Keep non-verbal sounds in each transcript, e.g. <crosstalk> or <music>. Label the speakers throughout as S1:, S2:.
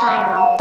S1: Viral.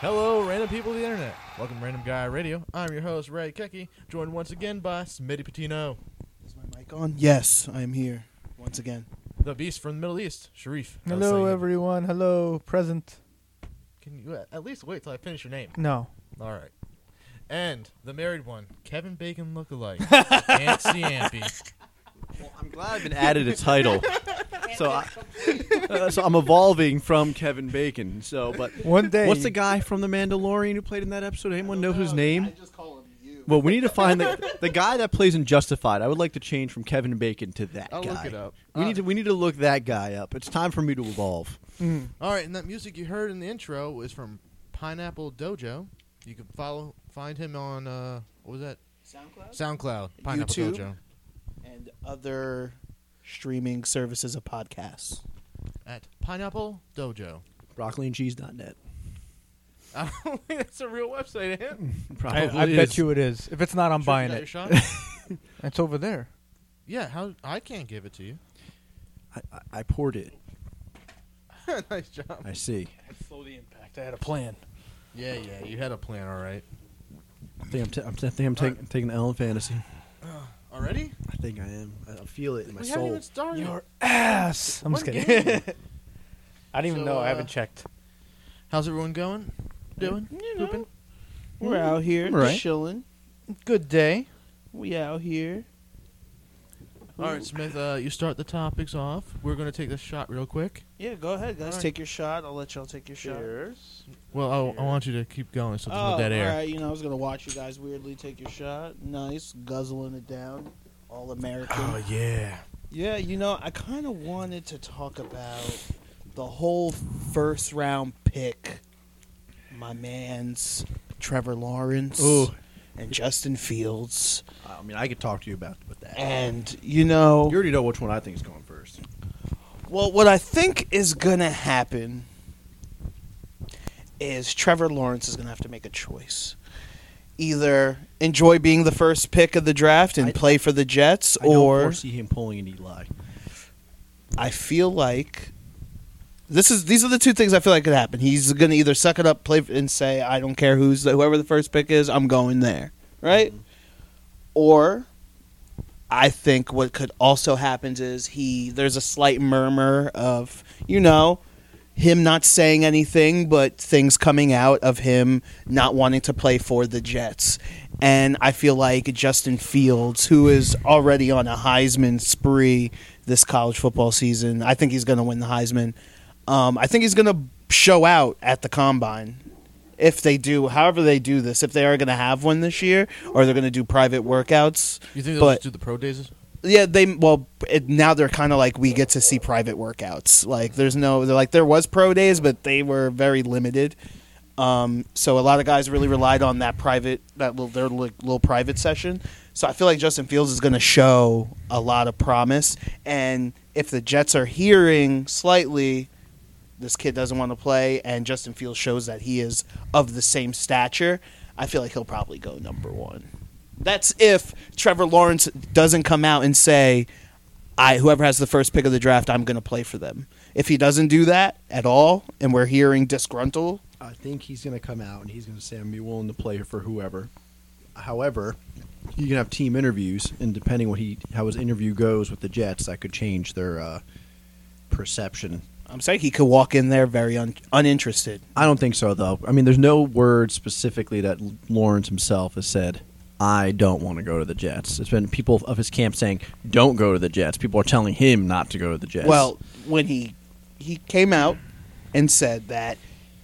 S2: Hello, random people of the internet. Welcome to Random Guy Radio. I'm your host, Ray Keki, joined once again by Smitty Patino,
S3: Is my mic on? Yes, I am here once again.
S2: the beast from the Middle East, Sharif. I was
S4: Hello,
S2: saying-
S4: everyone. Hello, present.
S2: Can you uh, at least wait till I finish your name?
S4: No.
S2: All right. And the married one, Kevin Bacon lookalike, Aunt Ciampi.
S5: I'm glad I've been added a
S2: <laughs>
S5: title. So, I, uh, so I'm evolving from Kevin Bacon. So, but
S4: One day.
S5: what's the guy from The Mandalorian who played in that episode? Anyone know his name?
S3: just call him you.
S5: Well, we need to
S3: <laughs>
S5: find the the guy that plays in Justified. I would like to change from Kevin Bacon to that
S2: I'll
S5: guy.
S2: look it up.
S5: We need to we need to look that guy up. It's time for me to evolve.
S2: All right, and that music you heard in the intro was from Pineapple Dojo. You can follow, find him on uh, what was that?
S3: SoundCloud
S2: SoundCloud, Pineapple
S3: YouTube.
S2: Dojo
S3: and other streaming services of podcasts.
S2: at Pineapple Dojo. <laughs>
S5: Broccoliandcheese.net.
S2: I don't think that's a real website, Ant.
S5: Probably
S4: I, I
S5: Uh, is.
S4: bet you it is. If it's not, I'm
S2: Sure you
S4: buying
S2: got your
S4: it.
S2: shot?
S3: <laughs>
S4: It's over there.
S2: yeah, how I can't give it to you.
S5: I, I, I poured it.
S2: <laughs> nice job.
S5: I see.
S4: Slow the impact. I had a plan.
S2: Yeah, yeah, you had a plan, all right.
S5: I think I'm, ta- I'm, ta- I think I'm taking- taking the L in fantasy.
S2: Already?
S5: I think I am. I I feel it in my
S2: we haven't
S5: soul.
S2: even started.
S4: Your ass. I'm just
S2: One
S3: <laughs>
S4: kidding.
S2: game.
S4: <laughs> I didn't even
S2: So,
S4: know. I
S2: uh,
S4: haven't checked.
S2: How's everyone going? Doing? Pooping?
S3: We're out here
S5: I'm right.
S3: chilling.
S4: Good day.
S3: We out here.
S2: All right, Smith, uh, you start the topics off. We're going to take this shot real quick.
S3: Yeah, go ahead, guys.
S2: All right.
S3: Take your shot. I'll let y'all take your shot.
S2: Well, I, I want you to keep going so there's
S3: Oh,
S2: no dead air.
S3: all right. You know, I was gonna watch you guys weirdly take your shot. Nice, guzzling it down. All American.
S2: yeah.
S3: Yeah, you know, I kind of wanted to talk about the whole first round pick. My man's Trevor Lawrence
S5: Ooh.
S3: and Justin Fields.
S5: I mean, I could talk to you about, about that.
S3: And, you know,
S5: You already know which one I think is going first.
S3: well, what I think is going to happen is Trevor Lawrence is going to have to make a choice. Either enjoy being the first pick of the draft and
S5: I-
S3: play for the Jets,
S5: I
S3: or.
S5: don't foresee him pulling an Eli.
S3: I feel like this is these are the two things I feel like could happen. He's going to either suck it up, play and say, "I don't care who's the, whoever the first pick is, I'm going there," right? Or I think what could also happen is he there's a slight murmur of you know him not saying anything, but things coming out of him not wanting to play for the Jets. And I feel like Justin Fields, who is already on a Heisman spree this college football season, I think he's going to win the Heisman. Um, I think he's going to show out at the combine if they do, however they do this, if they are going to have one this year or they're going to do private workouts.
S2: You think they'll
S3: But-
S2: just do the pro days?
S3: Yeah, they well it, now they're kind of like we get to see private workouts. Like there's no they're like there was pro days, but they were very limited. Um, so a lot of guys really relied on that private that little their li- little private session. So I feel like Justin Fields is going to show a lot of promise, and if the Jets are hearing slightly, this kid doesn't want to play, and Justin Fields shows that he is of the same stature, I feel like he'll probably go number one. That's if Trevor Lawrence doesn't come out and say, "I whoever has the first pick of the draft, I'm going to play for them." If he doesn't do that at all, and we're hearing disgruntled,
S5: I think he's going to come out and he's going to say, I'm willing to play for whoever. However, you can have team interviews, and depending what he how his interview goes with the Jets, that could change their uh, perception.
S3: I'm saying he could walk in there very un- uninterested.
S5: I don't think so, though. I mean, there's no word specifically that Lawrence himself has said, I don't want to go to the Jets. It's been people of his camp saying, "Don't go to the Jets." People are telling him not to go to the Jets.
S3: Well, when he he came out and said that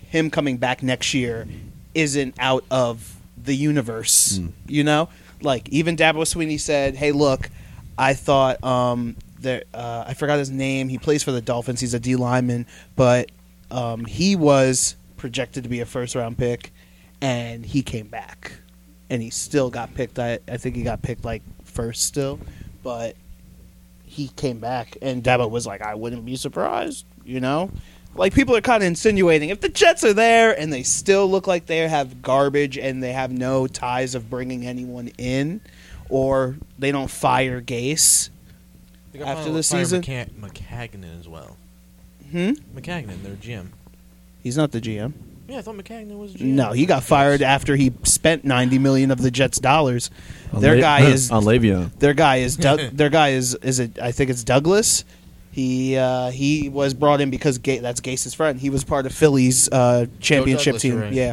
S3: him coming back next year isn't out of the universe, you know, like even Dabo Sweeney said, "Hey, look, I thought um, there uh, I forgot his name. He plays for the Dolphins. He's a D lineman, but um, he was projected to be a first round pick, and he came back, and he still got picked. I, I think he got picked like first still, but." he came back and Dabo was like, I wouldn't be surprised, you know? Like people are kind of insinuating if the Jets are there and they still look like they have garbage and they have no ties of bringing anyone in, or they don't fire Gase.
S2: They got
S3: After
S2: final-
S3: the
S2: fire
S3: season?
S2: McCa- McCagnon as well.
S3: Hmm.
S2: McCagnon, their GM.
S3: He's not the GM.
S2: Yeah, I thought McCagnon was GM.
S3: No, he got fired after he spent ninety million of the Jets' dollars.
S5: On
S3: Their
S5: Le- <laughs>
S3: guy is
S5: on Le'Veon.
S3: Their guy is Doug, their guy is is it? I think it's Douglas. He uh, he was brought in because Ga- that's Gase's friend. He was part of Philly's uh, championship
S2: Douglas,
S3: team.
S2: you're right.
S3: Yeah.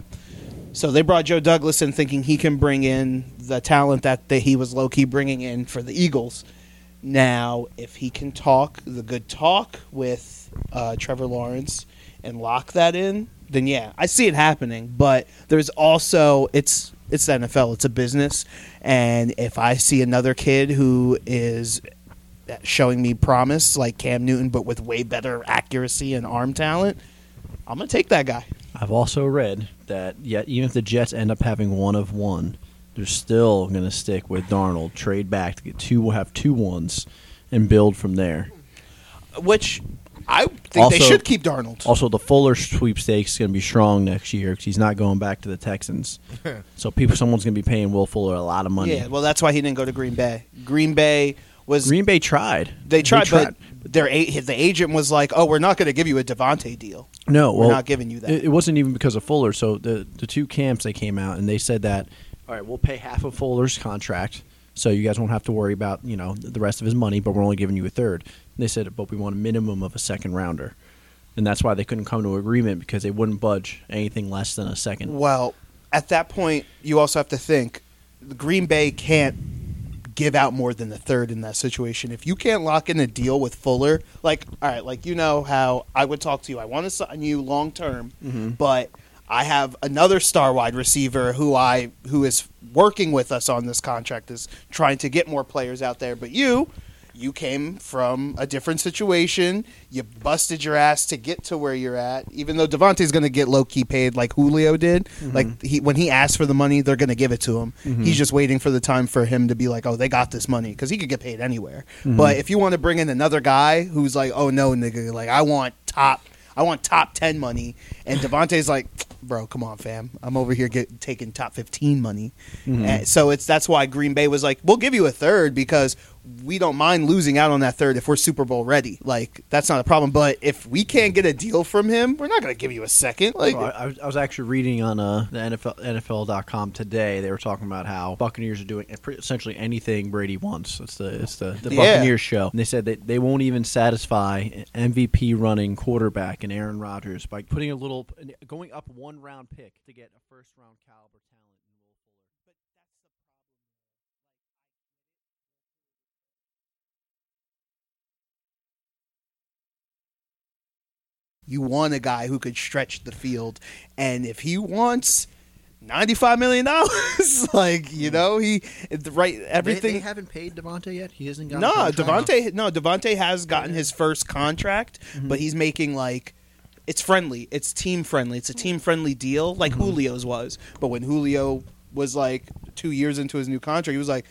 S3: So they brought Joe Douglas in thinking he can bring in the talent that, that he was low key bringing in for the Eagles. Now, if he can talk the good talk with uh, Trevor Lawrence and lock that in, then yeah, I see it happening. But there's also it's it's the NFL, it's a business, and if I see another kid who is showing me promise like Cam Newton, but with way better accuracy and arm talent, I'm gonna take that guy.
S5: I've also read that yet even if the Jets end up having one of one, they're still going to stick with Darnold, trade back to get two, have two ones, and build from there.
S3: Which I think they
S5: Also-
S3: should keep Darnold.
S5: Also, the Fuller sweepstakes is going to be strong next year because he's not going back to the Texans. so people, someone's going to be paying Will Fuller a lot of money.
S3: Yeah, well, that's why he didn't go to Green Bay. Green Bay was
S5: Green Bay tried.
S3: they tried, but their a- the agent was like, "Oh, we're not going to give you a Devontae deal."
S5: No,
S3: We're
S5: well,
S3: not giving you that.
S5: It, it wasn't even because of Fuller. So the the two camps they came out and they said that, all right, we'll pay half of Fuller's contract, so you guys won't have to worry about you know the rest of his money, but we're only giving you a third. And they said, but we want a minimum of a second rounder, and that's why they couldn't come to an agreement because they wouldn't budge anything less than a second.
S3: Well, at that point, you also have to think the Green Bay can't give out more than the third in that situation. If you can't lock in a deal with Fuller, like all right, like you know how I would talk to you. I want to sign you long term, but I have another star wide receiver who I who is working with us on this contract is trying to get more players out there, but you you came from a different situation. You busted your ass to get to where you're at. Even though Devontae's going to get low key paid like Julio did, like he when he asked for the money, they're going to give it to him. He's just waiting for the time for him to be like, "Oh, they got this money" because he could get paid anywhere. But if you want to bring in another guy who's like, "Oh no, nigga, like I want top, I want top ten money," and Devontae's like, "Bro, come on, fam, I'm over here get, taking top fifteen money." And so it's that's why Green Bay was like, "We'll give you a third because." we don't mind losing out on that third if we're Super Bowl ready. Like that's not a problem. But if we can't get a deal from him, we're not going to give you a second. Like
S5: Well, I, I was- I was actually reading on uh, the NFL, NFL.com today. They were talking about how Buccaneers are doing e, essentially anything Brady wants. It's the it's the, the
S3: Yeah.
S5: Buccaneers show. And they said that they won't even satisfy an MVP running quarterback and Aaron Rodgers by putting a little going up one round pick to get a first round caliber talent.
S3: you want a guy who could stretch the field, and if he wants ninety five million dollars, <laughs> like you know, he the right everything.
S5: haven't paid Devontae yet. He hasn't
S3: no, Devontae. No, Devontae has gotten his first contract, but he's making like it's friendly. It's team friendly. It's a team friendly deal, like Julio's was. But when Julio was like two years into his new contract, he was like,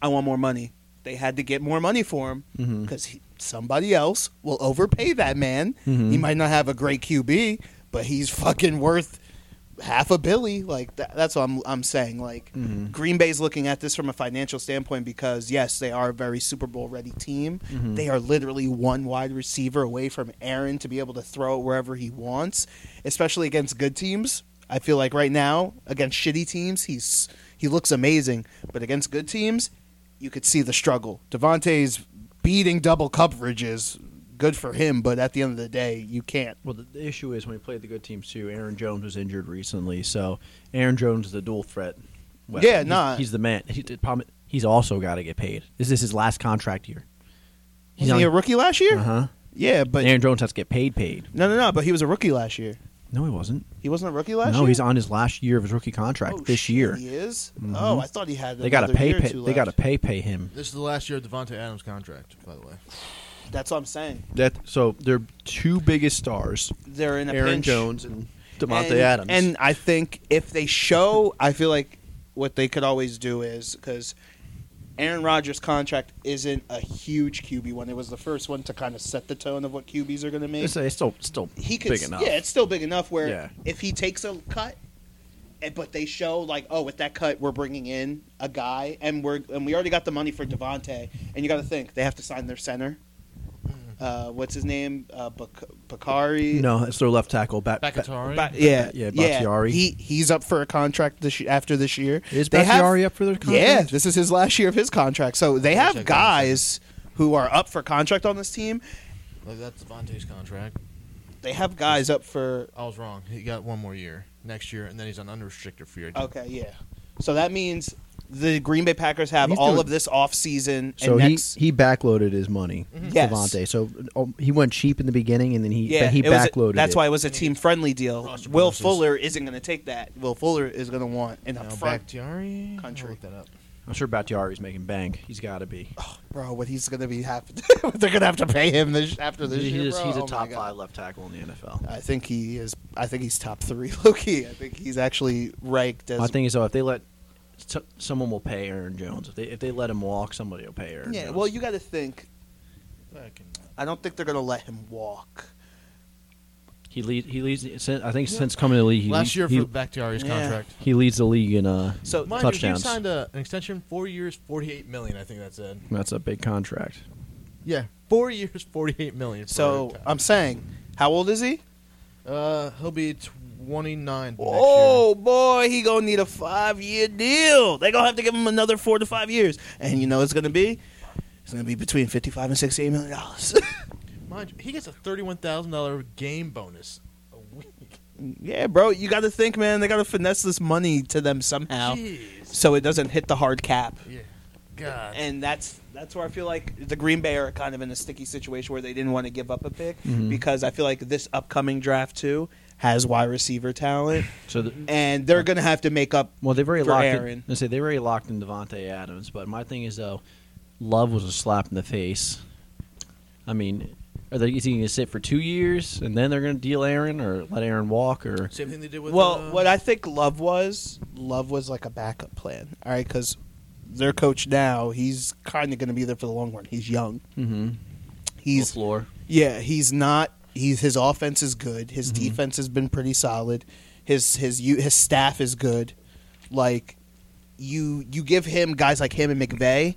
S3: "I want more money." They had to get more money for him because somebody else will overpay that man. He might not have a great QB, but he's fucking worth half a billy. Like tha that's what I'm I'm saying. Like Green Bay's looking at this from a financial standpoint because yes, they are a very Super Bowl ready team. They are literally one wide receiver away from Aaron to be able to throw it wherever he wants, especially against good teams. I feel like right now against shitty teams, he's he looks amazing, but against good teams, you could see the struggle. Devontae's beating double coverages. Good for him, but at the end of the day, you can't.
S5: Well, the, the issue is when he played the good teams too. Aaron Jones was injured recently, so Aaron Jones is a dual threat weapon.
S3: Yeah,
S5: he's,
S3: nah.
S5: He's the man. He, the problem- he's also got to get paid. This is his last contract year.
S3: He's he a rookie last year?
S5: Uh huh.
S3: Yeah, but
S5: Aaron Jones has to get paid. Paid.
S3: no, no, no. But he was a rookie last year.
S5: No, he wasn't.
S3: He wasn't a rookie last
S5: no,
S3: year.
S5: he's on his last year of his rookie contract
S3: Oh,
S5: this
S3: shit,
S5: year.
S3: He is.
S5: Mhm.
S3: Oh, I thought he had.
S5: They got to
S3: another
S5: pay,
S3: year or
S5: pay.
S3: two
S5: They
S3: left.
S5: got to pay pay him.
S2: This is the last year of Devonte Adams' contract, by the way.
S3: That's what I'm saying.
S5: That so their two biggest stars,
S3: They're in a
S5: Aaron
S3: pinch.
S5: Jones and Devontae
S3: and,
S5: Adams.
S3: And I think if they show, I feel like what they could always do is because Aaron Rodgers' contract isn't a huge QB one. It was the first one to kind of set the tone of what QBs are going to make.
S5: it's, it's still still
S3: he could,
S5: big enough.
S3: yeah, it's still big enough where
S5: Yeah.
S3: if he takes a cut, and- but they show like, oh, with that cut, we're bringing in a guy, and we're and we already got the money for Devontae, and you got to think they have to sign their center. Uh, what's his name? Uh, Bak- Bakari.
S5: Mm-hmm. No, it's their left tackle. Back,
S2: Bakatari.
S3: Ba- yeah,
S5: Yeah,
S3: yeah,
S5: Bakhtiari.
S3: He he's up for a contract this year, after this year.
S5: Is
S3: They have-
S5: Bakhtiari up for their contract?
S3: Yeah, this is his last year of his contract. So they
S2: me
S3: have
S2: check that out.
S3: guys who are up for contract on this team.
S2: Like, that's Devontae's contract.
S3: They have guys up for
S2: I was wrong. He got one more year next year, and then he's on unrestricted free agent.
S3: okay, yeah. So that means the Green Bay Packers have
S5: He's
S3: all
S5: doing-
S3: of this offseason
S5: So
S3: and
S5: he,
S3: next
S5: he backloaded his money,
S3: Yes.
S5: Devontae. So um, he went cheap in the beginning, and then he
S3: yeah,
S5: but he
S3: it was a-
S5: backloaded.
S3: that's
S5: it.
S3: why it was a team friendly deal.
S2: Roster
S3: Will
S2: bonuses.
S3: Fuller isn't going to take that. Will Fuller is going to want an
S2: Now,
S3: upfront.
S2: Bakhtiari. I'll
S3: Country.
S2: Look that up.
S5: I'm sure Bakhtiari's making bank. He's got to be.
S3: Oh, Bro, what he's going to be have what <laughs> they're going to have to pay him this after this year. bro. Oh my God. Uh,
S5: left tackle in the NFL.
S3: I think he is. I think he's top three <laughs> low key. I think he's actually ranked as.
S5: My thing is though, if they let s- someone will pay Aaron Jones. If they if they let him walk, somebody will pay Aaron.
S3: yeah.
S5: Jones.
S3: Well, you got to think.
S2: Fucking-
S3: I don't think they're gonna let him walk.
S5: he leads. He leads. since- I think since coming to the league, he
S2: Last year
S5: lead-
S2: for Bakhtiari's
S3: Yeah.
S2: contract.
S5: he, he leads the league in uh.
S3: So
S2: Mind you, he
S5: touchdowns.
S2: signed a, an extension, four years, forty-eight million. I think that's it.
S5: That's a big contract.
S2: Yeah, four years, forty-eight million. for
S3: so uh,
S2: Tyler.
S3: I'm saying, how old is he?
S2: uh, he'll be twenty-nine. next year.
S3: Oh boy, he gonna need a five year deal. They gonna have to give him another four to five years, and you know it's gonna be. It's gonna be between fifty-five and sixty-eight million dollars. <laughs>
S2: Mind you, he gets a thirty-one thousand dollar game bonus a week.
S3: yeah, bro, you got to think, man. They got to finesse this money to them somehow,
S2: Jeez.
S3: so it doesn't hit the hard cap.
S2: Yeah. God.
S3: and that's that's where I feel like the Green Bay are kind of in a sticky situation where they didn't want to give up a pick because I feel like this upcoming draft too has wide receiver talent,
S5: So the,
S3: and they're going to have to make up.
S5: Well, they've already
S3: for
S5: locked.
S3: Aaron.
S5: In, I say they've already locked in Devonte Adams. But my thing is though, Love was a slap in the face. I mean, are they is he going to sit for two years and then they're going to deal Aaron or let Aaron walk or?
S2: Same thing they did with.
S3: Well,
S2: uh,
S3: what I think Love was, Love was like a backup plan. All right, because their coach now, he's kind of going to be there for the long run. He's young.
S5: Mm-hmm.
S3: He's
S5: floor.
S3: Yeah, he's not. He's his offense is good. His defense has been pretty solid. His his you his staff is good. Like you you give him guys like him and McVay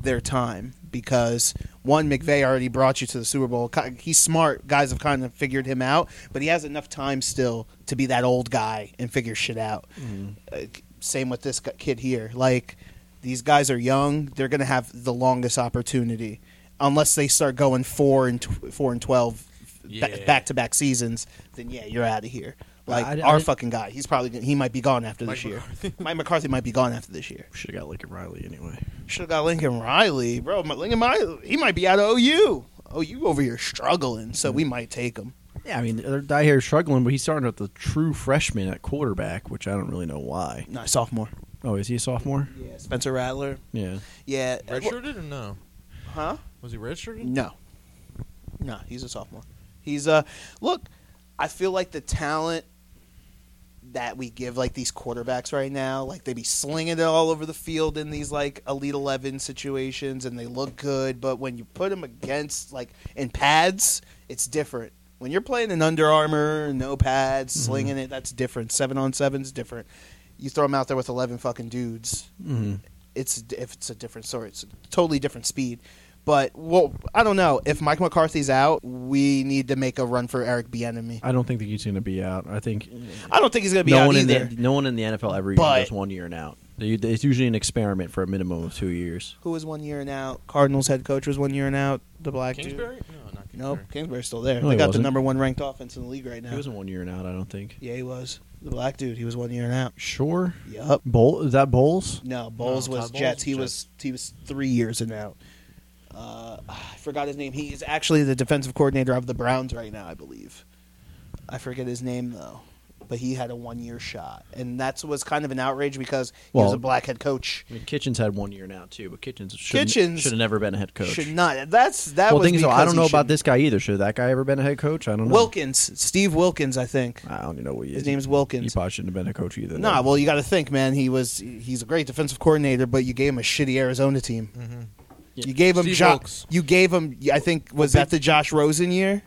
S3: their time because one McVay already brought you to the Super Bowl. Ki- He's smart. Guys have kind of figured him out, but he has enough time still to be that old guy and figure shit out.
S5: Mm-hmm.
S3: Uh, same with this gu- kid here. Like these guys are young; they're going to have the longest opportunity, unless they start going four and tw- four and twelve
S2: Yeah.
S3: back to back seasons. Then yeah, you're out of here.
S5: Well,
S3: Like
S5: I- I
S3: our
S5: didn't-
S3: fucking guy, he's probably gonna, he might be gone after
S2: Mike
S3: this year.
S2: McCarthy.
S3: <laughs> Mike McCarthy might be gone after this year.
S5: Should have got Lincoln Riley anyway.
S3: Should have got Lincoln Riley, bro. My- Lincoln Riley, he might be out of OU. OU over here struggling, so we might take him.
S5: Yeah, I mean, they're die here struggling, but he's starting with the true freshman at quarterback, which I don't really know why.
S3: No, sophomore.
S5: Oh, is he a sophomore?
S3: Yeah, Spencer Rattler.
S5: Yeah.
S3: Yeah, uh, wh-
S2: redshirted or no?
S3: huh?
S2: Was he redshirted?
S3: No. No, he's a sophomore. He's uh look, I feel like the talent that we give like these quarterbacks right now, like they be slinging it all over the field in these like elite 11 situations and they look good, but when you put them against like in pads, it's different. When you're playing in Under Armour, no pads, slinging it, that's different. 7 on 7's different. You throw them out there with 11 fucking dudes
S5: Mm-hmm.
S3: it's if it's a different story, it's a totally different speed. But well, I don't know if Mike McCarthy's out, we need to make a run for Eric Bieniemy.
S5: I don't think that he's going to be out. I think
S3: I don't think he's gonna be
S5: no
S3: out
S5: one
S3: either.
S5: in the no one in the NFL ever
S3: But-
S5: even does one year and out. They- they- It's usually an experiment for a minimum of two years.
S3: Who was one year and out? Cardinals head coach was one year and out. The black
S2: Kingsbury? No, not
S3: dude. Nope,
S2: Kingsbury.
S3: Kingsbury's still there.
S5: No,
S3: they
S5: he
S3: got the
S5: wasn't.
S3: number one ranked offense in the league right now.
S5: He wasn't one year and out. I don't think.
S3: yeah, he was. The black dude. He was one year and out.
S5: Sure.
S3: Yup.
S5: Bowl is that Bowles?
S3: No, Bowles
S2: No,
S3: was
S2: Todd Bowles
S3: Jets.
S2: was
S3: He was he was three years and out. Uh, I forgot his name. He is actually the defensive coordinator of the Browns right now, I believe. I forget his name though, but he had a one year shot, and that was kind of an outrage because he was
S5: Well-
S3: a black head coach.
S5: I mean, Kitchens had one year now too, but Kitchens shouldn't-
S3: Kitchens
S5: should have never been a head coach.
S3: Should not. That's that
S5: well,
S3: was.
S5: thing is, though, I
S3: because
S5: don't
S3: he
S5: know about
S3: should-
S5: this guy either. Should that guy ever been a head coach? I don't know.
S3: Wilkins, Steve Wilkins, I think.
S5: I don't even know what he is.
S3: His name's
S5: He
S3: Wilkins.
S5: probably shouldn't have been a coach either.
S3: Nah,
S5: though.
S3: well, you got to think, man. He was he's a great defensive coordinator, but you gave him a shitty Arizona team. You gave
S2: Mm-hmm.
S3: him
S2: Steve
S3: Jo-
S2: Wilkes.
S3: You gave him. I think was that the Josh Rosen year?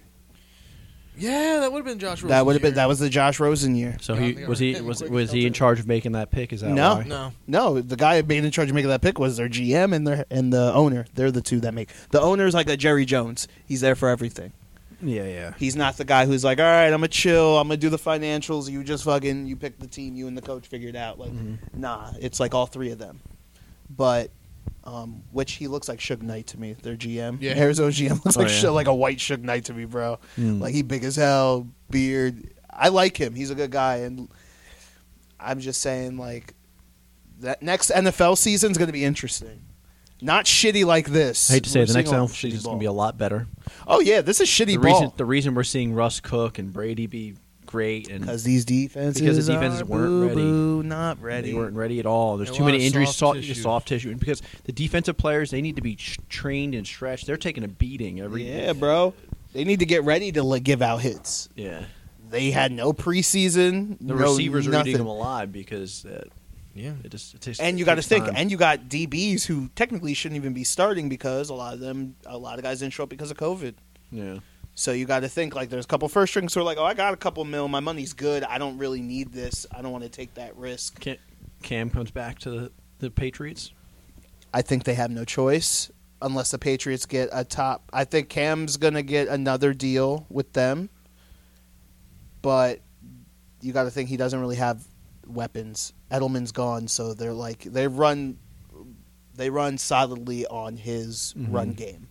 S2: Yeah, that would have been Josh.
S3: that
S2: Rosen's
S3: would have been
S2: year.
S3: that was the Josh Rosen year.
S5: So
S2: God,
S5: he
S2: they
S5: was
S2: are
S5: he
S2: getting
S5: was
S2: quick
S5: was he
S2: filter.
S5: in charge of making that pick? Is that
S3: No.
S5: why?
S2: No,
S3: No, the guy made in charge of making that pick was their GM and their and the owner. They're the two that make the owner's like a Jerry Jones. He's there for everything.
S5: Yeah, yeah.
S3: He's not the guy who's like, all right, I'm gonna chill, I'm gonna do the financials. You just fucking you pick the team, you and the coach figure it out. Like,
S5: Mm-hmm.
S3: nah, it's like all three of them. But um, which he looks like Suge Knight to me, their GM.
S2: Yeah.
S3: <laughs> Arizona GM looks
S5: Oh,
S3: like
S5: yeah.
S3: Shug- like a white Suge Knight to me, bro.
S5: Mm.
S3: Like he big as hell, beard. I like him. He's a good guy, and I'm just saying like that next NFL season's gonna be interesting. Not shitty like this.
S5: I hate to say
S3: We're
S5: it, the next
S3: seeing a lot
S5: NFL
S3: of shitty
S5: season's gonna
S3: ball.
S5: be a lot better.
S3: Oh yeah, this is shitty
S5: The
S3: ball.
S5: reason the reason we're seeing Russ Cook and Brady be great and
S3: Because these defenses,
S5: Because the defenses
S3: are
S5: weren't ready.
S3: boo-boo, not ready.
S5: they weren't ready at all. There's
S2: And a
S5: too
S2: lot
S5: many
S2: of
S5: injuries,
S2: soft
S5: soft
S2: tissue.
S5: tissue. soft tissue, and because the defensive players they need to be sh- trained and stretched. They're taking a beating every
S3: yeah, bro. They need to get ready to like, give out hits.
S5: yeah.
S3: They had no preseason.
S5: The
S3: no
S5: receivers are
S3: nothing.
S5: eating them alive because uh,
S2: yeah.
S5: it just it takes.
S3: And you
S5: it
S3: got to
S5: takes
S3: think.
S5: time.
S3: And you got DBs who technically shouldn't even be starting because a lot of them, a lot of guys didn't show up because of COVID.
S5: yeah.
S3: So you got to think like there's a couple first strings who are like, oh, I got a couple mil. My money's good. I don't really need this. I don't want to take that risk.
S5: Cam, Cam comes back to the, the Patriots.
S3: I think they have no choice unless the Patriots get a top. I think Cam's going to get another deal with them. But you got to think he doesn't really have weapons. Edelman's gone, so they're like they run they run solidly on his
S5: Mhm.
S3: run game.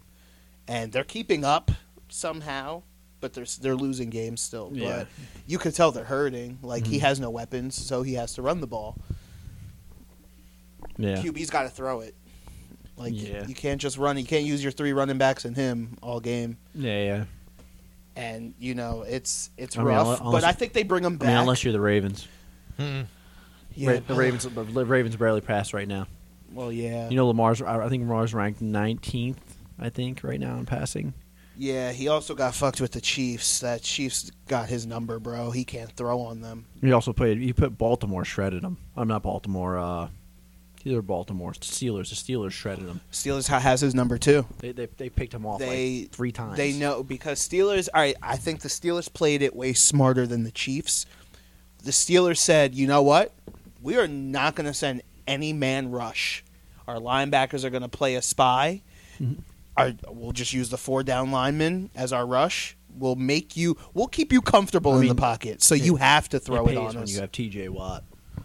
S3: And they're keeping up somehow, but they're s- they're losing games still.
S5: Yeah.
S3: But you could tell they're hurting. Like he
S5: Mhm.
S3: has no weapons, so he has to run the ball.
S5: Yeah.
S3: QB's got to throw it. Like
S5: Yeah.
S3: you can't just run. You can't use your three running backs and him all game.
S5: Yeah, yeah.
S3: And you know it's it's
S5: I mean,
S3: rough.
S5: unle-
S3: but
S5: unless-
S3: I think they bring him
S5: I
S3: back.
S5: mean, unless you're the Ravens.
S2: Mm-mm.
S3: yeah.
S5: Ra- the Ravens, the Ravens barely pass right now.
S3: Well, yeah,
S5: You know, Lamar's. I I think Lamar's ranked 19th. I think right now in passing.
S3: yeah. He also got fucked with the Chiefs. That Chiefs got his number, bro. He can't throw on them.
S5: He also played. He put Baltimore shredded him. I'm not Baltimore. Uh, either Baltimore Steelers. The Steelers shredded him.
S3: Steelers ha- has his number too.
S5: They they, they picked him off
S3: They-
S5: like three times.
S3: They know because Steelers. All right, I think the Steelers played it way smarter than the Chiefs. The Steelers said, "You know what? We are not going to send any man rush. Our linebackers are going to play a spy.
S5: Mm-hmm.
S3: Our, we'll just use the four down linemen as our rush. We'll make you. We'll keep you comfortable
S5: I
S3: in
S5: mean,
S3: the pocket, so you have to throw
S5: it
S3: it, on
S5: pays when
S3: us.
S5: you have T.J. Watt.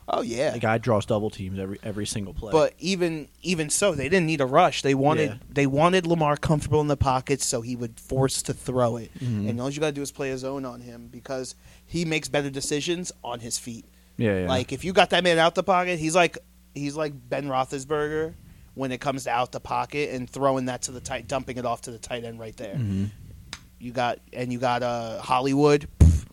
S3: oh yeah,
S5: The guy draws double teams every every single play.
S3: but even even so, they didn't need a rush. They wanted
S5: Yeah.
S3: they wanted Lamar comfortable in the pocket, so he would force to throw it.
S5: Mhm.
S3: And all you got to do is play a zone on him because he makes better decisions on his feet.
S5: yeah, yeah.
S3: Like if you got that man out the pocket, he's like he's like Ben Roethlisberger when it comes to out the pocket and throwing that to the tight, dumping it off to the tight end right there.
S5: Mhm.
S3: You got and you got uh Hollywood. Pff,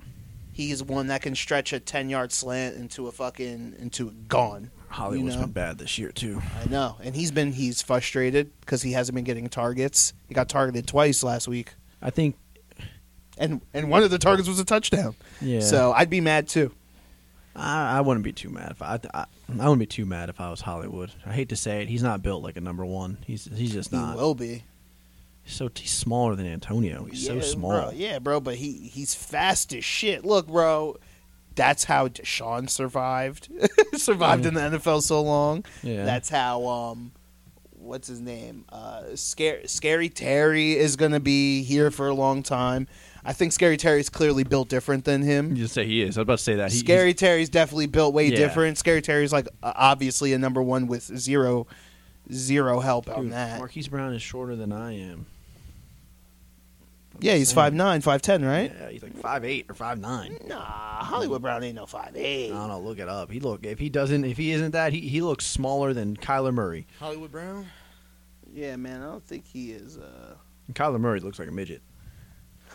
S3: He's one that can stretch a ten yard slant into a fucking into gone.
S5: Hollywood's
S3: know?
S5: been bad this year too.
S3: I know, and he's been he's frustrated because he hasn't been getting targets. He got targeted twice last week,
S5: I think.
S3: and and one of the targets was a touchdown.
S5: Yeah.
S3: So I'd be mad too.
S5: I, I wouldn't be too mad if I, I I wouldn't be too mad if I was Hollywood. I hate to say it, he's not built like a number one. He's he's just
S3: He
S5: not.
S3: will be.
S5: He's so he's smaller than Antonio. He's so
S3: Yeah,
S5: small.
S3: Bro. Yeah, bro, but he he's fast as shit. Look, bro, that's how Deshaun survived. <laughs> survived in the NFL so long.
S5: Yeah.
S3: That's how um what's his name? Uh Scary Scary Terry is going to be here for a long time. I think Scary Terry's clearly built different than him.
S5: You just say he is. I was about to say that. He,
S3: Scary Terry's definitely built way
S5: Yeah.
S3: different. Scary Terry's like uh, obviously a number one with zero, zero help
S5: he's-
S3: on
S5: Dude,
S3: that.
S5: Marquise Brown is shorter than I am.
S3: Yeah, he's five nine, five ten, right?
S5: Yeah, he's like five eight or five nine.
S3: Nah, Hollywood Brown ain't no five
S5: I
S3: eight.
S5: don't know. Look it up. He look if he doesn't if he isn't that he, he looks smaller than Kyler Murray.
S2: Hollywood Brown.
S3: Yeah, man, I don't think he is. uh
S5: Kyler Murray looks like a midget.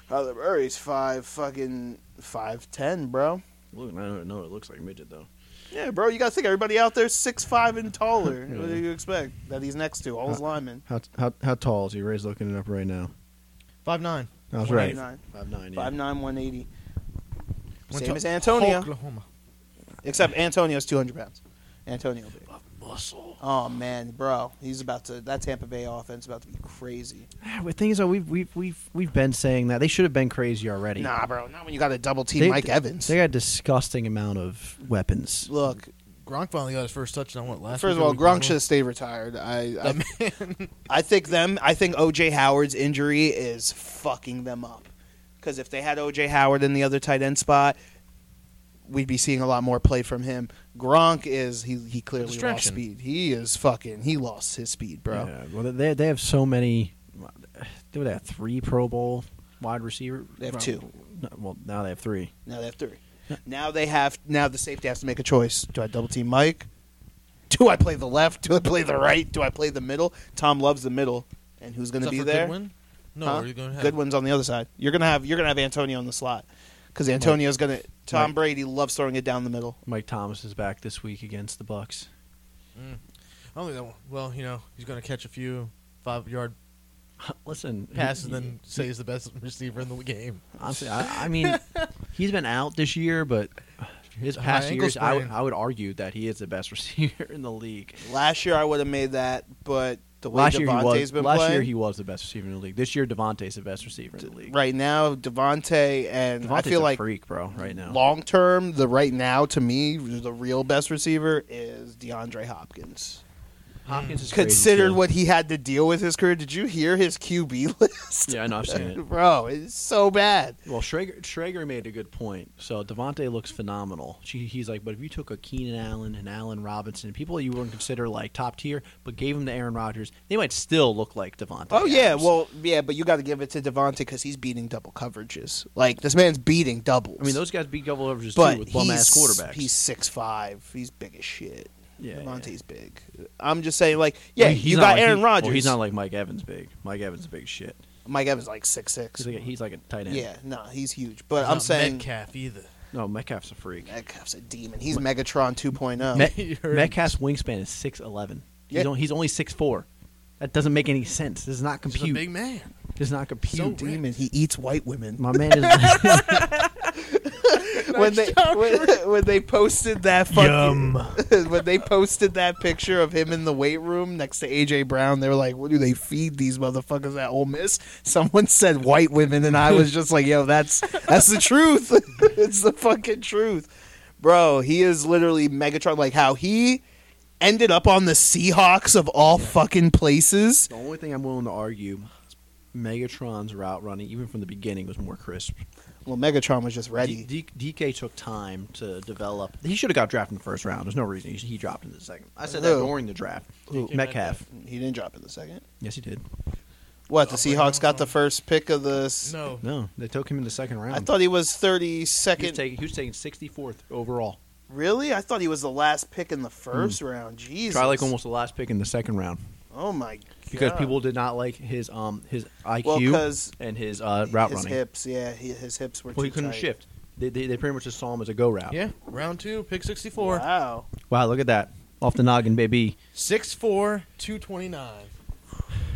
S3: Hollywood Murray's five fucking five ten, bro.
S5: Look, I don't know. It looks like a midget though.
S3: Yeah, bro, you gotta think everybody out there's six five and <laughs> taller. What do
S5: Yeah.
S3: you expect that he's next to all his linemen?
S5: How how how tall is he? Ray's looking it up right now.
S2: Five nine.
S5: I was
S3: Five
S5: right.
S3: nine,
S5: Five nine. Yeah.
S3: five nine, one eighty.
S2: Went
S3: Same
S2: to
S3: as Antonio.
S2: Oklahoma.
S3: Except Antonio's 200 pounds. Antonio. Big.
S5: Muscle.
S3: Oh, man, bro. He's about to, that Tampa Bay offense about to be crazy.
S5: Yeah, but things are we've we've we've we've been saying that they should have been crazy already.
S3: Nah, bro. Not when you got a double team
S5: They-
S3: Mike Evans.
S5: They got a disgusting amount of weapons.
S3: Look,
S2: Gronk finally got his first touchdown. What last?
S3: first of
S2: week or
S3: all,
S2: week
S3: Gronk
S2: before?
S3: should have stayed retired. I, I,
S2: That man.
S3: I think them, I think OJ Howard's injury is fucking them up. Because if they had OJ Howard in the other tight end spot, we'd be seeing a lot more play from him. Gronk is, he, he clearly lost
S2: distraction.
S3: speed. He is fucking, he lost his speed, bro.
S5: Yeah, well, they they have so many. They would have three Pro Bowl wide receiver.
S3: They have
S5: well,
S3: two.
S5: no, Well, now they have three.
S3: Now they have three. Now they have. Now the safety has to make a choice. Do I double team Mike? Do I play the left? Do I play the right? Do I play the middle? Tom loves the middle, and who's going
S2: Is
S3: to
S2: that
S3: be
S2: for
S3: there?
S2: Goodwin? No,
S3: Huh?
S2: are you going to have
S3: Goodwin's on the other side. You're gonna have you're gonna have Antonio in the slot because Antonio's gonna. Tom
S5: Mike.
S3: Brady loves throwing it down the middle.
S5: Mike Thomas is back this week against the Bucks.
S2: I don't think that one. Well, you know, he's going to catch a few five-yard
S5: <laughs> Listen, he-
S2: passes, and
S3: <laughs>
S2: then say he's the best receiver in the game.
S5: honestly, I, I mean, he's been out this year, but his
S2: My
S5: past
S2: ankle's
S5: years, I would,
S2: playing.
S5: I would argue that he is the best <laughs> receiver in the league.
S3: Last year I would have made that, but the way
S5: Last year, he
S3: Devontae's
S5: was,
S3: been
S5: last
S3: playing.
S5: year he was the best receiver in the league. This year, Devontae's the best receiver in the league.
S3: right now Devontae and I
S5: Devontae's
S3: feel
S5: a
S3: like
S5: freak, bro, right now.
S3: long term, the right now to me, the real best receiver is DeAndre Hopkins.
S5: Hopkins is crazy,
S3: Considered
S5: too.
S3: what he had to deal with his career, did you hear his QB <laughs> list?
S5: Yeah, I know. I've seen it.
S3: Bro, it's so bad.
S5: Well, Schrager, Schrager made a good point. So Devontae looks phenomenal. She, he's like, but if you took a Keenan Allen and Allen Robinson, people you wouldn't consider like top tier, but gave them to Aaron Rodgers, they might still look like Devontae.
S3: Oh yeah,
S5: Adams.
S3: well yeah, but you got to give it to Devontae because he's beating double coverages. Like this man's beating doubles.
S5: I mean, those guys beat double overages
S3: but
S5: too with bum ass
S3: he's-
S5: quarterbacks.
S3: He's six five. He's big as shit.
S5: Yeah,
S3: Devontae's big. I'm just saying, like, yeah,
S5: I mean, he's
S3: you
S5: not
S3: got
S5: like-
S3: Aaron
S5: he-
S3: Rodgers.
S5: Well, he's not like Mike Evans big. Mike Evans is big shit.
S3: Mike Evans like six six.
S5: He's like a, he's like a tight end.
S3: yeah, no, he's huge. But
S2: He's
S3: I'm
S2: not
S3: saying
S2: Metcalf either.
S5: No, Metcalf's a freak.
S3: Metcalf's a demon. He's Megatron oh. 2.0. <laughs>
S5: <laughs> Met,
S2: You heard him.
S5: Metcalf's wingspan is six eleven.
S3: Yeah.
S5: He's, on, he's only six four. That doesn't make any sense. This is not
S2: He's a
S5: compute.
S2: big man.
S5: This is not compute.
S2: So ripped.
S3: demon. He eats white women.
S5: My
S3: <laughs>
S5: man is. <laughs>
S3: When they <laughs> when, when they posted that fucking <laughs> when they posted that picture of him in the weight room next to AJ Brown, they were like, "What do they feed these motherfuckers at Ole Miss?" Someone said white women, and I was just like, "Yo, that's that's the truth. <laughs> it's the fucking truth, bro." He is literally Megatron. Like how he ended up on the Seahawks of all fucking places.
S5: The only thing I'm willing to argue is Megatron's route running, even from the beginning, was more crisp.
S3: Well, Megatron was just ready.
S5: D- D- DK took time to develop. He should have got drafted in the first round. There's no reason he, he dropped in the second. I said that
S3: Who?
S5: during the draft.
S2: Who?
S5: Metcalf.
S3: He didn't drop in the second.
S5: Yes, he did.
S3: What the
S2: Oh,
S3: Seahawks
S2: no.
S3: got the first pick of the? s-
S2: No.
S5: No, they took him in the second round.
S3: I thought he was thirty
S5: he was
S3: second.
S5: taking, he was taking 64th overall.
S3: really? I thought he was the last pick in the first round. Jesus.
S5: Mm. Try like almost the last pick in the second round
S3: Oh my.
S5: because
S3: God.
S5: people did not like his um his
S3: Well,
S5: IQ
S3: 'cause
S5: and his uh, route
S3: his
S5: running.
S3: hips. Yeah, he, his hips were.
S5: well, he
S3: too
S5: couldn't
S3: tight.
S5: shift. They, they, they pretty much just saw him as a go route.
S2: Yeah. Round two, pick 64.
S3: Wow.
S5: Wow, look at that off the noggin, baby.
S2: 6'4", 229.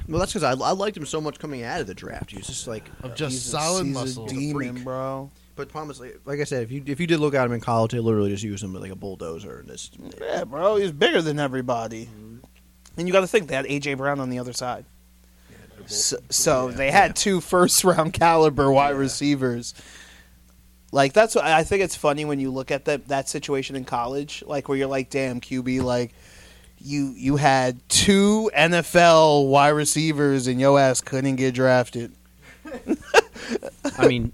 S5: Well, that's because I, I liked him so much coming out of the draft. He was just like,
S2: Of just
S3: He's a-
S2: solid
S3: he's
S2: muscle.
S3: A
S5: He's a
S3: demon,
S5: freak.
S3: bro.
S5: but the problem is, like, like I said, if you if you did look at him in college, they literally just used him like a bulldozer and just
S3: Yeah, bro. He's bigger than everybody.
S5: Mm-hmm.
S3: And you got to think they had AJ Brown on the other side. So, so
S5: Yeah.
S3: they had two first round caliber wide
S5: Yeah.
S3: receivers. Like that's what I think it's funny when you look at that that situation in college, like where you're like, damn QB, like you you had two NFL wide receivers and yo ass couldn't get drafted.
S5: I mean,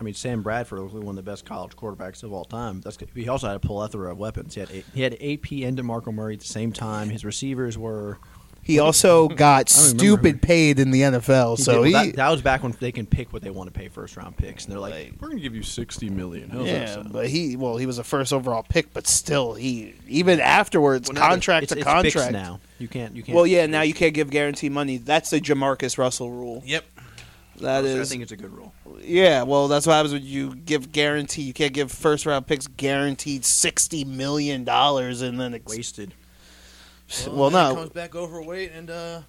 S5: I mean Sam Bradford was one of the best college quarterbacks of all time. That's good. he also had a plethora of weapons. He had A- he had AP and Demarco Murray at the same time. His receivers were <laughs>
S3: He also got
S5: I don't remember
S3: stupid paid in the NFL.
S5: He
S3: so
S5: did-
S3: he,
S5: well, that, that was back when they can pick what they want to pay first round picks, and they're like,
S3: Like-
S5: "We're going to give you sixty million. How's that
S3: yeah,
S5: sound?
S3: but he well, he was a first overall pick, but still, he even afterwards,
S5: Well, now
S3: contract
S5: it's-
S3: to
S5: it's fixed
S3: contract.
S5: now. You can't. You can't.
S3: Well, yeah, now you can't give guarantee money. That's the Jamarcus Russell rule.
S2: Yep.
S3: That
S5: I
S3: is,
S5: think it's a good rule.
S3: yeah. Well, that's what happens when you give guarantee. You can't give first round picks guaranteed sixty million dollars, and then ex-
S5: Wasted.
S3: Well,
S2: then he
S3: no.
S2: comes back overweight and uh,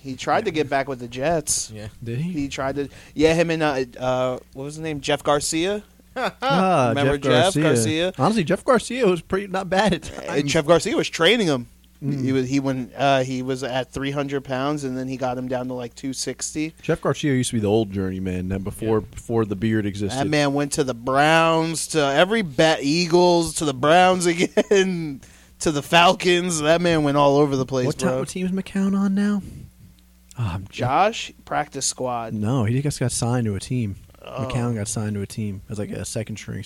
S3: he tried to get back with the Jets.
S2: yeah.
S5: Did
S3: He tried to, yeah, him and uh, uh, what was his name, Jeff Garcia.
S5: Ah,
S3: Remember Jeff Garcia?
S5: Honestly, Jeff Garcia was pretty not bad at
S3: And
S5: times.
S3: Jeff Uh, Garcia was training him. He was he went uh, he was at three hundred pounds, and then he got him down to like two sixty.
S5: Jeff Garcia used to be the old journeyman then before before the beard existed.
S3: That man went to the Browns, to every bat Eagles, to the Browns <laughs> again, to the Falcons. That man went all over the place,
S5: what, ti-
S3: bro.
S5: what team is McCown on now? Ah, I'm Jeff.
S3: Josh practice squad.
S5: No, he just got signed to a team.
S3: Oh.
S5: McCown got signed to a team as like a second string.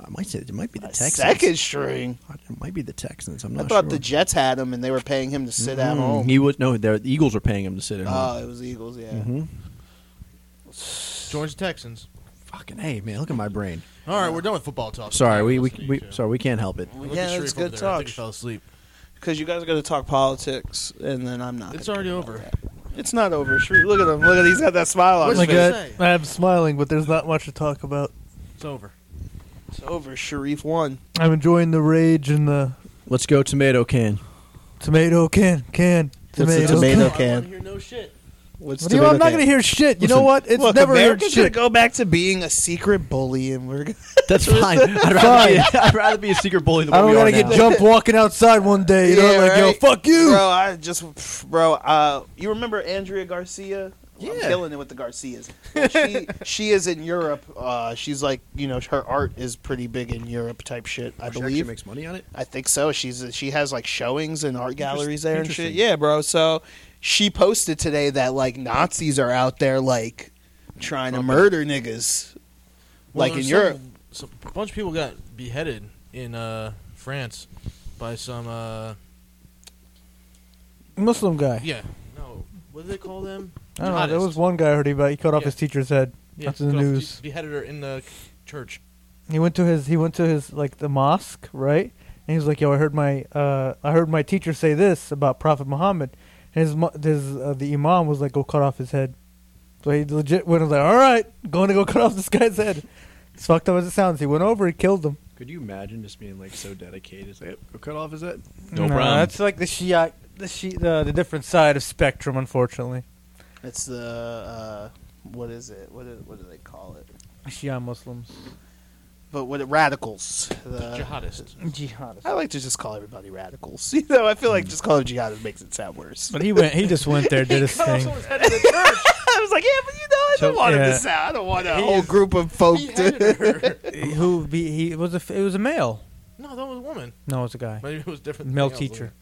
S5: I might say it might be the
S3: A
S5: Texans.
S3: Second string.
S5: It might be the Texans. I'm
S3: I
S5: not
S3: thought
S5: sure.
S3: the Jets had him, and they were paying him to sit at
S5: Mm,
S3: home.
S5: He was no. The the Eagles were paying him to sit at
S3: Oh,
S5: home.
S3: it was the Eagles. Yeah.
S5: hmm
S2: Joins the Texans.
S5: Fucking hey, man! Look at my brain.
S2: All right, we're done with football talk.
S5: Sorry, we we,
S2: Listening
S5: we
S2: to-
S5: sorry we can't help it.
S2: I looked at
S3: Yeah,
S2: Sharif
S3: that's
S2: over
S3: good
S2: there. I think
S3: talk.
S2: he fell asleep.
S3: Because you guys are going to talk politics, and then I'm not.
S2: It's
S3: gonna
S2: already
S3: talk
S2: over.
S3: about that. It's not over. Shree. Look at him. Look at he's got that smile on
S2: What's
S3: his
S2: he
S3: face.
S2: got? say?
S4: I'm smiling, but there's not much to talk about.
S2: It's over.
S3: It's over. Sharif won.
S4: I'm enjoying the rage and the
S5: Let's go tomato can.
S4: tomato can can
S3: What's the
S4: tomato.
S3: tomato
S4: can.
S3: Okay.
S2: I don't wanna hear no shit.
S3: What's
S4: <laughs> What do you- I'm not gonna hear shit. You know
S5: Listen,
S4: what? It's
S3: Look,
S4: never heard
S3: America's gonna
S4: shit.
S3: go back to being a secret bully, and we're gonna
S5: That's fine. I'd rather, be, I'd rather be a secret bully than
S4: I
S5: what
S4: don't
S5: we
S4: want
S5: are
S4: to get
S5: now.
S4: jumped walking outside one day. You know,
S3: Yeah,
S4: like yo,
S3: right.
S4: fuck you.
S3: Bro, I just, bro, uh, you remember Andrea Garcia? I'm
S5: Yeah.
S3: killing it with the Garcias. Well, <laughs> she she is in Europe. Uh, she's like, you know, her art is pretty big in Europe type shit. I
S5: She actually
S3: believe.
S5: makes money on it.
S3: I think so. She's she has like showings and art galleries there and shit.
S5: interesting.
S3: Yeah, bro. So she posted today that like Nazis are out there like trying to murder niggas,
S2: Well,
S3: like in
S2: there's
S3: Europe.
S2: some, so a bunch of people got beheaded in uh, France by some. Uh,
S4: Muslim guy.
S2: yeah, no, what do they call them?
S4: I don't know. There
S2: Jihadists.
S4: was one guy I heard about. He cut off
S2: Yeah.
S4: his teacher's head.
S2: Yeah,
S4: That's in the
S2: cut off-
S4: news.
S2: Beheaded her in the church.
S4: He went to his he went to his like the mosque, right? And he was like, "Yo, I heard my uh, I heard my teacher say this about Prophet Muhammad." And his mu- his uh, the imam was like, "Go cut off his head." So he legit went and was like, "All right, going to go cut off this guy's head." As fucked up as it sounds, he went over, he killed him.
S5: Could you imagine just being like so dedicated? It's Like, "Yep, go cut off his head.
S4: Nah, That's like the Shiite, the Shi the, the different side of spectrum, unfortunately.
S3: It's the uh, what is it? What do- what do they call it?
S4: Shia Muslims,
S3: But what radicals? The,
S2: Uh, <laughs> Jihadists.
S4: jihadists.
S3: I like to just call everybody radicals. <laughs> You know, I feel
S2: Hmm.
S3: like just calling them jihadists makes it sound worse.
S4: But he went. He just went
S2: <laughs>
S4: there, did his
S2: Cut off
S4: thing.
S2: someone's head in the church.
S3: <laughs> I was like, yeah, but you know, I
S5: So-
S3: don't want him
S4: yeah.
S3: to sound. I don't want a
S2: He
S3: whole
S2: is-
S3: group of folk to.
S2: Beheaded her.
S4: <laughs> Who be, he was a f- it was a male.
S2: No, that was a woman.
S4: No, it was a guy.
S2: Maybe it was different.
S4: Male
S2: something else.
S4: teacher.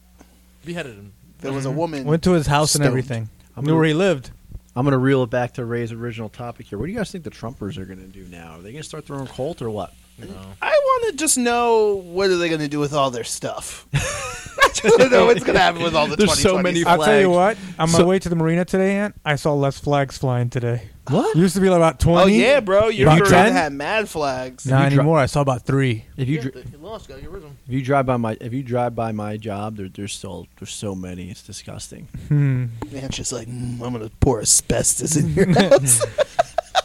S2: Beheaded him.
S3: There was a
S2: Mm-hmm.
S3: woman.
S4: Went to his house
S5: Stoned.
S4: and everything.
S5: I'm
S4: Knew
S5: gonna-
S4: where he lived.
S5: I'm gonna reel it back to Ray's original topic here. What do you guys think the Trumpers are gonna do now? Are they gonna start their own cult or what?
S2: No.
S3: I want to just know what are they going to do with all their stuff. <laughs> I just don't know what's going to happen with all the.
S5: There's so
S3: 2020s.
S5: many
S4: I'll tell you what. On my
S5: So-
S4: way to the marina today, Ant, I saw less flags flying today.
S5: What?
S4: Used to be like about twenty.
S3: Oh yeah, bro, you
S4: Back
S3: remember they
S4: then?
S3: had mad flags.
S4: Not
S5: You dro-
S4: anymore. I saw about three.
S5: If you
S2: Yeah,
S5: dri-
S2: they- he lost. Gotta get rid of him.
S5: if you drive by my if you drive by my job, there, there's still there's so many. It's disgusting.
S4: Hmm.
S3: Man, just like mm, I'm going to pour asbestos in your
S4: <laughs>
S3: house.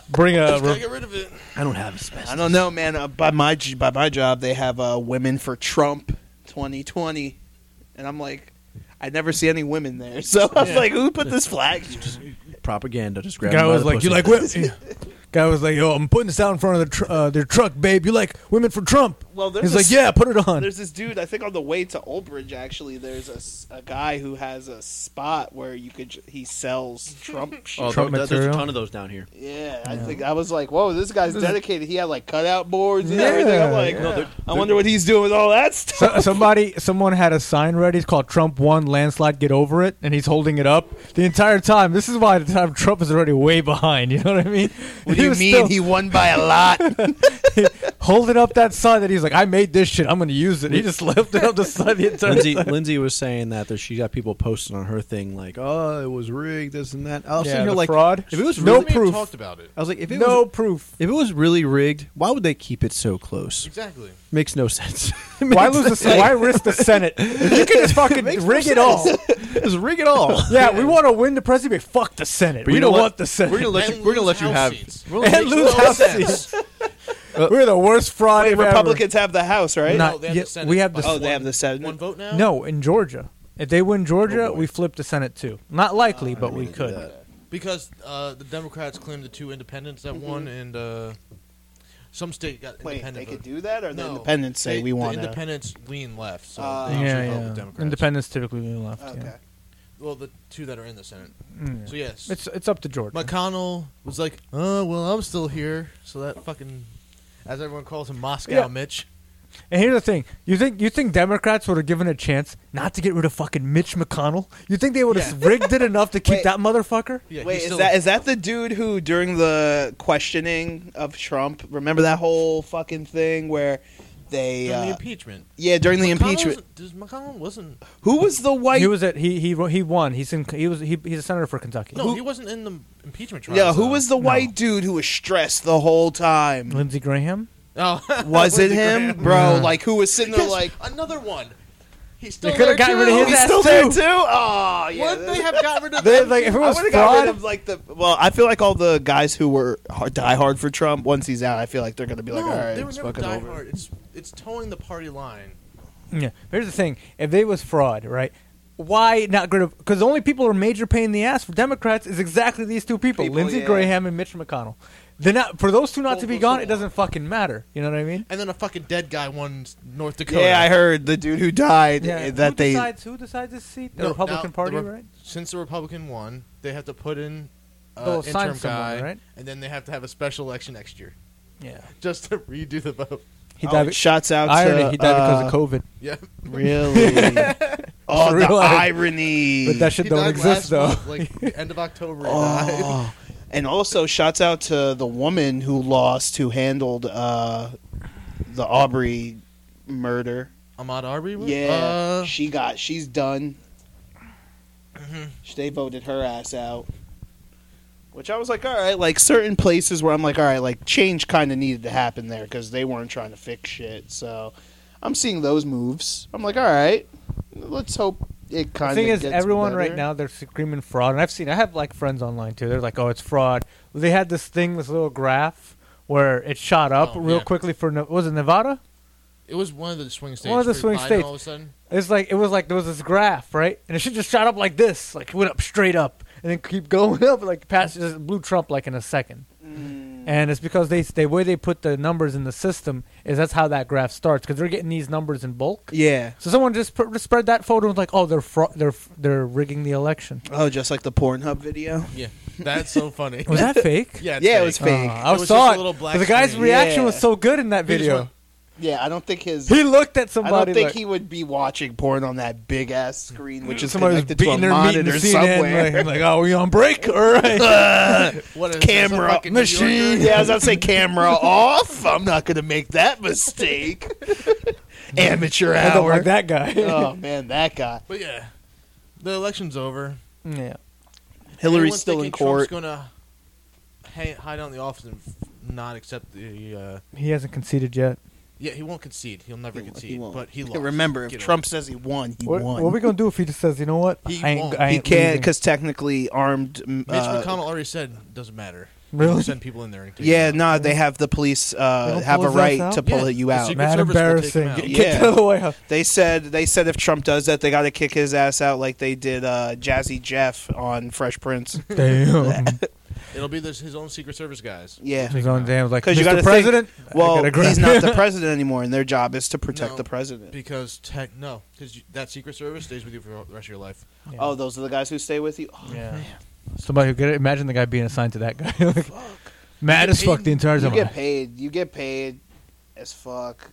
S4: Bring a.
S2: Just gotta get rid of it.
S5: I don't have asbestos.
S3: I don't know, man. Uh, by my j- by my job, they have uh, women for Trump 2020, and I'm like, I never see any women there. <laughs> So I was like, who put this flag?
S5: propaganda. Just grab.
S4: guy
S5: them by
S4: was
S5: the
S4: like, "You
S5: pussy."
S4: like
S5: <laughs>
S4: women?" Guy was like, "Yo, I'm putting this out in front of the tr- uh, their truck, babe. You like women for Trump?"
S3: Well, there's
S4: He's
S3: a
S4: like,
S3: s-
S4: "Yeah, put it on."
S3: There's this dude. I think on the way to Old Bridge, actually, there's a s- a, guy who has a spot where you could j- he sells
S2: <laughs>
S3: Trump shit.
S5: Oh,
S4: Trump
S5: there- there's a
S4: material.
S5: ton of those down here.
S3: Yeah, I think I was like, whoa, this guy's dedicated. He had like cutout boards and
S4: Yeah,
S3: everything. I'm like,
S4: yeah. No, they're-
S3: I wonder what he's doing with all
S2: <laughs>
S3: that stuff.
S4: So, somebody, someone had a sign ready. It's called "Trump won, landslide, get over it," and he's holding it up the entire time. This is why the time Trump is already way behind. You know what I mean?
S3: what do you
S4: was
S3: mean
S4: still <laughs>
S3: he won by a lot?
S4: holding up that sign that he's He's like, I made this shit. I'm going to use it. He just left it on the side the
S6: <laughs>
S4: entire <laughs>
S6: Lindsay,
S4: time.
S6: Lindsay was saying that that she got people posting on her thing like, "Oh, it was rigged, this and that." I was
S4: Yeah,
S6: sitting here
S4: the
S6: like,
S4: fraud.
S6: If it was
S4: No
S6: really,
S2: We haven't
S4: proof.
S2: talked about it.
S6: I was like, if it
S4: No
S6: was
S5: <laughs>
S4: proof.
S6: if it was really rigged, why would they keep it so close?
S2: Exactly.
S6: Makes no sense. <laughs> It
S4: Why
S6: makes-
S4: lose the Senate? Why <laughs> risk the Senate? If you can just fucking
S6: makes no
S4: rig it all.
S6: Just rig it all.
S4: Yeah, we want to win the presidency. but Fuck the Senate.
S5: But
S4: we
S5: you know
S4: don't
S5: what?
S4: want the Senate. <laughs>
S5: We're gonna let
S2: And
S5: you. We're gonna
S2: lose
S5: let you
S2: House
S5: have.
S2: seats.
S5: We're gonna
S4: and
S5: let you-
S4: lose House
S2: sense.
S4: seats. We're the worst fraud
S3: Wait,
S4: ever.
S3: Republicans have the House, right?
S4: Not-
S2: No, they have
S4: yeah,
S2: the Senate
S4: we have
S2: by
S4: the-
S3: oh, they have
S2: one-
S3: the Senate.
S2: One vote now.
S4: No, in Georgia. If they win Georgia,
S6: Oh, boy.
S4: we flip the Senate too. Not likely, but we
S6: do
S4: could.
S6: that.
S2: because uh, the Democrats claimed the two independents that won, and uh, some state got
S3: Wait,
S2: independent.
S3: they could
S2: vote.
S3: do that, or the
S2: No.
S3: independents say
S2: They-
S3: we want
S2: the
S3: to.
S2: independents lean left, so
S3: Ah.
S2: they usually vote
S4: Yeah,
S2: with
S4: yeah.
S2: Democrats.
S4: Independents typically left.
S3: Okay.
S4: Yeah.
S2: well, the two that are in the Senate.
S4: Mm, yeah.
S2: So yes,
S4: It's it's up to Georgia.
S2: McConnell was like, "Oh well, I'm still here," so that fucking, as everyone calls him, Moscow
S4: Yeah.
S2: Mitch.
S4: And here's the thing: you think you think Democrats would have given a chance not to get rid of fucking Mitch McConnell? You think they would have rigged it
S2: <laughs>
S4: enough to keep
S3: Wait.
S4: that motherfucker?
S2: Yeah,
S3: Wait,
S2: he's
S3: is
S2: still-
S3: that is that the dude who during the questioning of Trump? Remember that whole fucking thing where they,
S2: during the
S3: uh,
S2: impeachment?
S3: yeah, during the
S2: McConnell
S3: impeachment,
S2: wasn't- does- McConnell wasn't.
S3: who was the white?
S4: He was at he he he won. He's in he was he, he's a senator for Kentucky.
S2: No,
S3: Who-
S2: he wasn't in the impeachment trial.
S3: yeah, who was the white dude who was stressed the whole time?
S4: Lindsey Graham.
S2: <laughs> Oh,
S3: Was it him, bro?
S4: Yeah.
S3: Like who was sitting there
S2: Yes,
S3: <laughs> like?
S2: <laughs> another one. He's
S4: They
S2: still
S4: could
S2: there
S4: have gotten rid
S2: too.
S4: of his
S3: he's
S4: ass
S3: still
S4: too.
S3: there too. Oh yeah,
S2: Wouldn't they
S3: that-
S2: have gotten
S3: <laughs>
S2: rid of
S4: They,
S2: them?
S4: like if it
S3: I
S4: was
S3: would have got
S4: fraud,
S3: rid of like the. Well, I feel like all the guys who were hard, die hard for Trump once he's out, I feel like they're gonna be like,
S2: no,
S3: all right,
S2: they were
S3: it's
S2: never
S3: fucking
S2: die
S3: over.
S2: hard. It's it's towing the party line.
S4: yeah. Here's the thing: if they was fraud, right? Why not get rid of? Because the only people who are major pain in the ass for Democrats is exactly these two people,
S3: People,
S4: Lindsey
S3: yeah.
S4: Graham and Mitch McConnell. They're not for those two not to
S3: Hold
S4: be
S3: those
S4: gone.
S3: two
S4: It doesn't fucking matter. You know what I mean?
S2: And then a fucking dead guy won North Dakota.
S3: Yeah, I heard the dude who died eh, that
S4: who
S3: they.
S4: decides who decides this seat? The
S2: No, now,
S4: Republican
S2: the
S4: Party,
S2: Re-
S4: right?
S2: Since the Republican won, they have to put in
S4: They'll
S2: uh,
S4: assign
S2: interim
S4: someone,
S2: guy,
S4: right?
S2: and then they have to have a special election next year <laughs>
S4: Yeah.
S2: just to redo the vote.
S4: He
S3: oh,
S4: died. be-
S3: Shots out
S4: irony.
S3: to
S4: he died
S3: uh,
S4: because of COVID.
S2: Yeah,
S3: Really? <laughs> oh,
S4: Real
S3: the
S4: irony.
S3: irony.
S4: But that shit
S2: He
S4: don't
S2: died last
S4: exist though.
S2: month, like the end of October. he died.
S3: <laughs> oh. <laughs> And also, shouts out to the woman who lost, who handled uh, the Aubrey murder.
S2: Ahmad Arbery. was-
S3: Yeah,
S2: Uh,
S3: she got. She's done. They voted her ass out. Which I was like, all right, like certain places where I'm like, all right, like change kind of needed to happen there because they weren't trying to fix shit. So I'm seeing those moves. I'm like, all right, let's hope it kind
S4: The
S3: of.
S4: thing is,
S3: gets
S4: everyone
S3: better.
S4: right now they're screaming fraud, and I've seen. I have like friends online too. They're like, "Oh, it's fraud." They had this thing, this little graph where it shot up
S2: Oh,
S4: real
S2: yeah.
S4: quickly for Ne- was it Nevada?
S2: it was one of the swing states.
S4: One of the
S2: for
S4: swing
S2: Biden
S4: states.
S2: All of a sudden,
S4: It's like it was like there was this graph, right? And it should just shot up like this, like it went up straight up, and then keep <laughs> going up, like past just blew Trump like in a second.
S2: Mm.
S4: And it's because they the way they put the numbers in the system is that's how that graph starts because they're getting these numbers in bulk.
S3: Yeah.
S4: So someone just, pr- just spread that photo and was like, oh, they're fro- they're f- they're rigging the election.
S3: Oh, just like the Pornhub video.
S2: yeah, that's so funny.
S4: <laughs> Was that fake?
S2: <laughs> yeah, it's
S3: yeah, it
S2: fake.
S3: was fake.
S4: Uh, I
S2: It was
S4: saw
S2: just a
S4: it.
S2: little black
S4: the guy's
S2: screen.
S4: reaction
S3: Yeah.
S4: was so good in that
S2: He just
S4: video.
S2: went-
S3: yeah, I don't think his.
S4: He looked at
S3: I
S4: somebody.
S3: don't think
S4: like,
S3: he would be watching porn on that big ass screen, which is
S4: somebody was
S3: connected to a
S4: beating their meat in
S3: <laughs>
S4: the
S3: monitor
S4: CNN.
S3: somewhere.
S4: <laughs> Like, like, oh, we on break? <laughs>
S3: <laughs>
S4: All right.
S2: What is this, a
S3: camera
S2: fucking New Yorker?
S3: Yeah, I was about to say camera off. I'm not going to make that mistake.
S4: <laughs>
S3: Amateur
S4: I don't
S3: hour.
S4: like that guy.
S3: Oh man, that guy.
S2: But yeah, the election's over.
S4: <laughs> yeah.
S3: Hillary's
S2: Everyone's
S3: still in
S2: thinking
S3: court.
S2: Trump's gonna ha- hide out in the office and f- not accept the. Uh,
S4: He hasn't conceded yet.
S2: yeah, he won't concede. He'll never concede.
S3: won't.
S2: But he
S3: Yeah,
S2: lost.
S3: Remember, if
S2: Get
S3: Trump says he won, he
S4: What,
S3: won.
S4: what are we gonna do if he just says, you know what?
S2: He
S4: I ain't,
S2: won't.
S4: I
S3: he
S4: ain't
S3: can't
S4: leaving."
S3: because technically armed.
S2: over
S3: mm,
S2: it. Mitch
S3: uh,
S2: McConnell already said it doesn't matter.
S4: Really?
S2: Send people in there. And take
S3: yeah,
S2: them
S3: no, they have the police
S4: They
S3: uh,
S4: don't
S3: have
S4: pull
S3: a
S4: his ass
S3: right
S4: out?
S3: to pull
S2: Yeah,
S3: you
S2: the
S3: out.
S2: Secret
S4: Mad
S2: Service will take him
S4: embarrassing.
S2: out.
S4: Get,
S3: Yeah.
S4: get to the White House.
S3: They said they said if Trump does that, they got to kick his ass out like they did uh, Jazzy Jeff on Fresh Prince.
S4: <laughs> Damn.
S2: <laughs> It'll be this, his own Secret Service guys.
S3: Yeah,
S4: He's on damn like
S3: because you got
S4: Mr.
S3: to
S4: President. I
S3: well,
S4: gotta grab-
S3: he's not
S4: <laughs>
S3: the president anymore, and their job is to protect
S2: No.
S3: the president.
S2: Because tech, no, because that Secret Service stays with you for the rest of your life.
S4: Yeah.
S3: Oh, those are the guys who stay with you. Oh,
S4: Yeah.
S3: man.
S4: Somebody who could imagine the guy being assigned to that guy. <laughs> Like, Mad
S2: You get
S4: as fuck
S2: paid-
S4: the entire
S3: you
S4: time.
S2: Mm-hmm.
S3: get paid. You get paid as fuck.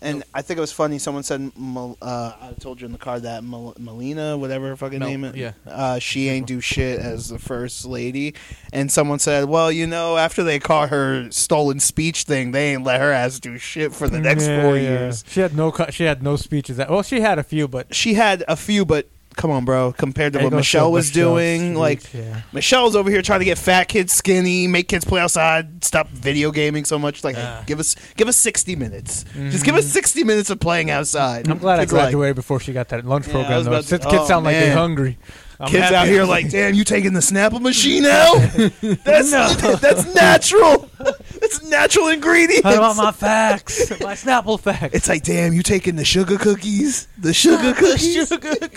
S3: And I think it was funny. Someone said, Mel- uh, "I told you in the car that Mel- Melina, whatever her fucking
S2: Mel-
S3: name it,
S2: yeah.
S3: uh, she ain't do shit as the first lady." And someone said, "Well, you know, after they caught her stolen speech thing, they ain't let her ass do shit for the next
S4: Yeah,
S3: four
S4: yeah.
S3: years."
S4: She had no co- she had no speeches. That well, she had a few, but
S3: She had a few, but come on, bro. Compared to
S4: There
S3: what
S4: goes
S3: Michelle was
S4: Michelle's
S3: doing,
S4: speech,
S3: like
S4: yeah.
S3: Michelle's over here trying to get fat kids skinny, make kids play outside, stop video gaming so much. Like,
S2: Ah.
S3: give us give us sixty minutes. Just give us sixty minutes of playing outside.
S4: Mm-hmm. I'm glad I
S3: Kids like-
S4: graduated before she got that lunch
S3: Yeah, I
S4: program.
S3: was
S4: Though.
S3: about to-
S4: Since kids
S3: oh,
S4: sound like they're
S3: man.
S4: hungry. I'm
S3: Kids
S4: happy.
S3: out here like, damn, you taking the Snapple machine
S4: <laughs>
S3: out? That's <laughs> that's natural. that's natural ingredients.
S4: What
S3: <laughs>
S4: about my facts? My Snapple facts.
S3: it's like, damn, you taking the sugar cookies? The
S4: <laughs>
S3: sugar cookies.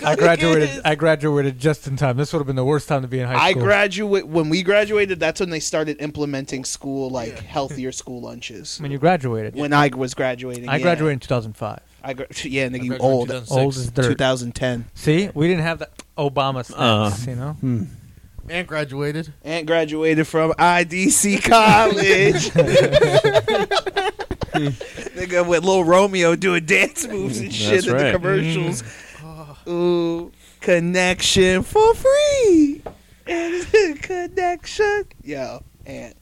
S4: I graduated. I graduated just in time. This would have been the worst time to be in high
S3: I
S4: school.
S3: graduate when we graduated. That's when they started implementing school like healthier school
S4: <laughs>
S3: lunches.
S4: when you graduated.
S3: When I was graduating,
S4: I
S3: yeah.
S4: graduated in 2005.
S3: I gra- yeah, nigga, you
S2: graduated in
S3: old.
S2: 2006.
S4: Old as dirt.
S3: 2010.
S4: See, we didn't have that Obama snacks.
S6: Uh.
S4: you know,
S2: And graduated.
S3: Aunt graduated from IDC <laughs>
S5: <laughs>
S3: college. Nigga with little Romeo doing dance moves and shit
S5: That's
S3: in
S5: right. Mm.
S3: the commercials. Ooh, connection for free. <laughs> connection. Yo, Aunt.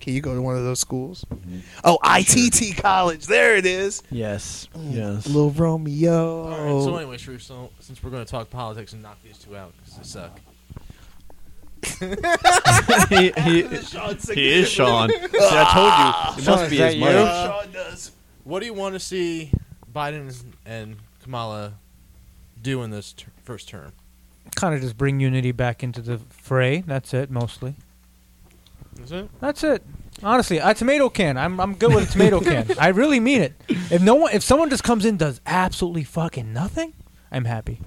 S3: Can you go to one of those schools?
S5: Mm-hmm.
S3: Oh, ITT college. There it is.
S6: Yes. Yes.
S3: Little Romeo.
S2: All right. So anyway, Sharif, so since we're going to talk politics and knock these two out because they suck.
S5: <laughs> he,
S4: <laughs>
S5: he,
S3: Sean sing-
S5: he is Sean. See, I told you. It
S4: Ah, Sean,
S5: must be
S4: is
S5: his
S4: that
S5: mic.
S4: you? Uh,
S3: Sean does.
S2: What do you want to see Biden and Kamala do in this ter- first term?
S4: kind of just bring unity back into the fray. That's it, mostly.
S2: Is it?
S4: That's it. Honestly, a tomato can. I'm I'm good with a tomato can. I really mean it. If no one, if someone just comes in and does absolutely fucking nothing, I'm happy.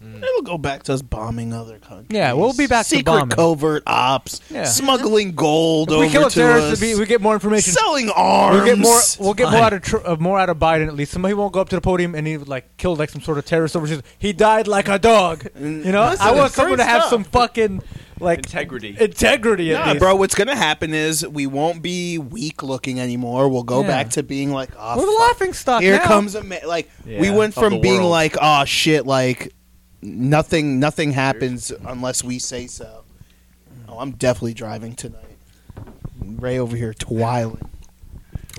S3: It'll go back to us bombing other countries.
S4: Yeah, we'll be back to
S3: Secret
S4: bombing.
S3: covert ops,
S4: Yeah.
S3: smuggling gold
S4: If
S3: over
S4: we kill a
S3: to us,
S4: terrorist, we, we get more information.
S3: selling arms.
S4: We'll get more. We'll get more out of tr- uh, more out of Biden at least. Somebody won't go up to the podium and he would like kill like some sort of terrorist overseas. He died like a dog.
S3: Mm.
S4: You know, I want someone to have some fucking like
S5: Integrity.
S4: Integrity. At
S3: Nah,
S4: least.
S3: bro, what's gonna happen is we won't be weak looking anymore. We'll go
S4: Yeah.
S3: back to being like, oh,
S4: We're the
S3: fuck.
S4: laughing stock.
S3: Here
S4: now.
S3: comes a ma- like we
S5: Yeah,
S3: went
S5: of
S3: from
S5: the
S3: being
S5: world.
S3: like, oh shit, like nothing, nothing happens unless we say so. Oh, I'm definitely driving tonight. Ray over here twiling.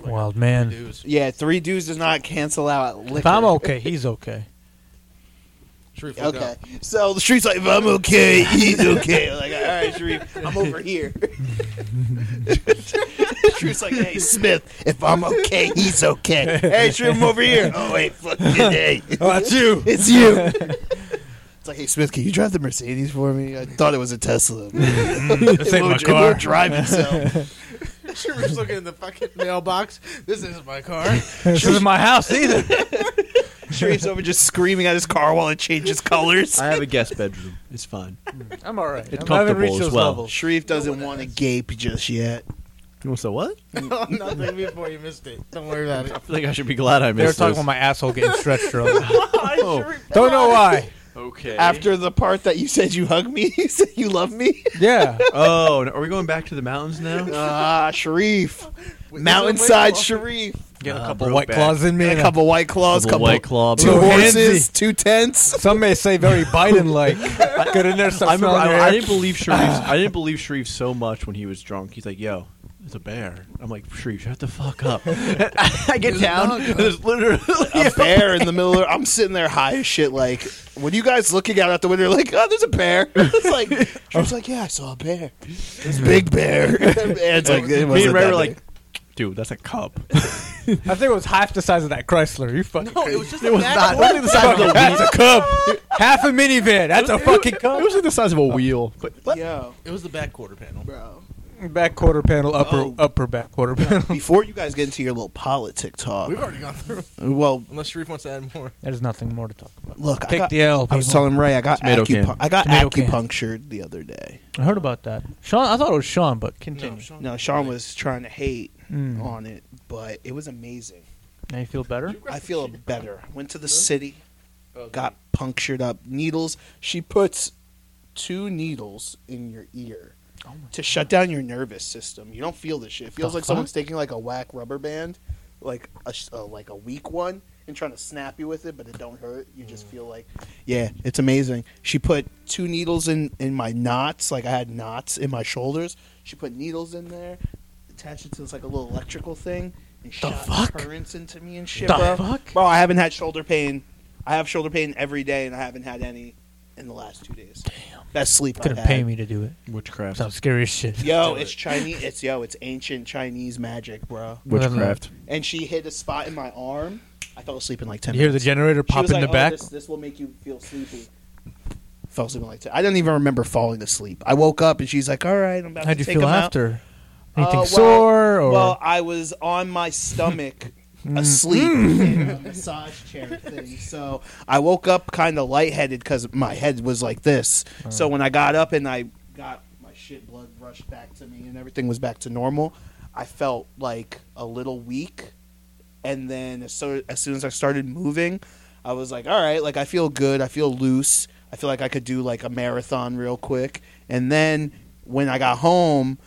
S4: wild man.
S2: Dudes.
S3: Yeah, three dudes does not cancel out liquor.
S4: If I'm okay, he's okay.
S2: Sharif, look
S3: Okay.
S2: up.
S3: So the street's like, if I'm okay, he's okay. Like, all right, Sharif, I'm over here. <laughs> Sharif's like, hey, Smith, if I'm okay, he's okay. Hey, Sharif, I'm over here. Oh, wait, fuck it, hey.
S4: that's you.
S3: It's you. It's like, hey, Smith, can you drive the Mercedes for me? I thought it was a Tesla.
S4: This ain't my
S3: It won't
S4: car.
S3: drive itself.
S2: Sharif's looking in the fucking mailbox. This isn't my
S3: <laughs>
S2: car.
S4: This isn't my house either.
S5: <laughs>
S3: Sharif's over just screaming at his car while it changes colors.
S6: I have a guest bedroom. It's fine.
S4: I'm all right.
S5: It's
S4: I haven't
S5: comfortable
S4: reached
S5: as
S4: those
S5: well.
S4: levels.
S3: Sharif doesn't want to gape just yet.
S6: You want to say what?
S2: Nothing before you missed it. Don't worry about
S3: <laughs>
S2: it.
S5: I feel like I should be glad I
S4: They were
S5: missed
S4: talking
S5: this.
S4: about my asshole getting stretched earlier. Oh. Don't know why.
S5: okay.
S3: After the part that you said you hug me, <laughs> you said you love me.
S4: Yeah.
S6: Oh, are we going back to the mountains
S5: <laughs>
S6: now?
S3: Ah, <laughs> Sharif,
S2: Wait,
S3: mountainside
S2: is
S3: Sharif.
S4: Get a
S5: Uh,
S4: couple
S5: broke
S4: white
S5: back.
S4: claws in me.
S3: A
S4: and a-
S3: couple white claws,
S5: Couple
S3: couple
S5: White Claw,
S3: two
S4: bro.
S3: horses,
S4: Handsy.
S3: two tents.
S4: Some may say very Biden like. Get in there, start
S5: I, remember,
S4: smelling your
S5: I, I
S4: air.
S5: didn't believe Sharif. I didn't believe Sharif so much when he was drunk. He's like, "Yo, it's a bear." I'm like, "Sharif, shut the fuck up." I get <laughs> down. and There's literally
S3: A bear in the middle. Of, I'm sitting there high as shit. Like, when you guys looking out at the window, you're like, oh, there's a bear. <laughs> It's like, Sharif's like, yeah, I saw a bear. This big <laughs> bear. And it's like, it
S5: <laughs> me
S3: wasn't
S5: and Ray
S3: that
S5: were
S3: big.
S5: like, "Dude, that's a cub."
S4: I think it was half the size of that Chrysler. You fucking.
S3: Oh,
S2: No, it was just
S5: It was
S2: a
S5: not.
S2: not.
S5: It was like <laughs> the size of a
S4: That's a cub. half a minivan. That's a fucking
S5: wheel. It
S4: cub.
S5: was like the size of a wheel. But
S3: yo,
S2: It was the back quarter panel.
S3: bro.
S4: Back quarter panel, upper upper back quarter panel.
S3: Before you guys get into your little politic talk,
S2: We've already gone through. <laughs>
S3: well,
S2: Unless Sharif wants to add more.
S4: There's nothing more to talk about.
S3: look, I
S4: Take
S3: got,
S4: the L.
S3: I was
S4: people.
S3: telling Ray I got
S5: Tomato can.
S3: acupu- I got
S4: Tomato can.
S3: acupunctured the other day.
S4: I heard about that. Sean, I thought it was Sean, but continue.
S2: Sean.
S3: No, Sean was trying to hate
S4: Mm.
S3: on it, but it was amazing.
S4: Now you feel better?
S3: I feel better. Went to the city, got punctured up needles. She puts two needles in your ear to shut down your nervous system. You don't feel this shit. It feels
S4: Oh The
S3: like someone's
S4: fuck?
S3: taking like a whack rubber band like a, sh- a like a weak one and trying to snap you with it, but it don't hurt. You just
S4: Mm.
S3: feel like yeah, it's amazing. She put two needles in in my knots, like I had knots in my shoulders. She put needles in there, attached it to this like a little electrical thing, and shot
S4: fuck?
S3: currents into me and shit,
S4: The
S3: bro.
S4: fuck?
S3: Bro, I haven't had shoulder pain. I have shoulder pain every day, and I haven't had any in the last two days. Damn, best sleep
S4: It's gonna
S3: I've had.
S4: pay me to do it.
S5: Witchcraft.
S4: Sounds scary as shit.
S3: Yo, it's
S4: <laughs>
S3: Chinese. It's yo, it's ancient Chinese magic, bro.
S5: Witchcraft.
S3: And she hit a spot in my arm. I fell asleep in like ten.
S4: You hear the
S3: minutes.
S4: generator
S3: She
S4: pop
S3: was
S4: in
S3: like,
S4: the
S3: "Oh,
S4: back.
S3: This, this will make you feel sleepy. Fell asleep in like ten. I don't even remember falling asleep. I woke up and she's like, "All right, I'm about
S4: How'd
S3: to
S4: you
S3: take
S4: feel
S3: him out." Uh,
S4: after? Anything
S3: well-
S4: sore or Mm.
S3: Well, I was on my
S4: <laughs>
S3: stomach asleep in a massage chair thing. So I woke up kind of lightheaded because my head was like this.
S4: Oh.
S3: So when I got up and I got my shit blood rushed back to me and everything was back to normal, I felt like a little weak. And then as, so, as soon as I started moving, I was like, all right, like I feel good. I feel loose. I feel like I could do like a marathon real quick. And then when I got home,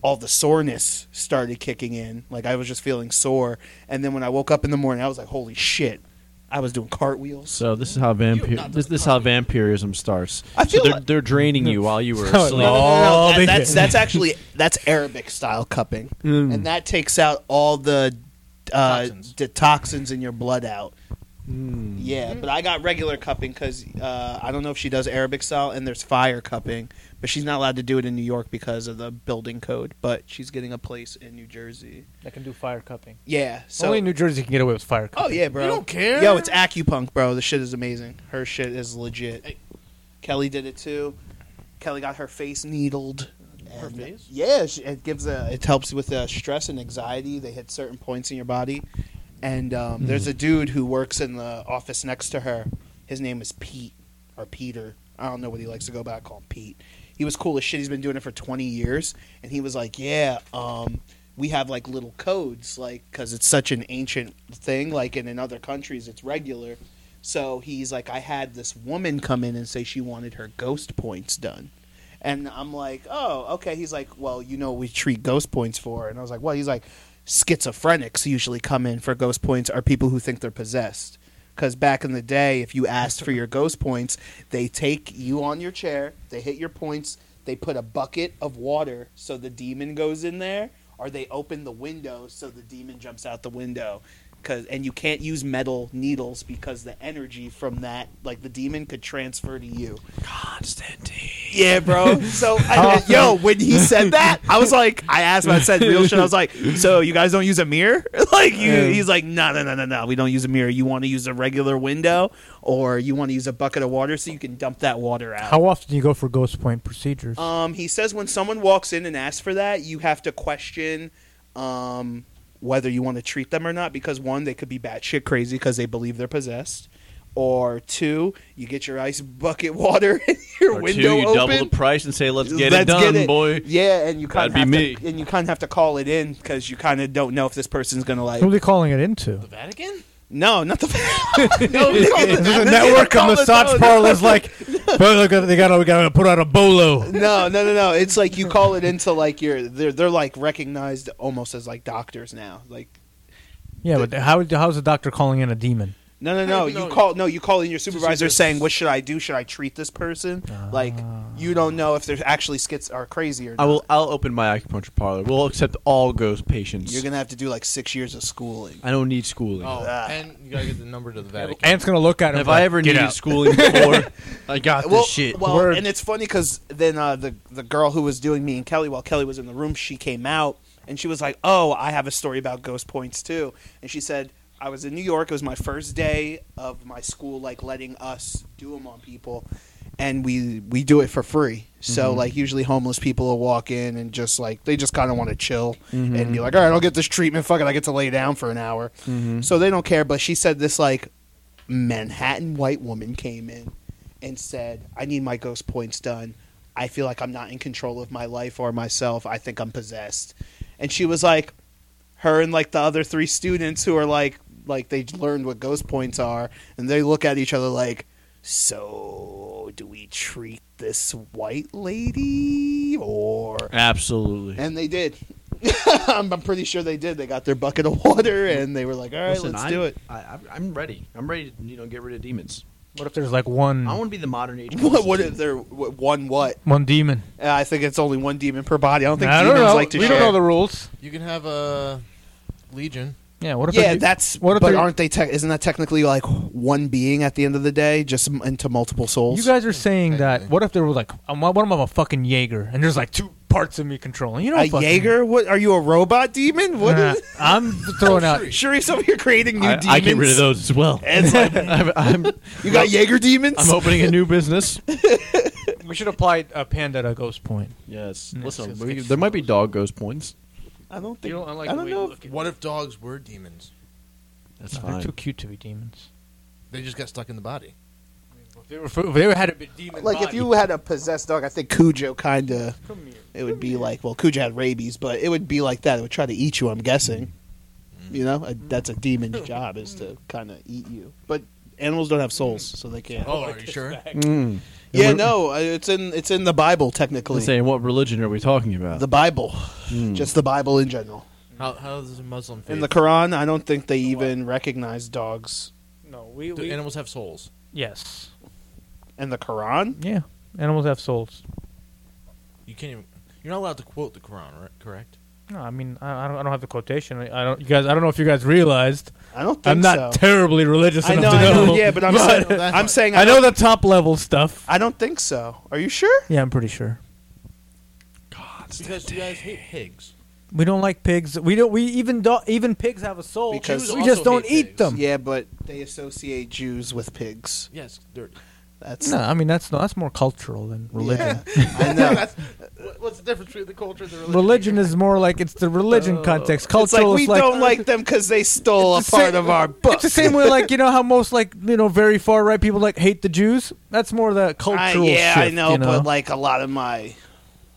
S3: all the soreness started kicking in. Like I was just feeling sore. And then when I woke up in the morning, I was like, holy shit. I was doing cartwheels.
S5: So this is how vampire this, this is how vampirism starts.
S3: I feel
S5: so they're,
S3: like-
S5: they're draining you while you were
S4: No,
S5: asleep.
S4: no, Oh,
S3: That-
S4: they
S3: that's
S4: did. <laughs>
S3: that's actually that's Arabic style cupping,
S4: Mm.
S3: and that takes out all the uh,
S2: Toxins.
S3: the toxins in your blood out.
S4: Mm.
S3: Yeah, but I got regular cupping because uh, I don't know if she does Arabic style, and there's fire cupping, but she's not allowed to do it in New York because of the building code. But she's getting a place in New Jersey.
S4: I can do fire cupping.
S3: Yeah, so
S4: Only in New Jersey can get away with fire
S3: Oh
S4: cupping.
S3: yeah, bro.
S2: You don't care?
S3: Yo, it's Acupunk, bro. The shit is amazing. Her shit is legit.
S2: Hey.
S3: Kelly did it too. Kelly got her face needled.
S2: Her
S3: And-
S2: face?
S3: Yeah, sh- it gives a. It helps with uh, stress and anxiety. They hit certain points in your body, and um, there's a dude who works in the office next to her. His name is Pete or Peter. I don't know what he likes to go by. I call him Pete. He was cool as shit. He's been doing it for 20 years, and he was like, "Yeah, um, we have like little codes, like because it's such an ancient thing. Like and in other countries, it's regular." So he's like, "I had this woman come in and say she wanted her ghost points done." And I'm like, oh, okay. He's like, well, you know, what we treat ghost points for. And I was like, well, he's like, schizophrenics usually come in for ghost points are people who think they're possessed. Because back in the day, if you asked for your ghost points, they take you on your chair, they hit your points, they put a bucket of water so the demon goes in there, or they open the window so the demon jumps out the window. Cause, and you can't use metal needles because the energy from that, like the demon, could transfer to you. Yeah, bro. So, I, yo, when he said that, I was like, I asked him, I said real shit. I was like, so you guys don't use a mirror? <laughs> like, you,
S4: Yeah.
S3: he's like, no, no, no, no, no. We don't use a mirror. You want to use a regular window or you want to use a bucket of water so you can dump that water out.
S4: How often do you go for ghost point procedures?
S3: Um, he says when someone walks in and asks for that, you have to question um, whether you want to treat them or not because one, they could be batshit crazy because they believe they're possessed, or two, you get your ice bucket <laughs> water and your
S5: Or two,
S3: window
S5: you
S3: open.
S5: double the price and say, "Let's get it
S3: Let's
S5: done,
S3: get it.
S5: boy."
S3: Yeah, and you kind
S5: That'd
S3: of
S5: be
S3: have
S5: me.
S3: to, and you kind of have to call it in because you kind of don't know if this person's gonna like.
S5: <laughs>
S4: Who are they calling it into?
S3: <laughs>
S2: The Vatican?
S3: No, not
S5: <laughs>
S3: the. <laughs> no, they call it-
S4: There's a
S3: they
S4: network
S3: call
S4: of
S3: it-
S4: massage
S3: no,
S4: parlors
S3: <laughs>
S4: like, <laughs> "Bro, look at- they gotta, we gotta put out a bolo.
S3: no, no, no, no. It's like you call it into like your they're they're like recognized almost as like doctors now. Like
S4: Yeah, but how how's the doctor calling in a demon?
S3: no, no, no.
S2: How do you
S3: You
S2: know?
S3: call no, you call in your supervisor
S2: it's-
S3: saying, "What should I do? Should I treat this person?" Like you don't know if they're actually skits are crazy or not.
S5: I will. I'll open my acupuncture parlor. We'll accept all ghost patients.
S3: You're gonna have to do like six years of schooling.
S5: I don't need schooling.
S2: Oh,
S3: Ah.
S2: and you gotta get the number to the Vatican.
S4: Ant's gonna look at him.
S5: Have
S4: like,
S5: I ever
S4: Get
S5: needed
S4: <laughs> out.
S5: schooling before? I got this shit.
S3: Well,
S4: Word.
S3: and it's funny because then uh, the the girl who was doing me and Kelly while Kelly was in the room, she came out and she was like, "Oh, I have a story about ghost points too." And she said, "I was in New York. It was my first day of my school, like letting us do them on people, and we we do it for free. So
S5: Mm-hmm.
S3: like usually homeless people will walk in and just like they just kind of want to chill
S5: Mm-hmm.
S3: and be like, "All right, I'll get this treatment. Fuck it, I get to lay down for an hour."
S5: Mm-hmm.
S3: So they don't care. But she said this like Manhattan white woman came in and said, I need my ghost points done. I feel like I'm not in control of my life or myself. I think I'm possessed. And she was like, her and like the other three students who are like, like they learned what ghost points are, and they look at each other like, so do we treat this white lady or?
S5: Absolutely.
S3: And they did. <laughs> I'm, I'm pretty sure they did. They got their bucket of water and they were like, "All right,
S6: Listen,
S3: let's
S6: I'm,
S3: do it."
S6: I, I'm- I'm ready. I'm ready to you know get rid of demons.
S4: What if there's like one
S6: I want to be the modern age.
S3: What? What
S6: Constantine.
S3: if there what, one what?
S4: one demon?
S3: Uh, I think it's only one demon per body. I don't think
S4: I don't
S3: demons
S4: know.
S3: like to
S4: we
S3: share.
S4: don't know the rules.
S2: You can have a legion.
S4: Yeah. What if?
S3: yeah,
S4: a de-
S3: that's.
S4: what if
S3: but
S4: they-
S3: aren't they? Te- isn't that technically like one being at the end of the day, just m- into multiple souls?
S4: You guys are saying that.
S2: Technically.
S4: What if there was like, I'm, what if I'm a fucking Jaeger and there's like two parts of me controlling? You know,
S3: a Jaeger? What are you a robot demon? What?
S4: Nah,
S3: is- <laughs> Oh,
S4: I'm throwing out.
S3: Sharice <laughs> over here creating new
S5: I,
S3: demons.
S5: I get rid of those as
S3: <laughs>
S5: well. <laughs>
S3: It's like,
S5: I'm, I'm,
S3: you
S5: <laughs>
S3: got Jaeger demons.
S5: I'm opening a new business.
S4: We should apply a panda to Ghost Point.
S3: <laughs>
S5: Yes.
S4: Next
S5: Listen,
S4: is
S5: we-
S4: get
S5: there might be dog ghost points.
S3: I don't
S4: You
S3: think.
S4: don't, I like
S3: I
S4: the
S3: don't
S4: way
S3: know
S4: you
S3: if-
S4: look at
S2: What
S4: it.
S2: if dogs were demons?
S5: That's
S4: No, <laughs> they're too cute to be demons.
S2: They just got stuck in the body.
S4: If they were, if they had a big demon
S3: Like if
S4: body-
S3: you had a possessed dog, I think Cujo kind of.
S4: Come here.
S3: It would be like well, Cujo had rabies, but it would be like that. It would try to eat you. I'm guessing.
S4: Mm-hmm.
S3: You know, a, that's a demon's job is to kind of eat you. But animals don't have souls,
S4: Mm-hmm.
S3: so they can't.
S2: Oh, are you sure?
S5: Mm.
S3: yeah,
S5: we're-
S3: no, uh, it's in it's in the Bible technically.
S5: Let's say, what religion are we talking about?
S3: The Bible,
S5: Mm.
S3: just the Bible in general.
S2: How, how does a Muslim faith?
S3: In the Quran, I don't think they even recognize dogs.
S4: No, we.
S2: do animals have souls?
S4: yes.
S3: In the Quran,
S4: Yeah. Animals have souls.
S2: You can't even. You're not allowed to quote the Quran, right? Correct.
S4: No, I mean I, I don't. I don't have the quotation. I, I don't. You guys. I don't know if you guys realized.
S3: I don't think
S4: I'm not <laughs>
S3: so.
S4: terribly religious
S3: I know,
S4: enough
S3: I
S4: <laughs> to know.
S3: know, yeah, but I'm saying,
S2: That's
S3: I'm
S2: fine.
S3: saying
S4: I know the top level stuff.
S3: I don't think so. Are you sure?
S4: Yeah, I'm pretty sure.
S2: Because you guys hate pigs.
S4: We don't like pigs. We don't. We even do, even pigs have a soul.
S3: Because-
S4: we
S2: Jews
S4: just
S2: also
S4: don't
S2: hate
S4: eat
S2: pigs.
S4: them.
S3: Yeah, but they associate Jews with pigs.
S2: Yes, they're.
S3: That's
S4: No, I mean that's no, that's more cultural than religion.
S3: Yeah, I know.
S2: That's, what- what's the difference between the culture and the religion?
S4: Religion is more like it's the religion context.
S3: Oh. It's like
S4: <laughs> Cultural
S3: we
S4: is like
S3: don't like them because they stole a
S4: It's the same-
S3: part of our book.
S4: It's the same way,
S3: <laughs>
S4: like you know how most like you know very far right people like hate the Jews. That's more the cultural.
S3: I, yeah,
S4: shift,
S3: I know,
S4: you
S3: but like a lot of my,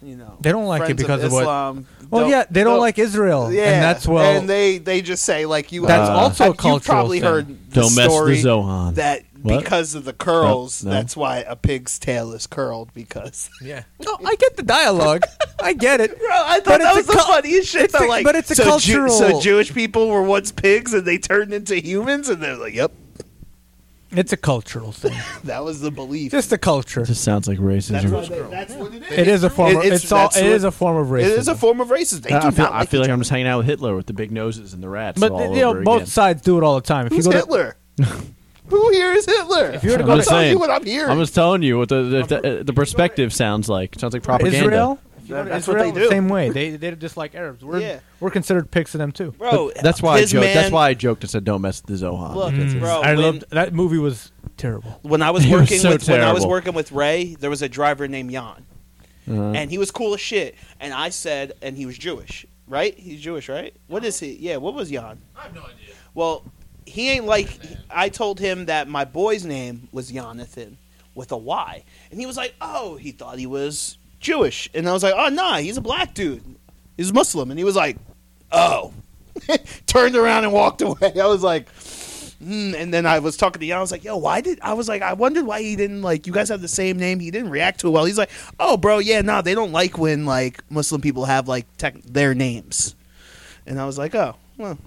S3: you know,
S4: They don't like it
S3: friends
S4: because of what-
S3: Islam
S4: well, yeah, they don't like Israel,
S3: Yeah,
S4: and that's well.
S3: and they they just say like you.
S4: That's
S3: have-
S4: also a
S3: have-
S4: cultural
S3: You've probably
S4: thing.
S3: heard the
S5: Don't mess with
S3: story
S5: the Zohan.
S3: that
S5: What?
S3: because of the curls,
S5: No.
S3: that's why a pig's tail is curled because.
S2: Yeah.
S4: no, I get
S3: <laughs>
S4: the dialogue. I get it.
S3: Bro, I thought
S4: But
S3: that
S4: it's
S3: was
S4: a
S3: the
S4: cul-
S3: funniest shit.
S4: it's
S3: though,
S4: a-
S3: like,
S4: but it's a
S3: so Ju- so
S4: cultural-
S3: Jewish people were once pigs and they turned into humans, and they're like, "Yep,
S4: It's a cultural thing.
S3: that was the belief."
S4: Just a culture.
S5: This sounds like racism.
S3: that's, why they, that's what it is.
S4: It is a form. Of,
S3: It-
S4: it's, all.
S3: that's
S4: It
S3: what-
S4: is a form of racism.
S3: It is a form of racism. They
S5: I, I
S3: do
S5: feel,
S3: not
S5: I
S3: like
S5: feel
S3: each
S5: like I'm just hanging out with Hitler with the big noses and the rats.
S4: But
S5: all
S4: you know,
S5: over
S4: both
S5: again.
S4: sides do it all the time. If
S3: Who's
S4: you go to,
S3: Hitler? Who here is Hitler?
S4: If you were to
S5: I'm
S4: go
S5: just
S4: to
S3: tell you
S5: saying.
S3: what I'm hearing.
S5: I'm just telling you what the the, the, uh, the perspective sounds like. Sounds like propaganda.
S4: Israel, if you go to
S3: That's what
S4: Israel,
S3: they
S4: the
S3: do.
S4: same way. They they dislike Arabs. We're
S3: Yeah.
S4: we're considered picks of them too.
S5: But
S3: bro,
S5: that's why I
S3: Oh, his
S5: joked. That's
S3: man-
S5: why I joked and said, "Don't mess with the Zohan."
S3: Look,
S5: That's it.
S3: bro,
S4: I
S3: when-
S4: loved that movie. Was terrible.
S3: when I
S5: <laughs>
S3: was
S5: He was
S3: working
S5: so
S3: with when I was
S5: terrible.
S3: working with Ray, there was a driver named Jan,
S5: Uh-huh.
S3: and he was cool as shit. And I said, and he was Jewish, right? He's Jewish, right? What is he? Yeah, what was Jan?
S2: I have no idea.
S3: Well, he ain't like. I told him that my boy's name was Jonathan with a Y, and he was like, "Oh, he thought he was Jewish," and I was like, "Oh, nah, he's a black dude. He's Muslim," and he was like, "Oh." <laughs> Turned around and walked away. <laughs> I was like, mm. and then I was talking to Jan. I was like, "Yo, why did?" I was like, "I wondered why he didn't like." You guys have the same name. He didn't react to it well. He's like, "Oh, bro, yeah, nah, they don't like when like Muslim people have like tech- their names," and I was like, "Oh, well,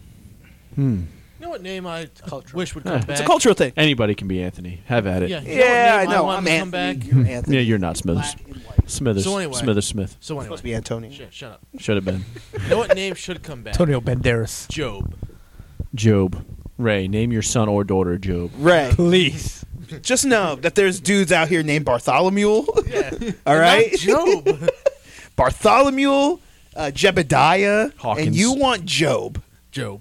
S2: You know what name I
S4: Culture.
S2: wish would come back?
S3: it's a cultural thing."
S5: Anybody can be Anthony. Have at it.
S2: Yeah. You know
S3: Yeah,
S2: what
S3: I
S2: name I
S3: know.
S2: want
S3: I'm
S2: to come
S3: Anthony.
S2: back?
S3: You're Anthony.
S5: Yeah, you're not Smithers.
S3: Black and white. It's
S5: Smithers.
S2: So anyway-
S5: Smithers Smith.
S2: So anyway,
S3: supposed to be Antonio.
S2: shut, shut up.
S5: Should have been
S2: You know what name should come back?
S4: Antonio Banderas.
S2: Job.
S5: Job. Ray, name your son or daughter Job.
S3: Ray,
S4: Please.
S3: just know that there's dudes out here named Bartholomew. <laughs>
S2: <laughs> Yeah.
S3: All right,
S2: Not Job.
S3: Bartholomew, uh, Jebediah, and
S5: Hawkins.
S3: you want Job.
S2: Job.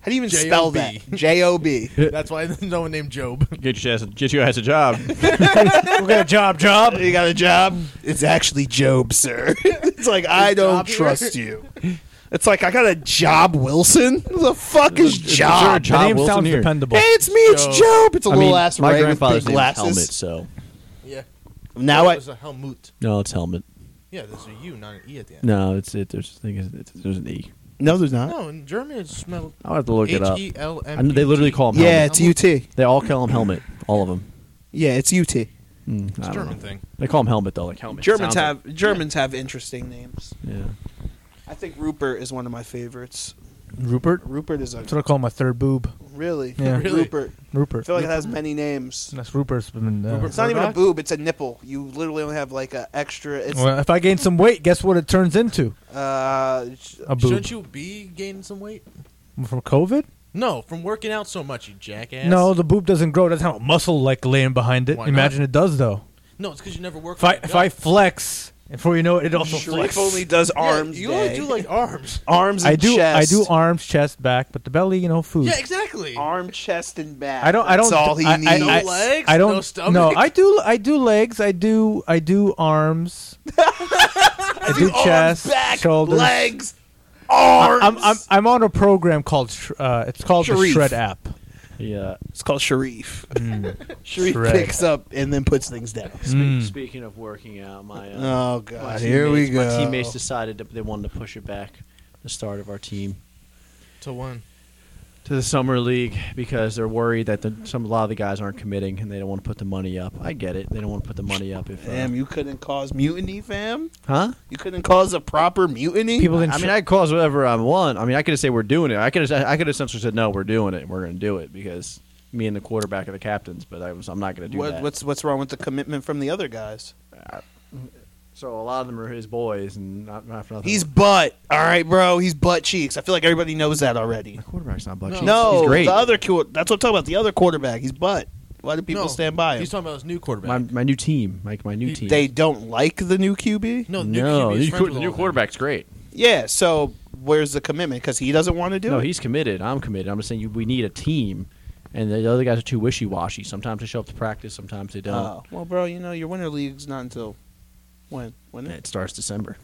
S3: How do you even
S2: J-O-B.
S3: spell that? J O B.
S2: That's why no one named Job. <laughs>
S5: Get your ass. Get your ass a <laughs> job.
S4: we got a job, job.
S3: <laughs> You got a job? It's actually Job, sir. <laughs> it's like I don't trust you. It's like I got a job, Wilson. Who the fuck is
S5: Is there a
S3: job?
S5: Job
S4: the name
S5: Wilson
S4: sounds
S5: here.
S4: dependable.
S3: Hey, it's me. It's
S2: Job.
S3: Job. It's a
S5: I
S3: little
S5: mean,
S3: ass
S5: my
S3: Ray
S5: grandfather's
S3: with big
S5: name is Helmet.
S3: glasses.
S5: So
S2: Yeah.
S3: Now
S2: Job
S3: I
S2: is a Helmut.
S5: no, it's Helmet.
S2: Yeah, there's a U, not an E at the end.
S5: No, it's it. There's thing is it's, there's an E.
S3: no, there's not.
S2: No, in German it's smelled
S5: I'll have to look
S2: H
S5: it up.
S2: E L
S5: I
S2: M.
S5: know they literally call him.
S3: Yeah,
S5: Helmet.
S3: it's UT.
S5: they all call him Helmet. All of them.
S3: Yeah, it's UT.
S5: Mm, I
S2: it's a
S5: don't
S2: German
S5: know.
S2: thing.
S5: They call him Helmet though. Like Helmet.
S3: Germans
S5: Sounds like-
S3: have Germans have interesting names.
S5: Yeah.
S3: I think Rupert is one of my favorites.
S4: Rupert.
S3: Rupert is a
S4: That's what I call my third boob.
S3: really,
S4: Yeah.
S2: Really?
S3: Rupert. I
S4: Rupert.
S3: feel like it has many names.
S4: That's Rupert's been. Uh,
S2: Rupert.
S3: It's not even a
S2: Murdoch?
S3: boob; it's a nipple. You literally only have like a extra. It's
S4: Well, if I gain some weight, guess what it turns into?
S3: uh,
S4: A boob.
S2: Shouldn't you be gaining some weight?
S4: From COVID?
S2: No, from working out so much, you jackass.
S4: No, the boob doesn't grow. It doesn't have a muscle like laying behind it.
S2: Why not?
S4: Imagine it does though.
S2: no, it's because you never work.
S4: If I
S2: out.
S4: if I flex, before you know it, it also
S3: Sharif
S4: flexes.
S3: only does
S2: Yeah,
S3: arms.
S2: you
S3: day.
S2: only do like arms.
S3: arms. And
S4: I do
S3: Chest.
S4: I do arms, chest, back, but the belly, you know, food.
S2: Yeah, exactly.
S3: arm, chest, and back.
S4: I don't. I don't.
S3: That's all he
S4: I, I-
S3: needs.
S4: I,
S2: No legs?
S4: I don't.
S2: No stomach?
S4: No, I do. I do legs. I do. I do arms. I do chest,
S3: back,
S4: shoulders.
S3: legs, arms.
S4: I'm, I'm I'm on a program called Sh- uh, it's called
S3: Sharif.
S4: the Shred app.
S5: Yeah.
S3: it's called Sharif.
S5: Mm.
S3: <laughs> Sharif
S4: Shred.
S3: picks up and then puts things down.
S4: Mm.
S5: Speaking of working out, my uh,
S3: Oh
S5: my
S3: god, here we
S5: teammates-
S3: go.
S5: My teammates decided that they wanted to push it back, the start of our team
S2: To one.
S5: to the summer league because they're worried that the, some a lot of the guys aren't committing and they don't want to put the money up. I get it; they don't want to put the money up if. Uh,
S3: Fam, you couldn't cause mutiny, fam.
S5: huh?
S3: You couldn't cause a proper mutiny.
S4: People didn't.
S5: I mean,
S4: sh-
S5: I could cause whatever I want. I mean, I could say we're doing it. I could I could essentially said no, we're doing it. and We're going to do it because me and the quarterback are the captains. But I was, I'm not going to do
S3: What,
S5: that.
S3: what's what's wrong with the commitment from the other guys?
S5: so a lot of them are his boys, and not, not for nothing.
S3: He's butt. All right, bro. He's butt cheeks. I feel like everybody knows that already.
S5: my quarterback's not Buck.
S3: No,
S5: he's great.
S3: the other qu- that's what I'm talking about. The other quarterback. He's butt. Why do people
S2: No,
S3: stand by him?
S2: He's talking about his new quarterback.
S5: my my new team, like my new
S2: He-
S5: team.
S3: they don't like the new QB.
S2: no, the new,
S5: no,
S2: QB is friends with
S5: the new, the
S2: all
S5: new
S2: of them.
S5: quarterback's great.
S3: Yeah. So where's the commitment? Because he doesn't want to do
S5: No,
S3: it.
S5: he's committed. I'm committed. I'm just saying you, we need a team, and the other guys are too wishy washy. Sometimes they show up to practice, sometimes they don't.
S3: Oh, well, bro. You know your winter league's not until when? When?
S5: And it starts December.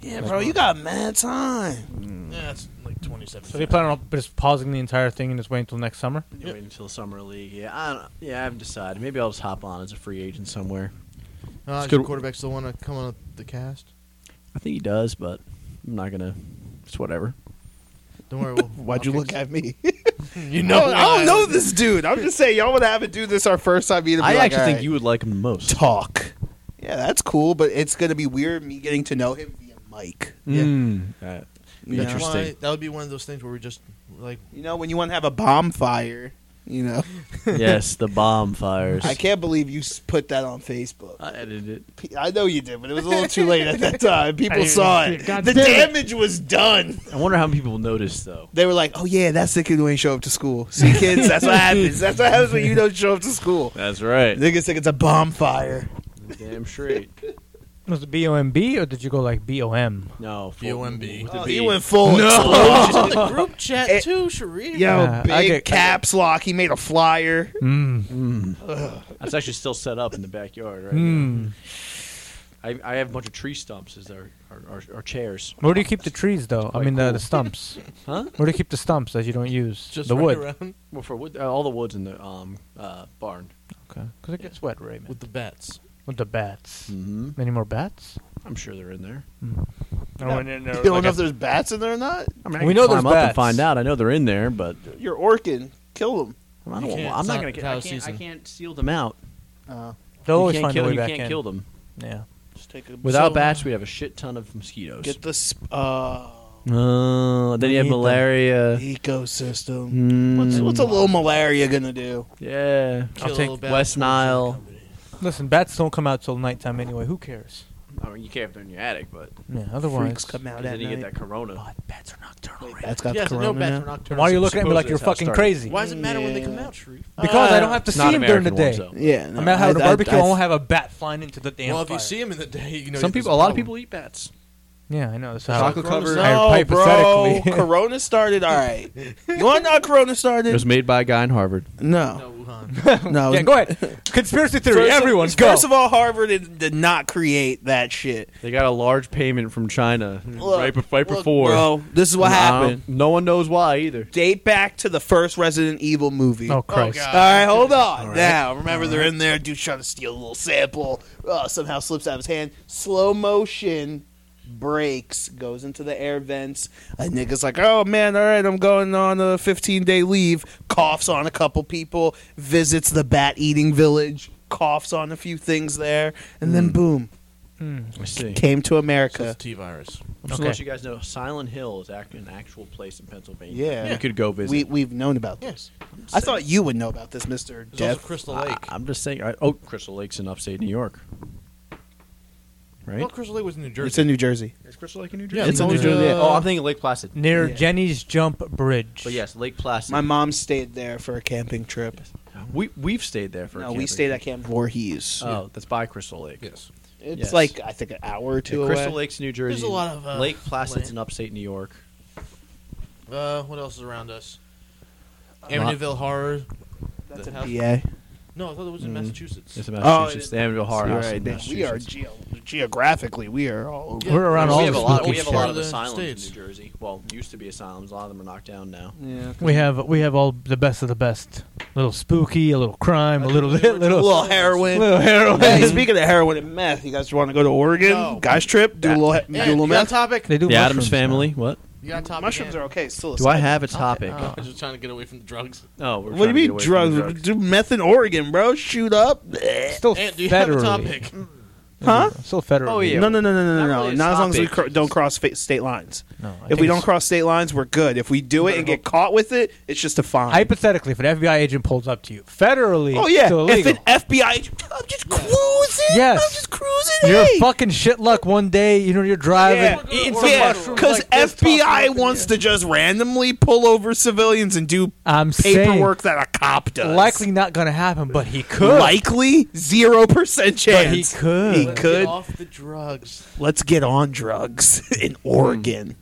S3: Yeah, bro. You got mad time.
S2: Yeah, it's like 27.
S4: so they plan on just pausing the entire thing and just waiting until next summer.
S5: You wait until summer league. Yeah, I don't, yeah, I haven't decided. Maybe I'll just hop on as a free agent somewhere.
S2: Uh,
S5: It's
S2: does your
S5: good-
S2: quarterback still want to come on the cast?
S5: I think he does, but I'm not gonna. It's whatever.
S2: Don't worry. We'll,
S3: <laughs> Why'd you look at me?
S2: <laughs> You
S3: No,
S2: know,
S3: <laughs>
S5: Oh,
S3: I don't know this dude. I'm just saying y'all would have it do this our first time meeting.
S5: I actually think you would like him the most.
S3: talk. Yeah, that's cool, but it's gonna be weird me getting to know him via mic.
S2: Yeah.
S5: Mm. Uh,
S3: You
S2: That's
S5: Interesting.
S2: why that would be one of those things where we just
S3: <laughs>
S2: like
S3: You know, when you want to have a bonfire, you know. <laughs>
S5: yes, the bomb fires. <laughs>
S3: I can't believe you s- put that on Facebook.
S5: I edited it.
S3: P- I know you did, but it was a little too late at that time. People
S4: <laughs> I-
S3: saw it.
S4: God
S3: the
S4: damn it.
S3: damage was done.
S5: I wonder how many people noticed though.
S3: They were like, "Oh yeah, that's the kid who ain't show up to school." See, kids, that's what happens. That's what happens when you don't show up to school.
S5: That's right.
S3: Niggas think it's a bonfire.
S5: Damn straight.
S4: Was it B O M B or did you go like B O M?
S5: No. full-
S2: BOMB.
S5: with the
S3: Oh,
S5: B.
S3: he went full explosion.
S2: in the group chat
S3: It-
S2: too, Sharif.
S3: Yo,
S4: Yeah, I
S3: big
S4: get-
S3: caps lock. He made a flyer.
S4: Mm.
S5: Mm. That's actually still set up in the backyard, right?
S4: Mm.
S5: I, I have a bunch of tree stumps as our our, our, our chairs.
S4: Where do you keep the trees though? I
S5: quite
S4: mean the,
S5: cool.
S4: the stumps.
S5: Huh?
S4: Where do you keep the stumps that you don't use?
S2: Just
S4: the
S2: running
S4: wood.
S2: around
S5: Well, for wood, uh, all the woods in the um uh, barn.
S4: Okay. Because it gets wet, right? man?
S2: with the bats.
S4: With the bats.
S5: Mm-hmm.
S4: Any more bats?
S5: I'm sure they're in there.
S4: I went in there
S3: You
S4: with,
S3: don't
S4: like,
S3: know
S4: a-
S3: if there's bats in there or not.
S5: I mean,
S4: We know there's
S5: climb up
S4: bats.
S5: and find out. I know they're in there, but
S3: You're orcing. Kill them.
S5: I
S2: You
S5: don't.
S2: can't.
S5: I'm
S2: It's
S5: not
S2: not
S5: gonna. ki-
S2: cow
S5: I can't, I
S2: season.
S5: can't seal them out.
S3: Uh,
S4: they'll
S5: You
S4: always
S5: can't
S4: find
S5: kill,
S4: a way
S5: you
S4: back
S5: can't
S4: in.
S5: kill them.
S4: Yeah.
S3: just take a
S5: Without
S2: So-
S5: bats, we'd have a shit ton of mosquitoes.
S3: get the sp- uh,
S5: Oh, then
S4: We
S5: you have
S4: need them.
S5: malaria.
S3: ecosystem. What's,
S5: Mm,
S3: what's a little malaria gonna do?
S5: yeah,
S4: I'll take
S2: bats
S5: West
S2: for
S5: Nile.
S2: the company.
S4: Listen, bats don't come out till nighttime anyway. Who cares?
S5: I mean you can't if they're in your attic, but
S4: Yeah. Otherwise,
S3: Freaks come out
S5: 'cause
S3: at
S5: then you
S3: night.
S5: get that corona.
S4: But bats are nocturnal.
S3: Wait,
S4: right?
S3: that's got
S2: Yeah,
S3: the
S2: so
S3: corona
S2: no bats
S3: now?
S2: were nocturnal.
S4: Why are you looking at me like
S5: Supposedly
S4: you're
S5: that's how it
S4: fucking
S5: started.
S4: crazy?
S2: Why does it matter when they come
S3: Yeah.
S2: out, Sharif?
S4: Because I don't
S3: Uh,
S4: have to see
S5: Not
S4: them during the
S5: American
S4: day.
S5: ones, though.
S3: Yeah, no,
S4: I'm out having a
S3: I- I-
S4: barbecue. I,
S3: I-
S4: won't have a bat flying into the damn
S2: Well, if
S4: fire.
S2: you see him in the day, you know.
S5: Some
S2: that there's
S5: people, a lot of
S2: problem.
S5: people eat bats.
S4: yeah, I know. That's how
S5: Chocolate
S2: Corona's
S5: covered.
S2: not-
S3: No, bro.
S5: <laughs>
S4: <laughs> hypothetically.
S3: corona started. All
S4: <laughs>
S3: right. You want how Corona
S5: It was
S3: started?
S5: made by a guy in Harvard.
S3: No,
S2: No, Wuhan.
S3: no.
S4: yeah, go ahead. Conspiracy theory.
S3: First of-
S4: Everyone, go.
S3: First of all, Harvard did, did not create that shit.
S5: They got a large payment from China
S3: Look,
S5: right, be- right
S3: look,
S5: before.
S3: bro, this is what
S5: I don't-
S3: happened.
S5: No one knows why either.
S3: Date back to the first Resident Evil movie.
S4: oh Christ!
S2: God.
S3: All right, hold on. Now, remember they're in there. Dude's trying to steal a little sample. Uh, somehow slips out of his hand. Slow motion breaks, goes into the air vents. A nigga's like, "Oh man, all right, I'm going on a 15 day leave." Coughs on a couple people. Visits the bat eating village. Coughs on a Hmm. few things there, and then boom,
S5: I see.
S3: came to America.
S2: T virus.
S5: Just to let
S4: Okay.
S5: you guys know, Silent Hill is act- an actual place in Pennsylvania.
S3: Yeah.
S5: You could go visit.
S3: We we've known about this.
S2: Yes.
S3: I thought you would know about this, Mister
S2: There's
S3: Death.
S2: also Crystal
S5: I-
S2: Lake.
S5: I'm just saying. I, oh, Crystal Lake's in upstate New York. Right?
S2: Well, Crystal Lake was in New Jersey.
S3: it's in New Jersey.
S5: Is Crystal Lake in New
S2: Yeah,
S5: Jersey?
S3: it's in New
S2: always,
S3: Jersey.
S2: uh,
S5: oh, I'm thinking Lake Placid.
S4: near
S3: Yeah.
S4: Jenny's Jump Bridge.
S5: But yes, Lake Placid.
S3: My mom stayed there for a camping trip.
S5: we we've stayed there for.
S3: No,
S5: a
S3: we
S5: camping
S3: stayed
S5: trip.
S3: at Camp Voorhees.
S5: Oh, that's by Crystal Lake.
S2: Yes.
S3: it's
S5: yes.
S3: like I think an hour or two
S5: Yeah, Crystal
S3: away.
S5: Lake's New Jersey.
S2: There's a lot of, uh,
S5: Lake Placid's
S2: land.
S5: in upstate New York.
S2: Uh, what else is around us? Amityville Horror.
S3: That's
S2: the
S3: in
S2: house-
S3: PA.
S2: No, I thought it was in
S5: Mm.
S2: Massachusetts. <laughs>
S5: It's in
S3: Oh,
S5: Massachusetts.
S3: it-
S5: the Amityville Horror
S3: You're
S5: House.
S3: right.
S5: in
S3: They- we are
S5: Massachusetts.
S3: geo- geographically we are all over.
S2: Yeah.
S4: We're around
S2: We
S4: all
S5: we
S4: the
S5: have a lot.
S4: spooky
S5: We have a lot of
S2: shit.
S5: asylums in
S2: States.
S5: New Jersey. Well, used to be asylums. A lot of them are knocked down now.
S3: Yeah.
S4: We have we have all the best of the best. A little spooky, a little crime, a little <laughs> little,
S3: A
S4: little,
S3: little heroin. <laughs>
S4: heroin.
S3: Hey, speaking of heroin and meth, you guys want to go to Oregon?
S2: No.
S3: Guys trip, do a little, do a
S2: Hey,
S3: little
S2: you got a
S3: meth.
S2: topic?
S4: <laughs> They do
S5: The Adams
S4: mushrooms
S5: Family.
S4: now.
S5: What?
S2: You got a topic?
S3: Mushrooms
S2: Ann?
S3: are okay. Still,
S5: Do I have a topic?
S2: Oh, I was just trying to get away from the drugs.
S5: Oh, we're
S3: What do you
S5: trying to
S3: mean
S5: get away from
S3: drugs? Do meth in Oregon, bro? Shoot up?
S4: Still
S2: Ant, do you
S4: federally.
S2: have a topic?
S3: Huh?
S4: Still federally.
S5: Oh, yeah.
S3: No, no, no, no, no,
S5: Not
S3: no.
S5: really a
S3: Not as long as we
S5: topic.
S3: cr- don't cross fa- state lines.
S4: No, I
S3: If
S4: think
S3: we don't
S4: it's-
S3: cross state lines, we're good. If we do it and get caught with it, it's just a fine.
S4: hypothetically, if an FBI agent pulls up to you federally,
S3: oh yeah.
S4: it's
S3: If
S4: illegal.
S3: an FBI, I'm just cruising.
S4: Yes.
S3: I'm just cruising.
S4: you're
S3: hey.
S4: fucking shit luck one day, you know you're driving,
S3: Yeah,
S4: eating some
S3: yeah,
S4: mushrooms
S3: because
S4: like this,
S3: FBI
S4: talking to
S3: wants
S4: you.
S3: to just randomly pull over civilians and do
S4: I'm
S3: paperwork that a cop does.
S4: saying likely not going to happen, but he could.
S3: likely zero percent
S4: But he
S3: chance.
S4: could.
S3: He
S2: Let's
S3: could.
S2: Get off the drugs.
S3: Let's get on drugs <laughs> in
S4: Hmm.
S3: Oregon.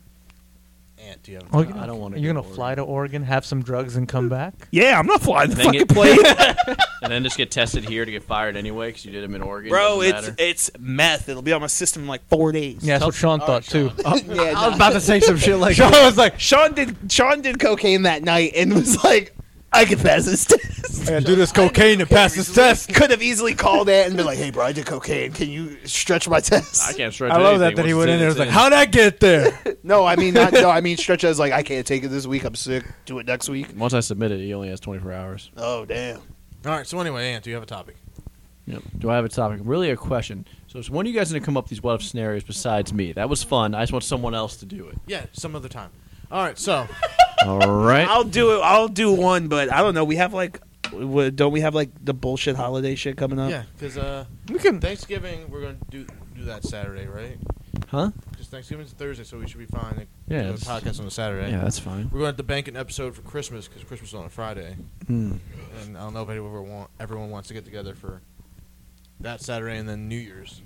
S2: Ant, do you have a
S4: Oh,
S2: topic?
S4: you-
S5: I don't wanna
S4: You're
S5: go
S4: gonna
S5: to
S4: fly to Oregon, have some drugs, and come back.
S3: Yeah, I'm not flying the
S5: Then
S3: fucking
S5: get-
S4: <laughs>
S3: plane,
S5: and then just get tested here to get fired anyway because you did them in Oregon.
S3: bro.
S5: Doesn't
S3: It's
S5: matter.
S3: it's meth. It'll be on my system in like four days.
S4: Yeah, that's what Sean
S2: All
S4: thought
S2: right,
S4: too.
S2: Sean.
S3: <laughs> yeah.
S5: I was about to say some shit like <laughs>
S3: Sean was like, Sean did Sean did cocaine that night and was like, I can pass this test.
S4: do this cocaine and pass this test.
S3: Could have easily called it and been like, Hey, bro, I did cocaine. Can you stretch my test?
S5: I can't stretch.
S4: I love that
S5: anything
S4: that he
S5: once
S4: went
S5: it's
S4: in there was like,
S5: it's
S4: "How'd I get <laughs> there?"
S3: No, I mean not. <laughs> No, I mean stretch as like I can't take it this week. I'm sick. Do it next week.
S5: Once I submit it, he only has 24 hours.
S3: Oh damn.
S2: All right. So anyway, Ant, do you have a topic?
S5: Yep. Do I have a topic? Really, a question. So, it's one of you guys going to come up with these what if scenarios besides me? That was fun. I just want someone else to do it.
S2: Yeah, some other time. All right. So
S5: All right.
S3: I'll do it. I'll do one, but I don't know. We have like, w- don't we have like the bullshit holiday shit coming up?
S2: yeah, because uh,
S4: We can.
S2: Thanksgiving we're gonna do do that Saturday, right?
S5: Huh?
S2: Because Thanksgiving's Thursday, so we should be fine. Like,
S5: Yeah,
S2: doing a
S5: it's-
S2: podcast on a Saturday.
S5: Yeah, that's fine.
S2: We're going to bank an episode for Christmas because Christmas is on a Friday,
S5: Hmm.
S2: and I don't know if anyone want everyone wants to get together for that Saturday and then New Year's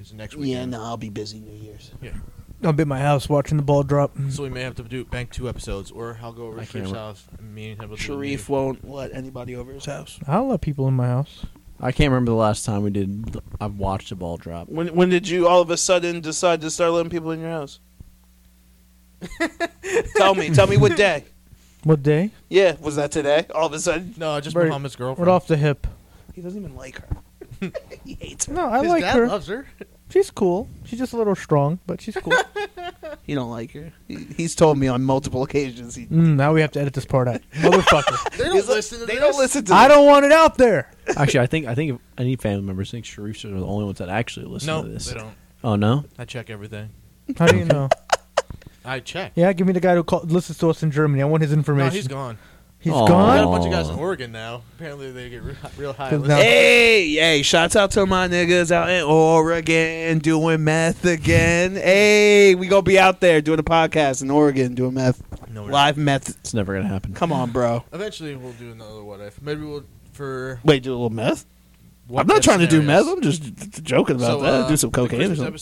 S2: is the next
S3: Yeah,
S2: weekend.
S3: no, I'll be busy New Year's.
S4: I'll be at my house watching the ball drop.
S2: So we may have to do bank two episodes, or I'll go over
S5: I
S2: to
S5: can't
S2: Sharif's
S5: re-
S2: house and me and him. will do the
S3: Sharif
S2: meeting.
S3: won't let anybody over his house.
S4: I'll let people in my house.
S5: I can't remember the last time we did. I watched a ball drop.
S3: When when did you all of a sudden decide to start letting people in your <laughs> house? tell me, tell me what <laughs> day.
S4: What day?
S3: Yeah, was that today? All of a sudden,
S2: No, just
S4: Bert,
S2: Muhammad's girlfriend.
S4: Right off the hip.
S3: he doesn't even like her. <laughs> he hates her.
S4: No, I
S2: His
S4: like
S2: dad
S4: her.
S2: loves her.
S4: she's cool. She's just a little strong, but she's <laughs> cool.
S3: He don't like her. He, he's told me on multiple occasions. He,
S4: Mm, now we have to edit this part <laughs> out,
S3: <laughs>
S4: motherfucker.
S2: They don't
S3: He's like-
S2: listen to
S3: they
S2: this.
S3: don't listen to.
S4: I
S3: this.
S4: don't want it out there.
S5: Actually, I think I think if any family members I think Sharif's are the only ones that actually listen
S2: No,
S5: to this.
S2: they don't.
S5: Oh no.
S2: I check everything.
S4: How <laughs> do you know?
S2: I check.
S4: Yeah, give me the guy who call, listens to us in Germany. I want his information.
S2: No, he's gone.
S4: He's
S5: Aw.
S2: I got a
S4: gone.
S2: bunch of guys
S5: Aw.
S2: in Oregon now. Apparently, they get re- real high.
S4: Cause
S2: on
S4: now-
S2: this.
S3: Hey, hey, shouts out to my niggas out in Oregon doing meth again. hey, we gonna be out there doing a podcast in Oregon doing meth.
S2: No, we're not.
S3: Live meth.
S5: It's never gonna happen.
S3: Come on, bro.
S2: Eventually, we'll do another what if. Maybe we'll for.
S3: Wait, do a little meth?
S2: What
S3: I'm not
S2: if
S3: trying to do meth.
S2: scenarios.
S3: I'm just j- j- joking about
S2: So,
S3: that.
S2: uh,
S3: do some
S2: The
S3: cocaine or
S2: Christmas
S3: something.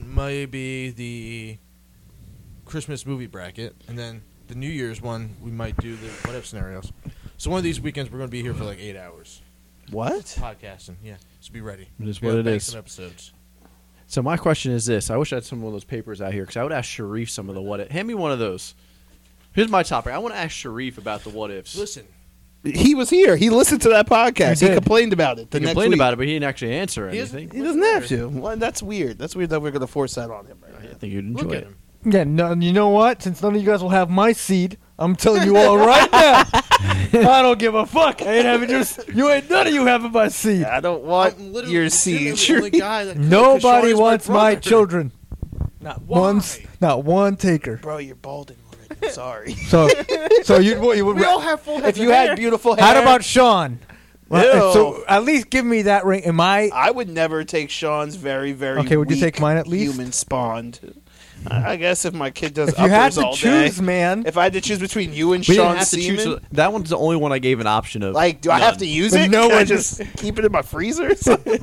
S2: episode might be the Christmas movie bracket, and then the New Year's one we might do the what if scenarios. So one of these weekends we're going to be here for like eight hours
S3: What?
S2: podcasting. Yeah, so be ready.
S5: It is
S2: We
S5: what
S2: gotta
S5: it
S2: bank
S5: is.
S2: Some episodes.
S5: So my question is this: I wish I had some of those papers out here because I would ask Sharif some of the what. If. Hand me one of those. Here's my topic. I want to ask Sharif about the what ifs.
S2: Listen,
S3: He was here. He listened to that podcast.
S4: I
S3: He
S4: did.
S3: complained about it. The
S5: he
S3: next
S5: complained
S3: week.
S5: about it, but he didn't actually answer
S2: He doesn't-
S5: anything.
S3: He doesn't have to. Well, that's weird. That's weird that we're gonna force that on him. Right
S5: I
S3: now.
S5: think you'd enjoy
S2: look at
S5: it.
S2: him.
S4: Yeah, no, you know what? Since none of you guys will have my seed, I'm telling you all right
S2: <laughs>
S4: now. I don't give a fuck. I ain't having your. s- You ain't none of you having my seed.
S3: I don't want
S2: I'm literally
S3: your
S2: legitimately
S3: seed. <laughs>
S2: the only guy that- 'cause
S4: Nobody
S2: Shari's
S4: wants my
S2: brother.
S4: children.
S2: Not
S4: One,
S2: once.
S4: s- not
S3: <laughs>
S4: one taker.
S3: Bro, you're balding already. I'm sorry.
S4: So, so you'd what you would.
S3: we all have full If you had beautiful hair.
S4: How about Sean?
S3: Ew.
S4: So at least give me that ring. Am I?
S3: I would never take Sean's very, very
S4: Okay, would you
S3: weak
S4: take mine at least?
S3: Human spawned. I I guess if my kid does
S4: If you had
S3: uppers
S4: to
S3: all day.
S4: choose, man.
S3: If I had to choose between you and
S5: We didn't
S3: Sean
S5: have to
S3: Seaman,
S5: choose. so That one's the only one I gave an option of.
S3: like, do I have to use
S4: But
S3: it?
S4: no
S3: No Can I
S4: one- <laughs>
S3: just keep it in my freezer? or something?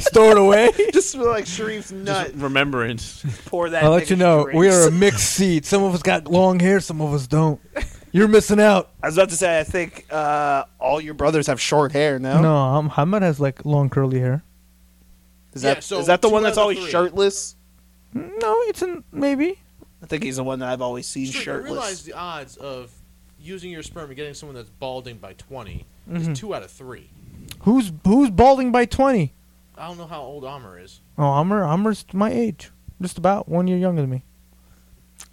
S4: Store it away.
S3: just feel like Sharif's nut.
S5: remembrance.
S3: Pour that.
S4: I'll let
S3: nigga
S4: you know. We
S3: drinks.
S4: are a mixed seed. Some of us got long hair. Some of us don't. You're missing out.
S3: I was about to say. I think uh, all your brothers have short hair now.
S4: No, um, Hamad has like long curly hair.
S3: Is that
S2: Yeah, so
S3: is that the
S2: two
S3: one
S2: out
S3: that's
S2: of
S3: always
S2: three.
S3: shirtless?
S4: No, it's in maybe.
S3: I think he's the one that I've always seen
S2: You realize
S3: shirtless.
S2: the odds of using your sperm and getting someone that's balding by 20
S4: Mhm.
S2: is two out of three.
S4: Who's who's balding by twenty?
S2: I don't know how old Amr is.
S4: Oh, Amr, Amr's my age, just about one year younger than me.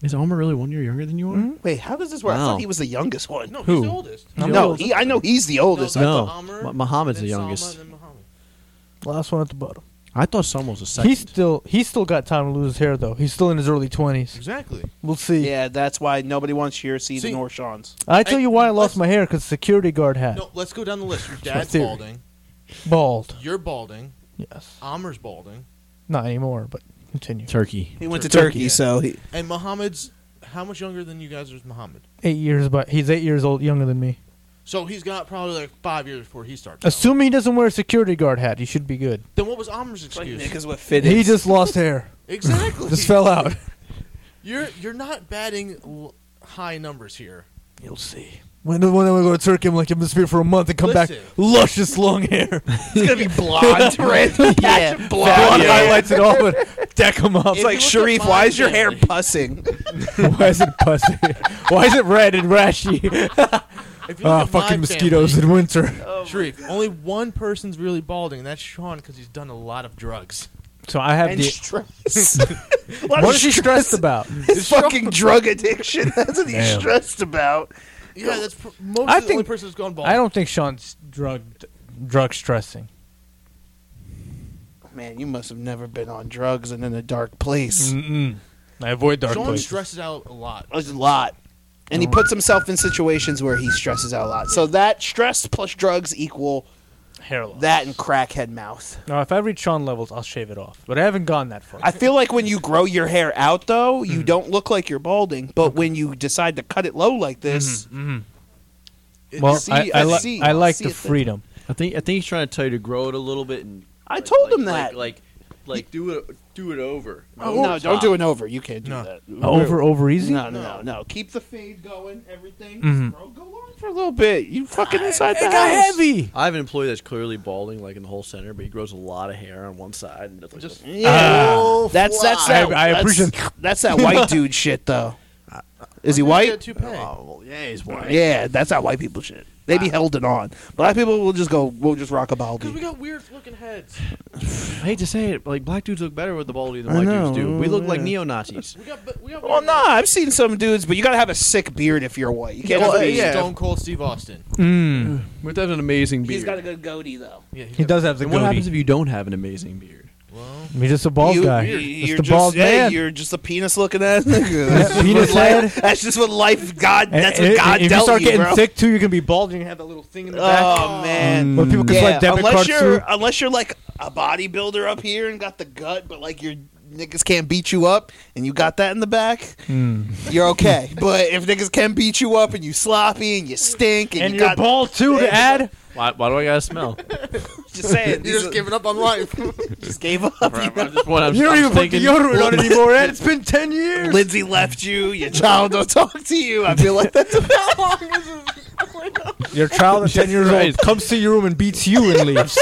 S5: Is Alma really one year younger than you are?
S3: Wait, how does this work? I
S5: Wow.
S3: thought he was the youngest one.
S2: No,
S5: Who?
S2: he's the oldest.
S4: No,
S3: No, he, I know he's the oldest.
S5: No.
S2: that's Amr,
S5: Ma- Muhammad's
S2: then
S5: the
S2: Salma,
S5: youngest.
S2: then Muhammad.
S4: Last one at the bottom.
S5: I thought Selma was a second.
S4: He's still he's still got time to lose his hair though. He's still in his early twenties.
S2: Exactly.
S4: We'll see.
S3: Yeah, that's why nobody wants your seed
S2: See-
S3: nor Sean's.
S4: I tell
S2: Hey,
S4: you why I lost
S2: let's-
S4: my hair because security guard hat
S2: No, let's go down the list. Your
S4: my
S2: dad's
S4: theory.
S2: balding.
S4: bald.
S2: You're balding.
S4: Yes,
S2: Amr's balding.
S4: not anymore. But continue.
S5: Turkey.
S3: He went to
S2: Turkey,
S3: Turkey,
S2: yeah.
S3: so he,
S2: And Muhammad's how much younger than you guys is Muhammad?
S4: Eight years, but he's eight years old younger than me.
S2: So he's got probably like five years before he starts. out.
S4: Assuming he doesn't wear a security guard hat, he should be good.
S2: Then what was Amr's excuse?
S3: niggas with fit.
S4: He just lost hair. <laughs>
S2: exactly.
S4: Just
S3: <laughs>
S4: fell out.
S2: You're you're not batting l- high numbers here.
S4: You'll see. When when I go to Turkey, I'm like I'm gonna be for a month and come
S2: Listen.
S4: back luscious long
S3: <laughs>
S4: hair.
S3: It's gonna
S4: <laughs>
S3: be <laughs> blonde,
S2: <laughs>
S3: random patch of blonde.
S4: Blonde
S3: hair.
S4: highlights it all, but deck him up.
S3: It's like
S2: If you look at
S3: Sharif, why is your
S2: my
S3: hair
S2: family-
S3: pussing?
S4: <laughs> Why is it pussy? Why is it red and
S2: If
S4: rashy?
S2: you look
S4: Ah,
S2: at my
S4: fucking mosquitoes
S2: family,
S4: in winter.
S2: Sharif, only one person's really balding, and that's Sean because he's done a lot of drugs.
S4: So I have
S3: And
S4: the.
S3: stress. <laughs> What
S4: What is he stressed about?
S3: His fucking drug addiction. <laughs> That's what he's
S4: Damn.
S3: stressed about.
S2: Yeah, that's pr- most
S4: I
S2: of the only
S4: think-
S2: person who's gone bald.
S4: I don't think Sean's drug drug stressing.
S3: Man, you must have never been on drugs and in a dark place.
S4: Mm-mm. I avoid dark
S2: Sean
S4: places.
S2: stresses out a lot.
S3: A lot. And he puts himself in situations where he stresses out a lot. So that stress plus drugs equal
S4: hair loss.
S3: that and crackhead mouth.
S4: Now, if I reach Sean levels, I'll shave it off. But I haven't gone that far.
S3: I feel like when you grow your hair out, though,
S4: Mm-hmm.
S3: you don't look like you're balding. But when you decide to cut it low like this,
S2: It-
S4: Mm-hmm, well,
S3: see,
S4: I, I,
S3: I
S4: li-
S3: see,
S4: I
S3: I
S4: like
S3: see
S4: the
S3: it there.
S4: freedom.
S5: I think I think he's trying to tell you to grow it a little bit and.
S3: I
S5: like-
S3: told
S5: like-
S3: him that.
S5: Like, like, like, do it, do it over.
S3: Oh, no, don't do an over. You can't do
S2: No.
S3: that.
S4: Over, over easy.
S3: No, no, no, no. Keep the fade going, everything.
S4: Mhm.
S3: Bro, go on for a little bit. You fucking inside
S4: It
S3: the
S4: got
S3: house.
S4: heavy.
S5: I have an employee that's clearly balding, like in the whole center, but he grows a lot of hair on one side, and it's like
S2: Just-
S3: eh. Yeah. that's that's
S4: Ah. I-
S3: that,
S4: I
S3: that's-
S4: appreciate-
S3: that's that <laughs> white dude shit though. Is he
S2: He's got
S3: white?
S2: toupee.
S5: Oh, well, yeah, he's white.
S3: Yeah, that's how white people shit. They be held it on. Black people will just go. We'll just rock a
S2: Because we
S3: baldy.
S2: got weird looking heads.
S5: I hate to say it, but like black dudes look better with the baldy than
S3: I
S5: white
S3: know,
S5: dudes do. We look like
S3: yeah.
S5: neo Nazis.
S2: We got, but we got
S3: Well,
S2: weird
S3: nah, I've seen some dudes, but you gotta have a sick beard if you're white. You can't
S2: Well,
S3: just be.
S5: yeah.
S2: Stone Cold Steve Austin.
S4: Mm.
S5: <laughs> But that's an amazing beard.
S3: He's got a good goatee though.
S2: Yeah,
S3: <laughs>
S4: He does have the
S5: and what
S4: goatee.
S5: happens if you don't have an amazing beard?
S2: Well,
S4: He's just a bald
S3: you,
S4: guy.
S3: You're,
S4: Just
S3: you're
S4: a
S3: just,
S4: bald
S3: hey,
S4: man.
S3: You're just a penis looking ass. nigga. That's just
S4: <laughs> penis
S3: what life-
S4: head.
S3: That's just what life. God.
S4: And-
S3: That's
S4: and-
S3: what God
S4: and If you
S3: dealt
S4: start getting
S3: bro.
S4: thick too, you can be bald. and You have that little thing in the back. Mm.
S3: Oh man.
S4: Where people can
S3: Yeah,
S4: slide debit
S3: unless
S4: cards
S3: you're
S4: through.
S3: unless you're like a bodybuilder up here and got the gut, but like your niggas can't beat you up, and you got that in the back,
S4: Hmm.
S3: you're
S4: <laughs>
S3: okay. but if niggas can beat you up and you sloppy and you stink and,
S4: And
S3: you
S4: you're
S3: got,
S4: bald too to add.
S5: Why, why do I
S3: <laughs>
S5: gotta smell?
S3: just
S4: <laughs>
S3: saying,
S2: you're just giving up on life.
S3: just gave up. you know?
S5: I'm just, what I'm,
S4: You don't
S5: I'm
S4: even put
S5: thinking,
S4: deodorant on anymore, Ed. It's been ten years.
S3: Lindsay left you.
S4: <laughs>
S3: Your child don't talk to you. I feel like that's about how long this is.
S4: Your child at ten years old
S5: Christ.
S4: comes to your room and beats you and leaves.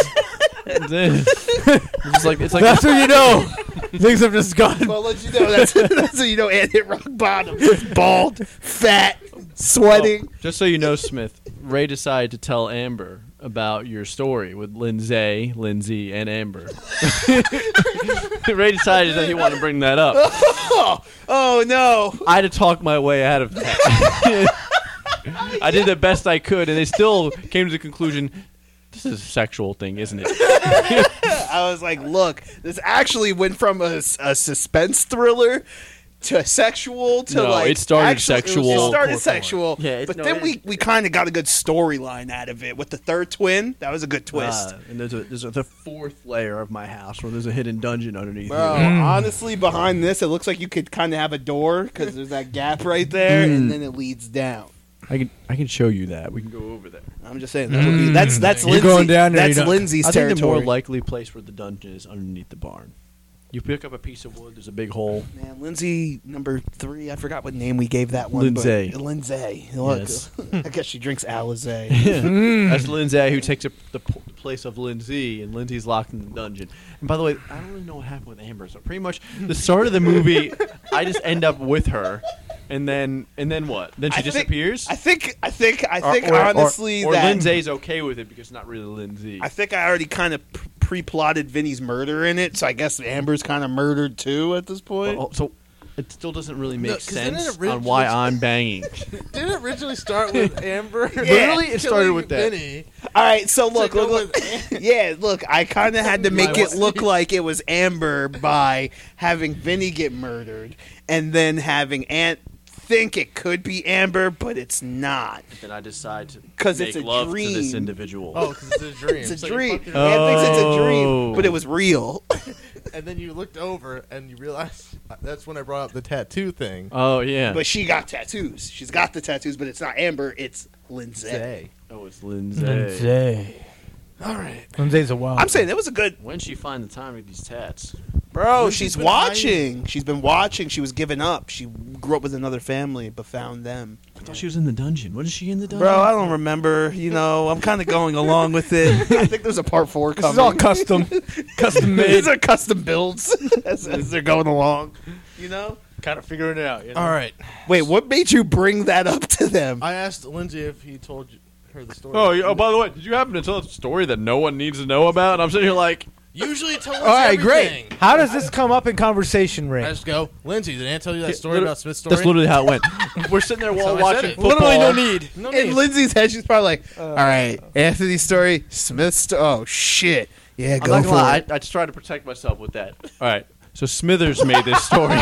S5: it's just like <laughs> it's like
S4: That's what you know. <laughs> Things have just gone.
S3: Well, I'll let you know. That's, <laughs> that's how you know. And hit rock bottom. Bald, fat,
S4: Oh.
S3: sweating.
S5: Oh, Just so you know, Smith, Ray decided to tell Amber about your story with Lindsay, Lindsay, and Amber. <laughs> Ray decided that he wanted to bring that up.
S3: Oh no.
S5: I had to talk my way out of that. <laughs> I did the best I could, and they still came to the conclusion this is a sexual thing, isn't it?
S3: I was like, look, this actually went from a, s- a suspense thriller to sexual to
S5: No,
S3: like
S5: it started
S3: actual- It,
S5: sexual.
S3: started
S2: Hardcore.
S3: sexual,
S5: Yeah, it's-
S3: but
S5: no,
S3: then
S5: it
S3: we
S5: is-
S3: we kind of got a good storyline out of it with the third twin. That was a good twist.
S6: Uh, and there's a there's a, the fourth layer of my house where there's a hidden dungeon underneath.
S3: Bro,
S6: it.
S4: Mm.
S3: honestly, behind this, it looks like you could kind of have a door because there's that gap right there,
S4: Mm.
S3: and then it leads down.
S6: I can I can show you that. We can go over there.
S3: I'm just saying that would be, that's that's
S4: Mm. You're
S3: Lindsay,
S4: going down there, you
S3: that's
S4: don't-
S3: Lindsay's
S6: I think the
S3: territory.
S6: more likely place where the dungeon is underneath the barn. You pick up a piece of wood. There's a big hole.
S3: <laughs> Man, Lindsay number three. I forgot what name we gave that one. but-
S5: Lindsay.
S3: Lindsay. Look,
S6: Yes.
S3: <laughs> I guess she drinks Alizé.
S5: <laughs>
S3: Mm.
S5: That's Lindsay who takes up the, p- the place of Lindsay, and Lindsay's locked in the dungeon. And by the way, I don't really know what happened with Amber. So pretty much the start of the movie, I just end up with her, and then and then what? Then she
S3: I think-
S5: disappears.
S3: I think. I think. I
S5: Or-
S3: think.
S5: or- or-
S3: honestly,
S5: or,
S3: that
S5: Lindsay's okay with it because it's not really Lindsay.
S3: I think I already kind of pre-plotted Vinny's murder in it, so I guess Amber's kind of murdered too at this point.
S5: Well, so it still doesn't really make
S2: 'cause then it
S5: sense
S2: origi-
S5: on
S3: <laughs>
S5: why I'm banging.
S2: <laughs> Didn't it originally start with Amber?
S5: Literally, it started with that.
S2: Vinny.
S3: All right, so look,
S2: go
S3: look,
S5: <laughs>
S3: look. <laughs> yeah, look. I kind of had to make it look like it was Amber by having Vinny get murdered and then having Aunt think it could be Amber, but it's not.
S5: then I decide to
S3: <laughs> 'Cause
S5: make
S3: it's a
S5: love to this
S3: dream.
S5: individual.
S2: Oh, because
S3: <laughs>
S2: it's a dream.
S3: It's a
S2: like
S3: dream.
S2: fucking-
S3: Aunt thinks it's a dream,
S5: Oh.
S3: but it was real.
S2: And then you looked over and you realized uh, that's when I brought up the tattoo thing.
S5: Oh,
S3: <laughs>
S5: yeah.
S3: but she got tattoos. She's got the tattoos, but it's not Amber. It's Lindsay.
S5: oh, it's Lindsay.
S4: Lindsay.
S2: All right.
S4: Lindsay's a wild.
S3: I'm saying that was a good
S5: When she find the time with these tats?
S3: bro.
S2: Lindsay's
S3: She's
S2: been hiding.
S3: watching. She's been watching. She was giving up. She grew up with another family, but found them.
S5: I thought she was in the dungeon. Wasn't she in the dungeon?
S3: Bro, I don't remember. You know, I'm kind of going along with it. <laughs> I think there's a part four
S4: this
S3: coming.
S4: is all
S5: <laughs>
S4: custom, custom made.
S3: These are custom builds <laughs> as, as they're going along. You know.
S5: kind of figuring it out. You know?
S2: All right.
S3: Wait, what made you bring that up to them?
S2: I asked Lindsay if he told you, her the story.
S5: Oh, yeah, oh, by the way, did you happen to tell a story that no one needs to know about? And I'm sitting here like,
S2: Usually tell us
S4: All right,
S2: everything.
S4: great. How does this come up in conversation,
S2: I
S4: Ray?
S2: just go, Lindsay, did Aunt tell you that story
S5: literally-
S2: about Smith's story?
S5: that's literally how it went. <laughs> We're sitting there while
S2: That's how I said
S5: watching
S2: it.
S5: football.
S3: Literally no need.
S2: No
S3: In
S2: need.
S3: Lindsay's head, she's probably like, "All right, Anthony's story, Smith's. Sto- oh shit, yeah,
S5: I'm
S3: go
S5: not gonna
S3: for
S5: lie,
S3: it."
S5: I, I just try to protect myself with that. <laughs> All right. So Smithers made this story.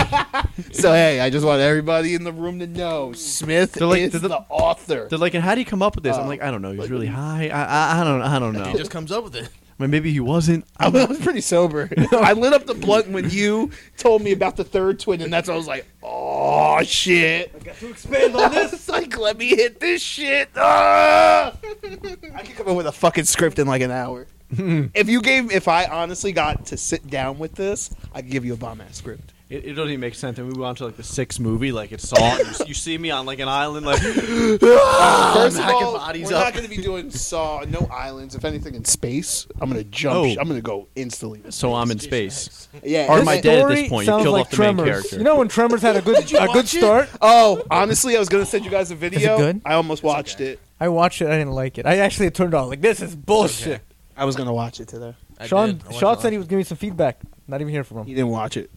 S3: So hey, I just want everybody in the room to know Smith
S5: They're like-
S3: is
S5: they're
S3: the,
S5: the-
S3: author.
S5: <laughs> They're like, and how do you come up with this? I'm Oh. like, I don't know. He's really high. I, I, I don't, I don't know.
S2: He just comes up with it.
S5: I mean, maybe he <laughs> wasn't.
S3: <laughs> I was pretty <laughs> sober. I lit up the blunt when you told me about the third twin, and that's when I was like, "Oh shit!" I got to expand on <laughs> this. like, let me hit this shit. Ah! I could come up with a fucking script in like an hour. <laughs> if you gave, if I honestly got to sit down with this, I could give you a bomb ass script.
S5: It, it doesn't even make sense. And we went on to like the sixth movie, like it's Saw. and you, s- you see me on like an island, like <laughs>
S3: First of
S5: hacking
S3: all,
S5: bodies
S3: we're
S5: up.
S3: not going to be doing Saw, no islands. If anything, in space, I'm going to jump.
S5: Oh.
S3: sh- I'm going to go instantly.
S5: so I'm in space.
S3: Yeah.
S5: Or
S3: it's
S5: am I
S3: like-
S5: dead at this
S4: story
S5: point? You
S4: sounds
S5: killed
S4: like
S5: off the main
S4: Tremors.
S5: character.
S4: You know when Tremors had a good a good
S2: watch it?
S4: start?
S3: Oh, honestly, I was going to send you guys a video.
S4: good?
S3: I almost watched it.
S4: I watched it. I didn't like it. I actually turned off. Like this is bullshit.
S3: I was going to watch it today.
S2: I
S4: Sean
S2: did. I
S4: Sean
S2: watched
S4: said
S2: it.
S4: he was giving me some feedback. Not even hear from
S3: He
S4: him.
S3: didn't watch it.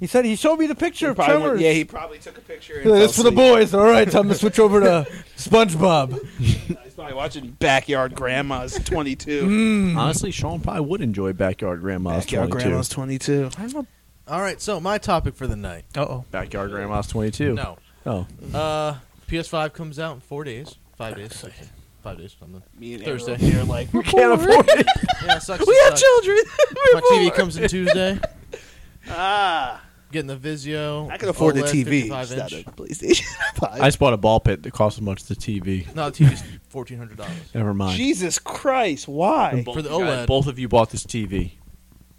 S4: He said he showed me the picture
S3: He
S4: of
S3: probably
S4: Tremors.
S3: went- yeah, he probably took a picture. And
S4: He's like,
S3: fell
S4: This for the
S3: asleep.
S4: boys. All right, time to switch over <laughs> to SpongeBob.
S3: He's probably watching Backyard Grandma's 22.
S5: Mm. Honestly, Sean probably would enjoy Backyard Grandma's
S3: Backyard
S5: 22.
S3: Grandma's 22.
S4: I don't know.
S2: All right, so my topic for the night.
S4: Uh oh.
S5: Backyard Grandma's 22.
S2: No.
S5: Oh.
S2: Uh, PS5 comes out in four days. Five days. Five days. Something.
S3: Me and
S2: Thursday.
S3: Thursday
S2: <laughs>
S3: here like we
S4: Can't afford it.
S2: Yeah, it
S4: <laughs>
S2: sucks.
S3: We
S2: to
S3: have
S2: suck.
S3: children.
S2: My TV comes in Tuesday.
S3: <laughs> Ah,
S2: Getting the Vizio.
S3: I can afford
S5: Oh,
S3: the
S2: OLED
S3: TV.
S2: 55
S3: It's not
S2: inch.
S3: a PlayStation. <laughs>
S5: I just bought a ball pit that costs as much as the TV.
S2: No, the TV's fourteen hundred dollars.
S5: Never mind.
S3: Jesus Christ! Why?
S2: For the
S5: you guys-
S3: E
S2: OLED.
S5: both of you bought this TV.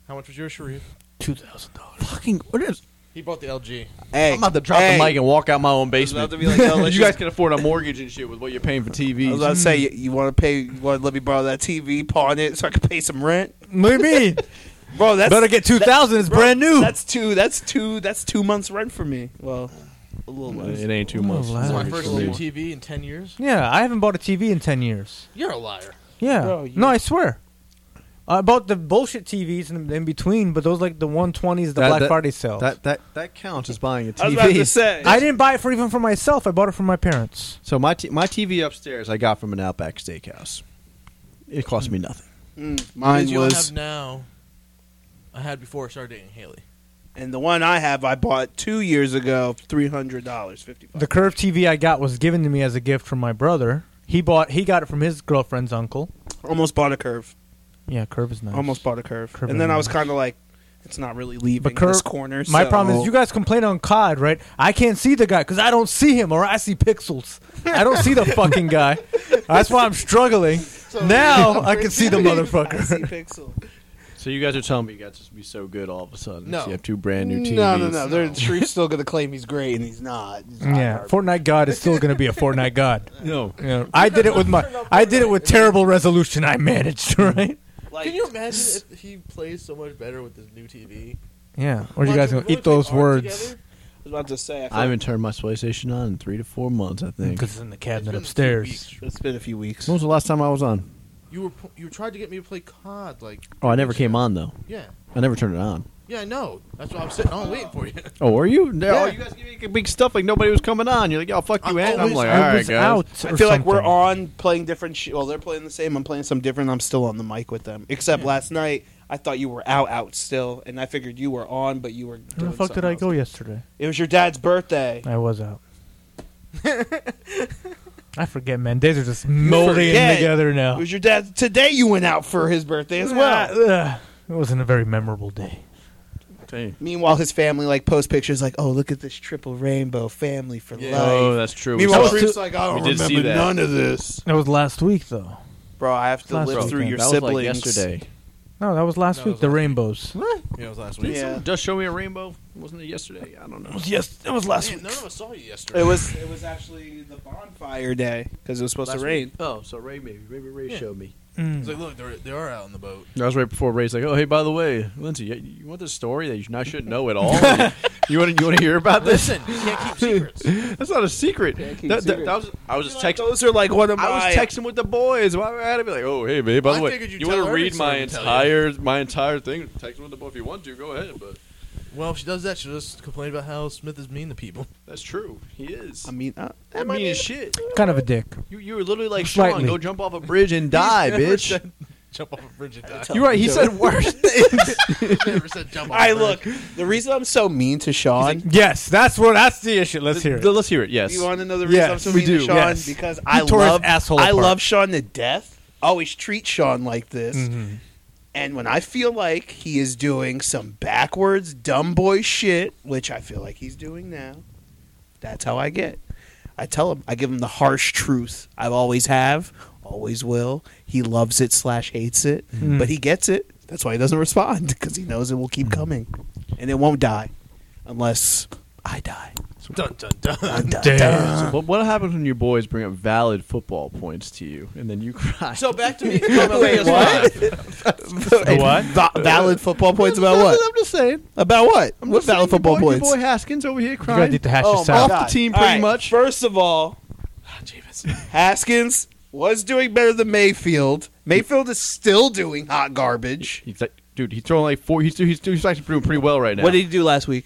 S2: How much was yours, Sharif?
S5: Two thousand dollars. Fucking. What is?
S2: He bought the LG.
S3: Hey,
S5: I'm about to drop
S3: hey.
S5: the mic and walk out my own
S3: was about
S5: basement.
S3: to be like,
S5: <laughs>
S3: yo, let's
S5: you
S3: just-
S5: guys can afford a mortgage and shit with what you're paying
S3: I
S5: for
S3: was about to
S5: TVs.
S3: say you, you want to pay. You want to let me borrow that TV, pawn it, so I can pay some rent,
S4: <laughs> Maybe
S3: bro. That's
S4: better get two thousand. It's
S3: bro,
S4: brand new.
S3: That's two. That's two. That's two months rent for me. Well, a little less.
S5: It ain't too much.
S4: wow.
S2: This is my
S4: Mortgage
S2: first
S4: for
S2: new
S4: me.
S2: TV in ten years.
S4: yeah, I haven't bought a TV in ten years.
S2: You're a liar.
S4: Yeah.
S3: Bro, you-
S4: No, I swear. I bought the bullshit TVs in, in between, but those like the 120s, the
S5: That-
S4: Black
S5: that-
S4: Friday sale.
S5: That that that counts as buying a TV.
S3: I was about to say.
S4: I didn't buy it for even for myself. I bought it for my parents.
S6: So my t- my TV upstairs I got from an Outback Steakhouse. It cost me nothing.
S3: Mm,
S2: The
S3: mine
S2: Vizio I
S3: was
S2: have now I had before I started dating Haley.
S3: And the one I have, I bought two years ago, three hundred dollars, fifty
S4: The Curve TV I got was given to me as a gift from my brother. He bought. He got it from his girlfriend's uncle.
S3: Almost bought a curve.
S4: Yeah, Curve is nice.
S3: Almost bought a curve.
S4: Curve
S3: and then I was
S4: is nice.
S3: kind of like, it's not really leaving
S4: Curve-
S3: this corner.
S4: My
S3: so-
S4: problem is you guys complain on COD, right? I can't see the guy because I don't see him or I see pixels. I
S3: <laughs>
S4: don't see the fucking guy. That's why I'm struggling.
S3: <laughs>
S4: now I can see the
S3: I see <laughs>
S4: motherfucker.
S3: pixel.
S5: So you guys are telling me you guys just be so good all of a sudden.
S2: No.
S5: So you have two brand new TVs.
S3: No, no, no. They're, Shreve's still going to claim he's great, and he's not. He's not
S4: yeah,
S3: Harvey.
S4: Fortnite God is still going to be a Fortnite God.
S3: <laughs>
S5: No.
S4: You know, I did it with my. I did it with terrible resolution. I managed, <laughs> right?
S2: Can you imagine if he plays so much better with this new TV?
S4: Yeah. Or you
S2: Watch
S4: guys
S2: it
S4: gonna
S2: really
S4: eat those
S2: play art
S4: words?
S2: together?
S3: I was about to say. I
S5: I haven't turned my PlayStation on in three to four months, I think.
S4: Because it's in the
S2: It's been
S4: cabinet
S2: a few
S4: upstairs.
S2: weeks.
S3: feel- it's been a few weeks.
S5: When was the last time I was on?
S2: You were pu- you tried to get me to play COD like
S5: Oh, I never came on though.
S2: yeah
S5: I never turned it on.
S2: yeah I know that's why I'm sitting on waiting for
S4: <laughs>
S2: you.
S5: Oh, were you? No,
S2: Yeah.
S5: you guys giving big stuff like nobody was coming on. You're like, yo, fuck you,
S2: I
S5: and I'm
S2: always-
S5: like,
S4: I
S5: all right,
S4: was
S5: guys.
S4: out
S3: I
S4: or
S3: feel like we're
S4: something.
S3: on playing different. Sh- well, they're playing the same. I'm playing some different. I'm still on the mic with them. Except last night, I thought you were out, out still, and I figured you were on, but you were.
S4: Where
S3: doing
S4: the fuck did
S3: something
S4: I
S3: else.
S4: go yesterday?
S3: It was your dad's birthday.
S4: I was out. I forget, man. Days are just molding
S3: forget.
S4: together
S3: It
S4: now.
S3: was your dad today. You went out for his birthday as well.
S4: Ah, ugh. it wasn't a very memorable day.
S5: Dang.
S3: Meanwhile, his family like post pictures like, "Oh, look at this triple rainbow family for
S2: Yeah.
S3: life."
S5: Oh, that's true. We
S3: Meanwhile,
S5: saw-
S3: Shreve's like, "I
S5: we
S3: don't
S5: did see
S3: remember
S5: that.
S3: none of this."
S4: That was last week, though.
S3: Bro, I have to
S4: Last
S3: live
S4: week,
S3: through
S4: man.
S3: your
S5: that
S3: siblings.
S5: was like yesterday.
S4: No, that was last
S2: That
S4: week.
S2: was
S4: the
S2: last week.
S4: rainbows.
S2: Yeah, it was last week.
S3: Yeah.
S5: Just show me a rainbow. Wasn't it yesterday? I don't know.
S4: Yes, that was last
S2: Man, none of us saw you yesterday.
S3: It was it was actually the bonfire day because it was supposed
S2: Last
S3: to rain.
S5: Oh, so Ray maybe Ray, Ray
S2: Yeah.
S5: showed me.
S2: It's like look, they're, they are out on the boat.
S5: That was right before Ray's like, oh hey, by the way, Lindsay, you, you want this story that you now shouldn't know at <laughs> all? you want you want to hear about this?
S2: Listen, you can't keep
S4: <laughs>
S2: secrets.
S5: That's not a secret.
S3: Can't keep
S5: That, that-
S3: secrets.
S5: that was I was just
S3: Like,
S5: texting.
S3: those are like one of my.
S5: I was texting with the boys. Why would I had to be like, oh hey babe, by
S2: I
S5: the way,
S2: figured you'd
S5: you want
S2: tell
S5: to
S2: her
S5: read
S2: so
S5: my
S2: I can tell you.
S5: entire my entire thing? Text with the boy if you want to. Go ahead, but
S2: Well, if she does that, she'll just complain about how Smith is mean to people. <laughs>
S5: that's true. He is.
S3: I mean, uh,
S5: I
S3: that might
S5: mean,
S3: be
S5: as shit.
S4: Kind of a dick.
S5: You you were literally like, Sean,
S4: Slightly.
S5: go jump off a bridge and die,
S2: Never
S5: bitch.
S2: said jump off a bridge and die.
S5: You're right. He said worse
S4: <laughs>
S5: things.
S2: never said jump off.
S3: I
S2: a bridge.
S3: look. The reason I'm so mean to Sean.
S4: Yes, that's what. That's the issue. Let's hear it.
S5: Let's hear it. Yes.
S3: you want to know the reason
S4: Yes,
S3: I'm so
S4: we
S3: mean to
S4: do,
S3: Sean?
S4: yes.
S3: Because
S4: He
S3: I
S4: tore his
S3: love
S4: asshole
S3: I
S4: apart.
S3: love Sean to death. Always treat Sean like this.
S4: Mhm.
S3: And when I feel like he is doing some backwards dumb boy shit, which I feel like he's doing now, that's how I get. I tell him, I give him the harsh truth. I always have, always will. He loves it slash hates it,
S4: Mhm.
S3: but he gets it. That's why he doesn't respond <laughs> because he knows it will keep coming, and it won't die unless I die.
S2: Dun dun dun.
S3: Dun, dun,
S4: Damn.
S3: dun.
S5: So <laughs> what, what happens when your boys bring up valid football points to you and then you <laughs> cry?
S2: So back
S3: <laughs>
S2: to me.
S5: <laughs>
S4: The what?
S3: Va- valid football points about
S5: That's
S3: what?
S5: I'm just saying.
S3: About what?
S5: I'm
S3: what
S5: just saying
S3: valid
S5: your
S3: football
S5: boy,
S3: points?
S5: Your boy Haskins over here
S4: You gotta
S5: crying.
S4: need to hash
S3: Oh,
S4: this
S5: off
S4: out.
S5: the team pretty
S3: Alright,
S5: much.
S3: First of all, Ah, <laughs> Haskins was doing better than Mayfield. Mayfield is still doing hot garbage.
S5: He's like, dude, he's throwing like four. He's he's he's actually doing pretty well right now.
S3: What did he do last week?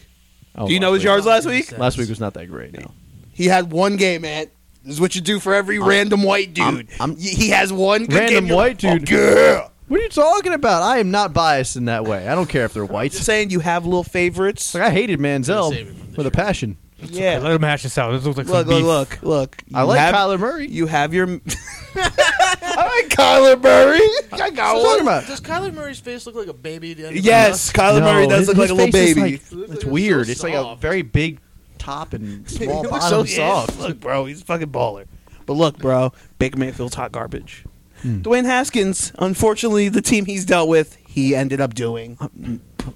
S5: Oh,
S3: do you know
S5: last
S3: his
S5: week-
S3: yards last week?
S5: Last week was not that great. No.
S3: He had one game, man. This is what you do for every random white dude.
S5: I'm- I'm-
S3: Y- he has one good
S5: Random
S3: game, you're
S5: white
S3: like, "Fuck
S5: dude.
S3: Yeah.
S5: What are you talking about? I am not biased in that way. I don't care if they're
S3: Just
S5: whites.
S3: saying you have little favorites.
S5: Like I hated Manziel
S2: Save it for this
S5: with a
S2: year.
S5: passion.
S4: Okay,
S3: Yeah.
S4: let him hash this out. This looks like
S3: Look,
S4: some beef.
S3: look, look, look.
S5: I
S3: You
S5: like
S3: have-
S5: Kyler Murray.
S3: You have your. I like Kyler Murray. <laughs> I got
S5: So
S3: one.
S5: what am I-
S2: Does Kyler Murray's face look like a baby? To anybody
S3: Yes, Kyler
S5: No,
S3: Murray does
S5: his-
S3: look like
S5: his
S3: a little
S5: face is
S3: baby.
S5: like-
S2: He looks
S5: it's
S2: like
S5: weird.
S2: so
S5: it's like a
S2: soft.
S5: very big
S3: <laughs>
S5: top and small
S3: He looks
S5: bottom
S3: so- yeah, <laughs>
S5: soft.
S3: Look, bro, he's a fucking baller. But look, bro, Baker Mayfield's hot garbage. Dwayne Haskins, unfortunately, the team he's dealt with, he ended up doing.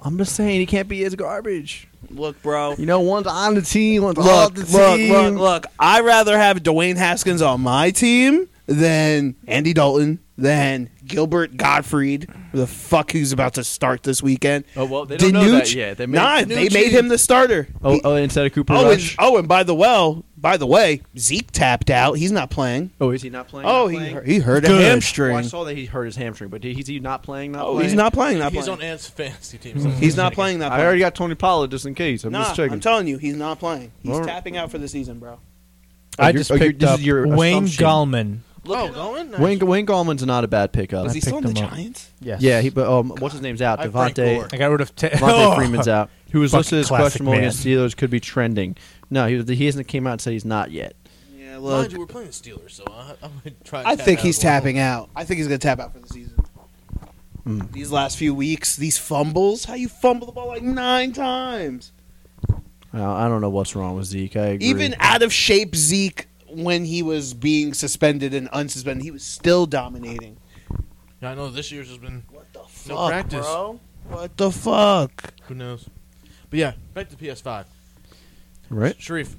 S5: I'm just saying he can't be as garbage.
S3: Look, bro.
S5: You know, one's on the team, one's off
S3: Look,
S5: the
S3: look, look,
S5: team.
S3: look, I'd rather have Dwayne Haskins on my team than Andy Dalton, than Gilbert Gottfried, who the fuck who's about to start this weekend.
S5: Oh, well, they don't know that yet. They made-
S3: nah, they
S2: Danucci-
S3: made him the starter.
S5: Oh,
S3: He-
S5: oh, instead of Cooper
S3: Oh, and,
S5: Rush.
S3: oh, and by the well, by the way, Zeke tapped out. He's not playing.
S5: oh, is he not playing?
S3: Oh,
S5: Not
S3: he
S5: playing?
S3: hurt, he hurt a
S4: Good.
S5: Well, I
S3: hamstring.
S5: saw that he hurt his hamstring, but he's he not playing. Not
S3: Oh,
S5: playing?
S3: he's not playing. Not
S2: He's
S3: playing.
S2: on Ant's fantasy team. so
S3: He's not playing. Not
S5: I
S3: playing.
S5: already got Tony Pollard just in case. I'm
S3: nah,
S5: just checking.
S3: I'm telling you, he's not playing. He's
S5: All right.
S3: tapping out for the season, bro.
S5: Oh,
S4: I
S5: you're-
S4: just
S5: oh, you're-
S4: picked
S5: this
S4: up
S5: is your
S4: Wayne
S5: assumption.
S4: Gallman
S5: Look
S2: oh,
S5: it up.
S2: going? Nice.
S6: Wayne, Wayne Gallman's not a bad pickup.
S3: Was he still in the
S4: picked him up.
S3: Giants?
S7: Yes.
S5: Yeah, he, but um, what's his name's out?
S2: I have Frank
S5: Devontae,
S2: Gore.
S7: I got rid of. T-
S3: <laughs>
S5: <laughs> Devontae Freeman's out. Who was
S7: Fucking
S5: listed as
S7: classic
S5: questionable
S7: man.
S5: against Steelers could be trending. No, he, he hasn't came out and said he's not yet.
S3: Yeah,
S2: Mind you, we're playing the Steelers, so I, I'm gonna try. to
S3: I
S2: tap
S3: think
S2: out
S3: he's
S2: as well.
S3: tapping out. I think he's going to tap out for the season.
S4: Hmm.
S3: These last few weeks, these fumbles, how you fumble the ball like nine times.
S5: Uh, I don't know what's wrong with Zeke. I agree.
S3: Even out of shape Zeke, when he was being suspended and unsuspended, he was still dominating.
S2: Yeah, I know this year's has been.
S3: What the fuck,
S2: No practice.
S3: bro? What the fuck?
S2: Who knows? But yeah, back to PS5.
S5: right?
S2: Sharif,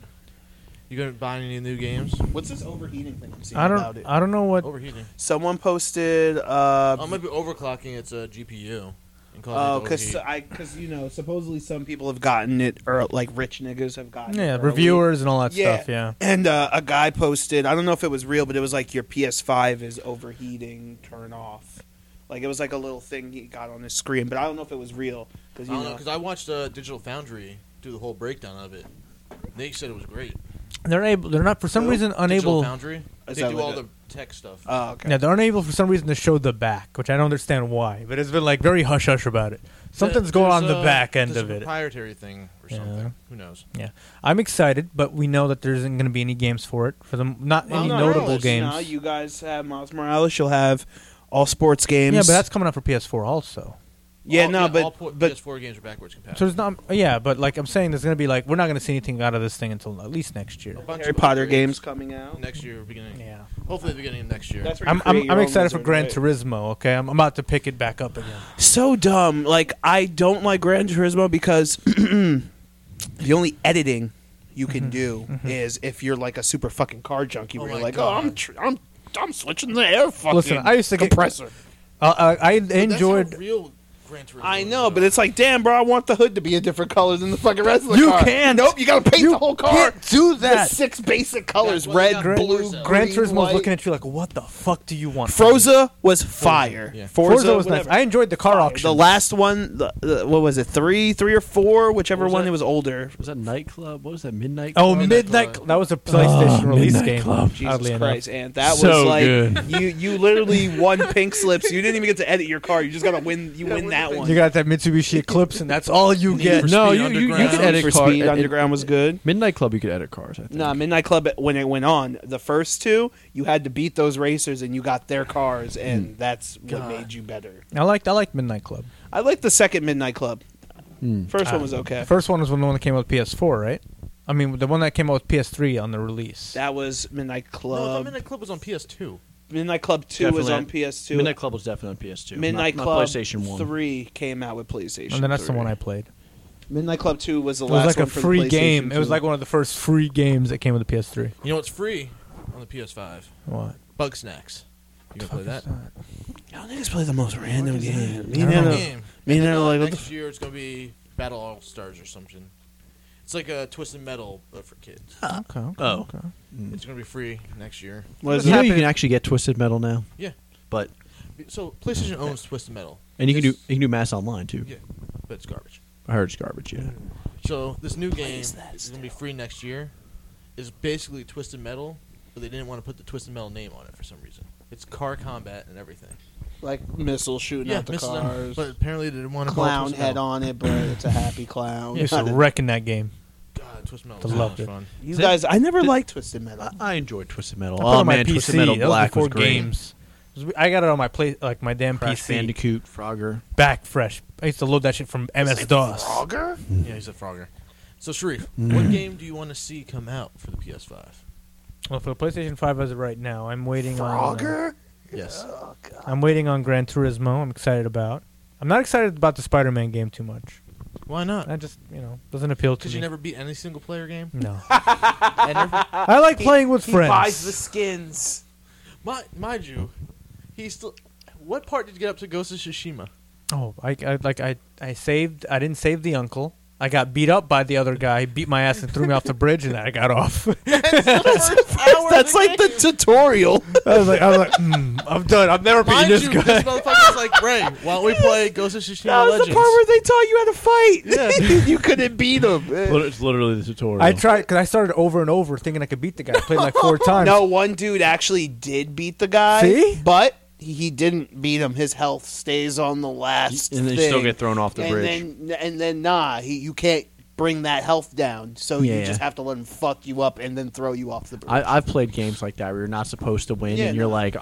S2: you gonna buy any new games?
S3: What's this overheating thing I'm seeing
S4: I
S3: about
S4: don't.
S3: it?
S4: I don't know what.
S2: Overheating.
S3: Someone posted, uh,
S2: I might be overclocking its uh, GPU. and causing it
S3: oh,
S2: to
S3: because
S2: overheat.
S3: I, because you know, supposedly some people have gotten it, or like rich niggas have gotten it.
S4: Yeah,
S3: early.
S4: reviewers and all that
S3: Yeah.
S4: stuff. Yeah.
S3: And uh, a guy posted, I don't know if it was real, but it was like your PS5 is overheating, turn off. Like it was like a little thing he got on his screen, but I don't know if it was real because
S2: I
S3: you
S2: don't know
S3: know.
S2: because I watched uh, Digital Foundry do the whole breakdown of it. They said it was great.
S4: They're able. They're not for some
S3: Who?
S4: reason
S2: Digital
S4: unable.
S2: Foundry.
S3: Is
S2: they
S3: that
S2: do
S3: like
S2: all
S3: a-
S2: the tech stuff.
S3: Oh, okay.
S4: Yeah, they're unable for some reason to show the back, which I don't understand why. But it's been like very hush hush about it. Something's
S2: There's,
S4: going on in the
S2: uh,
S4: back end
S2: there's a
S4: of it.
S2: Proprietary thing or
S4: Yeah.
S2: something. Who knows?
S4: Yeah, I'm excited, but we know that there isn't going to be any games for it for them. Not any notable games.
S3: No, uh, you guys have Miles Morales. You'll have all sports games.
S4: yeah, but that's coming out for PS4 also.
S3: yeah,
S2: All-
S3: no,
S2: all
S3: but
S2: po-
S3: but
S2: PS4 games are backwards compatible.
S4: So there's not. Yeah, but like I'm saying, there's going to be like we're not going to see anything out of this thing until at least next year.
S2: A bunch
S3: Harry
S2: of
S3: Potter
S2: upgrades
S3: games coming out.
S2: next year, beginning.
S4: Yeah,
S2: Hopefully, the beginning of next year.
S3: That's where you
S4: I'm
S3: create
S4: I'm,
S3: your
S4: I'm
S3: own
S4: excited for
S3: wizard,
S4: Gran
S3: right?
S4: Turismo. Okay, I'm, I'm about to pick it back up again.
S3: so dumb. Like I don't like Gran Turismo because <clears throat> the only editing you
S4: Mm-hmm.
S3: can do is if you're like a super fucking car junkie,
S2: Oh
S3: where
S2: my
S3: you're like, oh,
S2: God.
S3: I'm tr- I'm I'm switching the air fucking
S4: Listen, I used to get-
S3: compressor.
S4: Uh, I, I
S2: But that's how
S4: enjoyed.
S2: real Gran Turismo.
S3: I
S2: is,
S3: know,
S2: though.
S3: but it's like, damn, bro, I want the hood to be a different color than the fucking rest of the
S4: You
S3: car.
S4: can't.
S3: Nope, you gotta paint
S4: You
S3: the whole car.
S4: can't do that.
S3: The six basic colors:
S2: That's why they got
S3: red, blue,
S2: Forza.
S3: green,
S4: Gran Turismo was
S3: white.
S4: looking at you like, what the fuck do you want? from me?"
S3: Froza was fire.
S2: yeah.
S4: Forza, was
S3: whatever.
S4: nice. I enjoyed the car auction.
S3: The last one, the, the, what was it? Three, three or four, whichever
S5: What was
S3: one
S5: that?
S3: that was older.
S5: Was that nightclub? What was that midnight?
S4: oh
S5: Club?
S4: midnight,
S2: Midnight
S4: Club.
S2: Club.
S4: that was a PlayStation release
S5: Midnight
S4: game.
S5: Club.
S3: Jesus
S4: oddly
S3: Christ,
S4: enough.
S3: and that was
S5: So
S3: like
S5: good.
S3: you you literally won pink slips. You didn't even get to edit your car. You just gotta win. You win that one.
S4: You got that Mitsubishi Eclipse, and that's all you get.
S2: for
S5: no,
S2: Speed
S5: you, you, you
S2: Underground.
S5: could
S2: Need
S5: edit
S3: Um, for
S5: car-
S3: Speed
S5: it- it-
S3: Underground was good.
S5: Midnight Club, you could edit cars. I think.
S3: Nah, Midnight Club when it went on, the first two, you had to beat those racers and you got their cars
S4: Hmm.
S3: and that's what
S2: God.
S3: made you better.
S4: I liked I liked Midnight Club.
S3: I like the second Midnight Club. First one was okay.
S4: The Hmm. Uh, first one was when the one that came out with PS4, right? I mean, the one that came out with PS3 on the release.
S3: that was Midnight
S2: No, I
S3: Club.
S2: thought Midnight Club was on PS2.
S3: Midnight Club 2 was
S5: Definitely.
S3: on PS2.
S5: Midnight Club was definitely on PS2.
S3: Midnight
S5: not,
S3: Club
S5: not PlayStation One.
S3: 3 came out with PlayStation.
S4: and then that's the
S3: 3.
S4: one I played.
S3: Midnight Club 2 was the
S4: It
S3: last
S4: was like
S3: one
S4: a
S3: for the
S4: free
S3: PlayStation
S4: game. It was
S3: 2.
S4: like one of the first free games that came with the PS3.
S2: You know what's free on the PS5?
S4: What?
S2: Bug Snacks. You gonna play that?
S3: Y'all niggas play the most random game. Me
S4: I
S3: and
S4: don't
S3: Anna,
S4: know.
S2: Game.
S3: me and
S2: And
S3: Anna
S2: then,
S3: like,
S2: uh,
S3: what the
S2: next year it's gonna be Battle All Stars or something. It's like a Twisted Metal but for kids.
S3: Ah.
S4: Okay. okay,
S5: Oh.
S4: okay.
S2: It's gonna be free next year.
S3: f- was
S5: You know you
S3: happening?
S5: can actually get Twisted Metal now.
S2: Yeah.
S5: But
S2: So PlayStation owns Twisted Metal.
S5: and you can do
S2: This-
S5: you can do mass online too.
S2: Yeah, but it's garbage.
S5: I heard it's garbage. Yeah.
S2: So this new game
S3: plays
S2: is
S3: that
S2: gonna be free next year. Is basically Twisted Metal, but they didn't want to put the Twisted Metal name on it for some reason. It's car combat and everything.
S3: like missile shooting
S2: yeah,
S3: at the
S2: misses them,
S3: cars.
S2: but apparently they didn't want to call it
S3: clown
S2: Twisted
S3: head
S2: Metal.
S3: on it, but it's a
S5: <laughs>
S3: happy clown.
S4: I used to wrecking that game.
S2: God, Twisted Metal.
S4: I
S2: was so
S4: loved
S2: much
S4: it.
S2: Fun.
S3: You
S5: Did-
S3: guys, I never
S5: did-
S3: liked Twisted
S5: <laughs>
S3: Metal.
S5: I enjoyed Twisted
S4: I
S5: Metal.
S4: put it
S5: Oh
S4: on my
S5: man,
S4: PC.
S5: Twisted Metal
S4: that
S5: Black
S4: was
S5: was,
S4: before
S5: great.
S4: games. It was- I got it on my play, like my damn
S5: Crash
S4: PC,
S5: Bandicoot, Frogger.
S4: back fresh. I used to load that shit from MS DOS.
S3: Frogger? Mm.
S2: Yeah, he's a frogger. So Sharif, what game do you want to see come out for the PS5?
S4: Well, for the PlayStation Five as of right now, I'm waiting on. uh,
S3: Frogger?
S2: Yes.
S4: I'm waiting on Gran Turismo. I'm excited about. I'm not excited about the Spider-Man game too much.
S2: Why not?
S4: That just you know doesn't appeal to
S2: Because
S4: me.
S2: you never beat any single player game.
S3: <laughs>
S4: no,
S2: And every-
S4: I like playing with
S3: he
S4: friends.
S3: buys the skins.
S2: mi- mind you, he still. What part did you get up to Ghost of
S3: <laughs>
S2: Tsushima?
S4: Oh, I, I like I I saved. I didn't save the uncle. I got beat up by the other guy. He beat my ass and threw me off the bridge, and I got off.
S3: That's
S4: <laughs>
S3: like the tutorial.
S5: <laughs>
S4: I was like, I was like, mm, I'm done. I'm never beating
S2: Mind
S4: this
S2: you,
S4: guy. <laughs>
S2: this motherfucker's like Ray, why don't we play Ghost of Tsushima
S3: That was the
S2: Legends?
S3: part where they taught you how to fight. <laughs>
S5: Yeah.
S3: you couldn't beat
S5: <laughs>
S3: them.
S5: It's literally the tutorial.
S4: I tried because I started over and over thinking I could beat the guy. I played
S2: <laughs>
S4: like four times.
S3: Uh, No, one dude actually did beat the guy,
S4: See?
S3: but he didn't beat him. His health stays on the last.
S5: and
S3: thing.
S5: then you still get thrown off the
S3: and
S5: bridge.
S3: Then, and then nah, he, you can't bring that health down, so you
S5: Yeah.
S3: just have to let him fuck you up and then throw you off the bridge.
S5: I, I've played games like that where you're not supposed to win,
S3: Yeah,
S5: and you're
S3: no.
S5: like,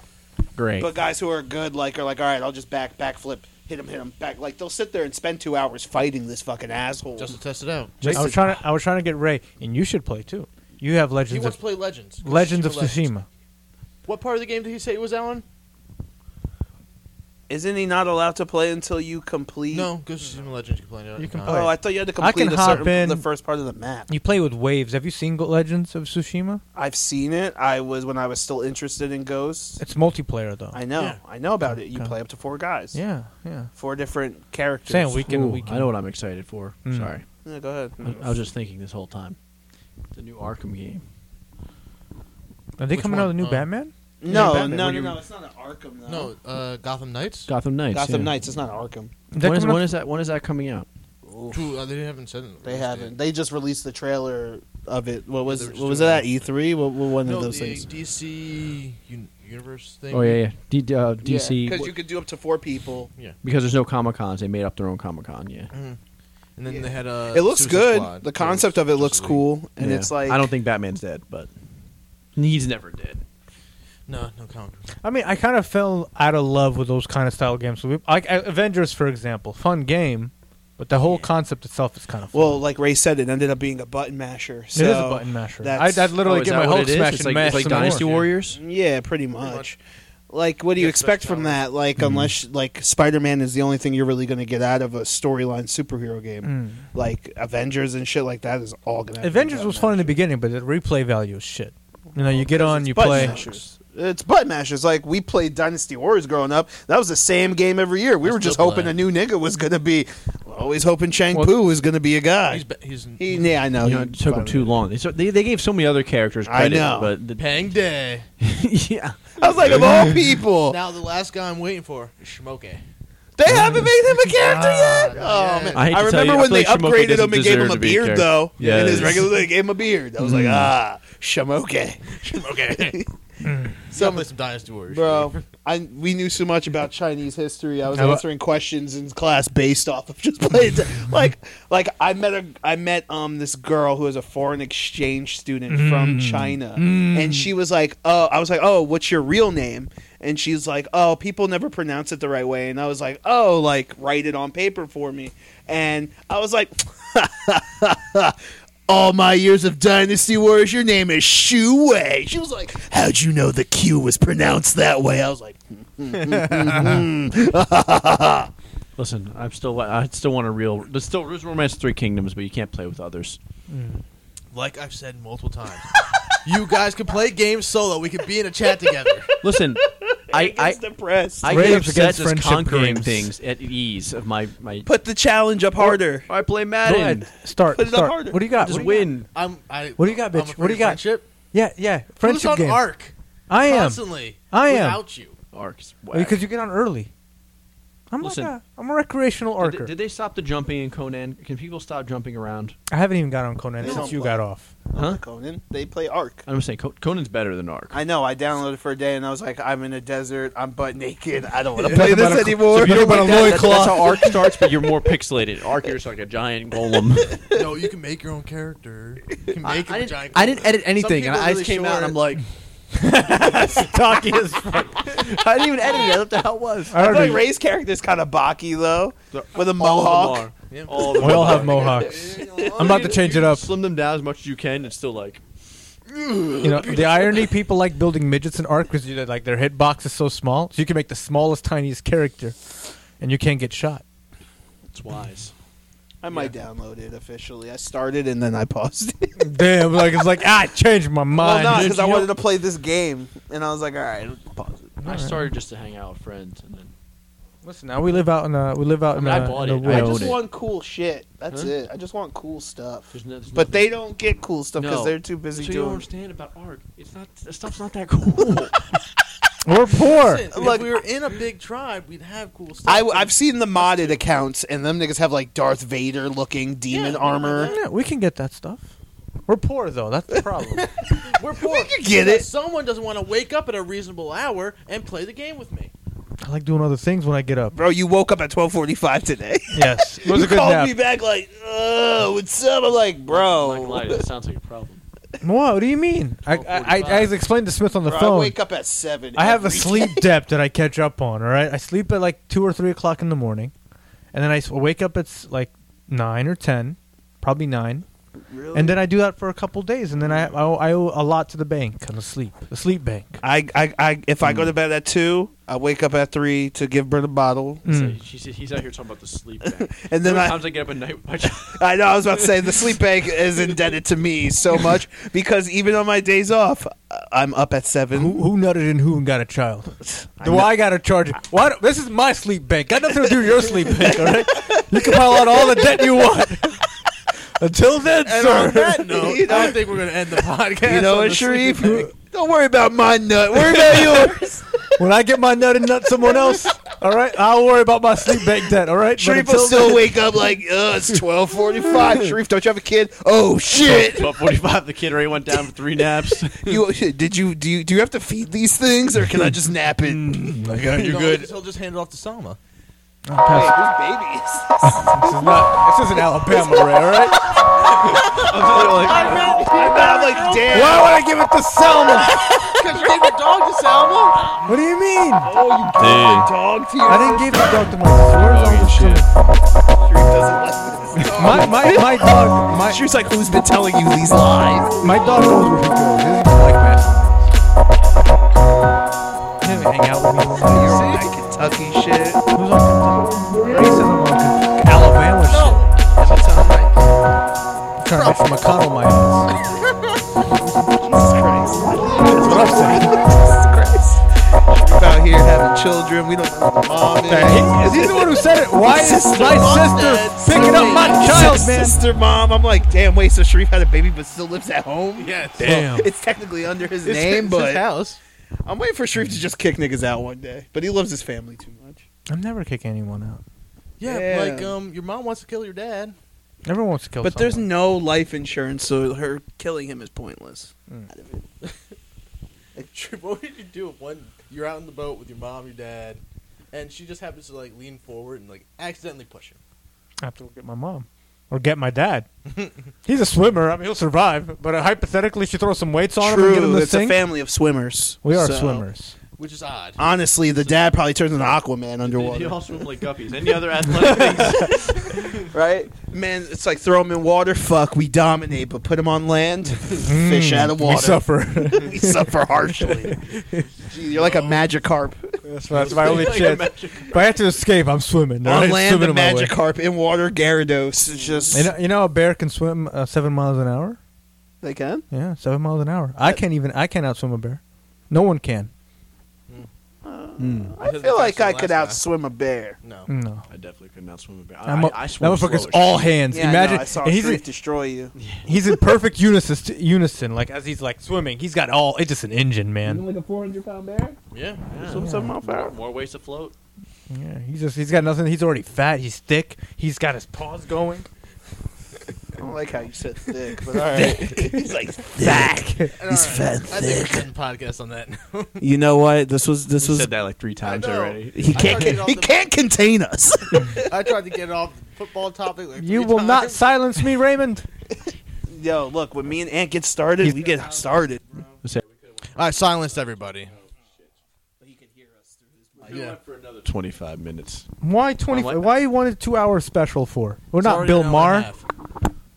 S5: great.
S3: but guys who are good, like, are like, all right, I'll just back, backflip, hit him, hit him, back. Like, they'll sit there and spend two hours fighting this fucking asshole.
S2: Just to test it out.
S4: I was trying. To, I was trying to get Ray, and you should play too. You have
S2: He
S4: Legends
S2: wants
S4: of
S2: to play Legends. Ghost
S4: Legends of
S2: Legends.
S4: Tsushima.
S2: What part of the game did he say it was Alan?
S3: Isn't he not allowed to play until you complete?
S2: No, Ghost of Tsushima Legends can play it.
S4: You can
S2: No.
S4: play it.
S3: Oh, I thought you had to
S4: I
S3: complete
S4: can
S3: a certain,
S4: hop in-
S3: the first part of the map.
S4: You play with waves. Have you seen Go- Legends of Tsushima?
S3: I've seen it. I was when I was still interested in Ghosts.
S4: It's multiplayer though.
S3: I know.
S2: Yeah.
S3: I know about it. You
S4: Okay.
S3: play up to four guys.
S4: yeah, yeah.
S3: Four different characters.
S4: Saying we can.
S5: Ooh,
S4: we can.
S5: I know what I'm excited for.
S4: Mm.
S5: Sorry,
S3: Yeah, go ahead.
S5: I, I was just thinking this whole time. The new Arkham game.
S4: Are they
S2: Which
S4: coming out with
S2: one?
S4: a new
S2: Uh,
S4: Batman?
S3: no,
S5: Batman,
S3: no,
S5: what
S3: no,
S5: you-
S3: no. It's not an Arkham. Though.
S2: No, uh, Gotham Knights.
S5: Gotham Knights.
S3: Gotham
S5: yeah.
S3: Knights. It's not Arkham.
S4: Is that
S5: When is,
S4: coming
S5: when
S4: out-
S5: is that? When is that coming out?
S2: Ooh, uh, they haven't said it.
S3: They haven't. They just released the trailer of it. What was
S2: They were
S3: what
S2: just
S3: was it
S2: doing
S3: at E three? What, what one
S2: No,
S3: of those
S2: the
S3: things?
S2: DC un- universe thing.
S5: Oh yeah, yeah. D, uh, DC.
S3: Because you could do up to four people.
S5: because there's no Comic Cons, they made up their own Comic Con. Yeah,
S3: Mm-hmm.
S2: And then they had a.
S3: It looks
S2: Suicide
S3: good.
S2: Squad.
S3: The
S2: So was
S3: concept of it
S2: just
S3: looks
S2: a-
S3: cool, and
S5: Yeah.
S3: it's like
S5: I don't think Batman's dead, but he's never dead.
S2: No, no comment.
S4: I mean, I kind of fell out of love with those kind of style games. We- Like uh, Avengers, for example, fun game, but the whole concept itself is kind of fun.
S3: Well, like Ray said, it ended up being a button masher.
S4: it is a button masher. I,
S3: that's-
S4: I'd literally
S5: Oh, is
S4: get
S5: that
S4: my
S5: what
S4: Hulk
S5: it is?
S4: smash
S5: It's
S4: and
S5: like,
S4: mash
S5: it's like
S4: some more.
S5: Dynasty Warriors.
S3: Yeah, pretty much.
S2: much.
S3: Like, what do you
S2: Gets
S3: expect
S2: best
S3: from
S2: out.
S3: that? Like, unless like Spider-Man is the only thing you're really going to get out of a storyline superhero game.
S4: Mm.
S3: Like Avengers and shit like that is all going to.
S4: Avengers was fun in the beginning, but the replay value is shit. You know, you get on, you
S3: button
S4: play.
S3: Mashers. It's butt mashers. Like we played Dynasty Warriors growing up. That was the same game every year. We
S2: I
S3: were just
S2: still
S3: hoping
S2: play.
S3: a new nigga was going to be. Always hoping Shang
S4: Well-
S3: Pu was going to be a guy.
S2: He's, ba- he's
S3: he, yeah, I know.
S5: You know,
S3: He-
S5: it took them too long. They, so- they they gave so many other characters
S3: I
S5: credit,
S3: know. <laughs>
S5: but the, <laughs>
S2: Pang Day.
S5: yeah,
S3: I was like, of
S5: <laughs>
S3: all people,
S2: Now the last guy I'm waiting for is Shmoke.
S3: They haven't made him a character
S2: Ah,
S3: yet. Oh
S2: yeah.
S3: man!
S5: I hate
S3: I,
S5: to tell
S3: remember
S5: you, I
S3: when
S5: feel
S3: they
S5: like Shamoke
S3: upgraded him
S5: doesn't
S3: and gave
S5: deserve
S3: him a
S5: to be a
S3: beard,
S5: character.
S3: though. Yeah, in his
S5: Yes. Hmm.
S3: regular, they gave him a beard. I was like, ah, Shamoke,
S2: <laughs>
S3: <laughs>
S2: Shmoke. Some play some Dynasty Warriors.
S3: bro. I we knew so much about Chinese history. I was
S4: How about-
S3: answering questions in class based off of just <laughs> playing. like, like I met a I met um this girl who was a foreign exchange student from China, and she was like, oh, I was like, oh, what's your real name? And she's like, oh, people never pronounce it the right way, and I was like, oh, like write it on paper for me, and I was like. <laughs> All my years of Dynasty Wars, your name is Shu Wei. She was like, How'd you know the Q was pronounced that way? I was like,
S5: Listen, I'm still I still want a real. There's still there's Romance of Three Kingdoms, but you can't play with others.
S2: Like I've said multiple times, <laughs> you guys can play games solo. We can be in a chat together.
S5: <laughs> Listen, I I,
S3: It's depressed.
S5: I
S4: Rage
S5: get upset
S4: against
S5: just
S4: friendship
S5: conquering
S4: games.
S5: things at ease of my my.
S3: Put the challenge up harder.
S5: I play
S4: Go
S5: Madden.
S4: ahead, start.
S3: Put it up
S4: start.
S3: harder.
S4: What do you got?
S5: Just
S4: What do you got?
S5: win.
S2: I'm. I,
S4: What do you got,
S2: I'm
S4: bitch?
S2: afraid
S4: What do
S2: of
S4: you got?
S2: Friendship.
S4: Yeah, yeah. Friendship
S2: Who's on
S4: game.
S2: Arc?
S4: I am.
S2: Constantly.
S4: I am.
S2: Without you.
S5: Arcs. whack.
S4: Because you get on early. I'm
S5: Listen.
S4: like a, I'm a recreational
S5: Did they-
S4: archer.
S5: Did, they stop the jumping in Conan? Can people stop jumping around?
S4: I haven't even got on Conan
S3: They don't
S4: since you
S3: play.
S4: got off.
S5: Huh?
S3: Conan, they play Ark.
S5: I'm saying Co- Conan's better than Arc.
S3: I know. I downloaded it for a day, and I was like, I'm in a desert. I'm butt
S2: <laughs>
S3: naked. I don't want to play
S4: Talk about
S3: this
S4: a-
S3: anymore.
S5: you know about a that, that's how Arc starts, but you're <laughs> more pixelated. Arc, you're just like a giant <laughs> golem.
S2: no, you can make your own character. You can make him
S5: I,
S2: a giant.
S5: didn't, I didn't
S2: golem.
S5: edit anything,
S2: people
S5: and I
S2: really
S5: just came out and I'm
S2: short.
S5: like, <laughs> talking as fuck. I didn't even edit it. I thought the hell was.
S4: I
S3: I feel like
S4: already,
S3: Ray's character's kind of Baki though, with a
S5: All of them
S3: mohawk.
S5: are.
S2: Yeah.
S5: All of them
S4: we all
S5: are.
S2: <laughs>
S4: have mohawks. I'm about to change it up.
S5: Slim them down as much as you can. It's still like
S4: You know, the irony people like building midgets in Ark because like their hitbox is so small, so you can make the smallest, tiniest character, and you can't get shot.
S5: it's wise.
S3: I might download it officially. I started and then I paused it.
S4: Damn, like it's like ah, I changed my
S3: well,
S4: mind.
S3: not because I wanted to play this game, and I was like, all right, pause it.
S5: I started just to hang out with friends, and then
S4: Listen, now we live out in a we live out
S5: I
S4: in
S5: mean, I
S4: a,
S5: bought
S4: in a
S5: it. I
S3: I
S5: own
S4: woods.
S3: just want cool shit. That's
S5: Huh?
S3: it. I just want cool stuff.
S5: there's no, there's
S3: But
S5: nothing.
S3: they don't get cool stuff because
S5: No.
S3: they're too busy
S5: So you don't
S3: doing.
S5: <laughs> understand about Arc. It's not the stuff's not that cool.
S4: We're poor.
S2: Listen,
S3: Look-
S2: if we were in a big tribe, we'd have cool stuff.
S3: I, have seen the modded accounts, and them niggas have like Darth Vader looking demon
S2: Yeah,
S3: armor.
S2: yeah.
S4: Yeah, we can get that stuff. We're poor though. That's
S3: <laughs>
S4: the problem.
S2: We're poor. we
S3: can get it.
S2: Someone doesn't want to wake up at a reasonable hour and play the game with me.
S4: I like doing other things when I get up.
S3: Bro, you woke up at twelve forty five today.
S4: Yes, it
S3: <laughs>
S4: was
S3: you
S4: a good
S3: called
S4: nap.
S3: me back like, "Uh, what's up?" I'm like, bro.
S7: I'm not gonna lie, that sounds like a problem.
S4: What? do you mean? I, I, I, I explained to Smith on the
S3: Bro, I
S4: phone.
S3: wake up at seven.
S4: I have a
S3: every
S4: sleep
S3: day.
S4: debt that I catch up on. All right, I sleep at like two or three o'clock in the morning, and then I s- wake up at s- like nine or ten, probably nine,
S3: Really?
S4: and then I do that for a couple days, and then I I owe, I owe a lot to the bank on the sleep, the sleep bank.
S3: I, I, I, if I go to bed at two, I wake up at three to give Brent a <laughs> bottle,
S4: Mm.
S5: So he's, he's out here talking about the sleep <laughs> bank.
S3: and then I,
S5: Sometimes I get up at night. <laughs> My child,
S3: I know I was about to say the sleep bank is indebted to me <laughs> so much because even on my days off, I- I'm up at seven.
S4: Who, who nutted and who and got a child?
S3: I
S4: Do
S3: know-
S4: I gotta charge it? Why? do- This is my sleep bank. Got nothing to do with your sleep bank. All right, you can pile on all the debt you want.
S3: <laughs>
S4: Until then,
S2: And
S4: sir.
S2: on
S4: <laughs>
S2: that note,
S3: <laughs> You know-
S2: I think we're going to end the podcast.
S3: <laughs> You know
S2: on
S3: what,
S2: the
S3: Sharif?
S2: sleeping
S3: <laughs>
S2: bag.
S3: Don't worry about my nut. Worry <laughs> about yours.
S4: When I get my nut and nut someone else, all right, I'll worry about my sleep bank debt, all right? But
S3: Sharif will
S4: until
S3: still
S4: then-
S3: wake up like, Ugh, it's twelve <laughs> forty-five. Sharif, don't you have a kid? Oh shit!
S5: About 45, the kid already went down for three naps. <laughs>
S3: You
S4: Hmm.
S3: <laughs> did you do you do you have to feed these things or can I just nap it?
S4: Hmm.
S2: No, He'll just hand it off to Salma.
S3: Wait, whose baby is this?
S4: <laughs> This is not. This isn't Alabama, Ray, all right?
S5: <laughs>
S3: I'm like, damn.
S4: Why would I give it to
S3: <laughs>
S4: Selma?
S2: Because you gave the dog to Salma?
S4: What do you mean?
S3: Oh, Dog to
S4: I
S3: your
S4: didn't give the dog to my swears on
S3: Sharif doesn't
S4: my, my my dog my
S3: Sharif's like, who's been telling you these lies?
S4: my dog knows where he goes. He doesn't even like mascots. He doesn't hang out with me. He's
S3: You're
S4: on-
S3: on that Kentucky shit.
S4: Who's on Kentucky? Ray says I'm on Alabama shit.
S3: That's what sounds like.
S4: Trying to make some McConnell my ass.
S3: Jesus Christ. That's what I'm saying. Jesus Christ. We're out here having children. We don't know who the mom is.
S4: He- Is he the one who said it? Why is
S3: Sister,
S4: my
S3: mom,
S4: sister
S3: dad,
S4: picking up my
S3: sibling,
S4: child,
S3: sis-
S4: man?
S3: Sister, mom. I'm like, damn, wait, so Sharif had a baby but still lives at home?
S2: Yes.
S4: Damn.
S3: It's technically under
S4: <laughs>
S3: his
S2: It's-
S3: name,
S2: it's his
S3: but
S2: house.
S3: I'm waiting for Sharif to just kick niggas out one day. But he loves his family too much.
S4: I'm never kicking anyone out.
S2: Yeah,
S3: Yeah.
S2: like um, your mom wants to kill your <laughs> dad.
S4: Everyone wants to kill
S3: But there's
S4: someone.
S3: no life insurance, so her killing him is pointless.
S2: Trip, what would you do if one you're out in the boat with your mom, your dad, and she just happens to like lean forward and like accidentally push him?
S4: I have to go get my mom or get
S3: <laughs>
S4: my dad. He's a swimmer. I mean, he'll survive. But uh, hypothetically, she throws some weights on him and get him
S3: True,
S4: the
S3: it's a
S4: sink.
S3: family of swimmers.
S4: we are
S3: so-
S4: swimmers.
S2: Which is odd.
S3: Honestly, the dad probably turns into Aquaman
S4: <laughs>
S5: He
S3: underwater.
S5: all swim like guppies. Any other athletic things?
S3: <laughs> right? Man, it's like throw them in water. Fuck, we dominate, but put them on land. <laughs> Fish
S4: Mm,
S3: out of
S4: We
S3: water.
S4: <laughs> suffer.
S3: <laughs> We suffer
S4: <laughs>
S3: harshly. Gee, you're like a magic carp.
S4: that's, my- that's my
S3: <laughs>
S4: only chance. If I have to escape, I'm swimming.
S3: On
S4: alright?
S3: land,
S4: swimming
S3: the
S4: in my way.
S3: magic carp. In water, Gyarados. It's just
S4: You know, you know, a bear can swim uh, seven miles an hour.
S3: they can.
S4: Yeah, seven miles an hour. I can't even. I can't outswim a bear. No one can.
S3: I
S2: Because
S3: feel
S2: that's
S3: like
S2: the
S3: I
S2: last
S3: could
S2: guy.
S3: outswim a bear.
S2: No.
S4: No.
S5: I definitely could not swim a bit. I,
S4: I'm a-
S5: I- I
S4: that
S5: swim
S4: motherfucker's
S5: slow as
S4: all
S5: shit.
S4: hands.
S3: Yeah,
S4: Imagine
S3: I, know. I saw
S4: and he's,
S3: <laughs> Sharif destroy you.
S4: He's in
S3: <laughs>
S4: perfect unison, unison. Like as he's like swimming, he's got all. It's just an engine, man.
S3: like a 400 pound bear.
S2: Yeah.
S3: Swim seven mile per hour.
S5: More ways to float.
S4: Yeah, he's just he's got nothing. He's already fat. He's thick. He's got his paws going.
S3: I don't like how you said thick, but all right. he's like thick.
S2: uh,
S3: He's fat.
S2: I think we should end the podcast on that. <laughs> note.
S3: You know what? This was this
S5: He said that like three times
S2: know.
S5: already.
S3: He can't.
S2: tried to get off
S3: He
S2: the-
S3: can't contain us.
S2: <laughs> I tried to get off the football topic. Like
S4: You
S2: three
S4: will not
S2: times.
S4: silence me, Raymond.
S3: <laughs> Yo, look, when me and Ant get started, we get started.
S2: I silenced everybody. Yeah.
S5: Twenty-five minutes.
S4: Why twenty? Why you wanted two hour special for? We're not Bill Maher.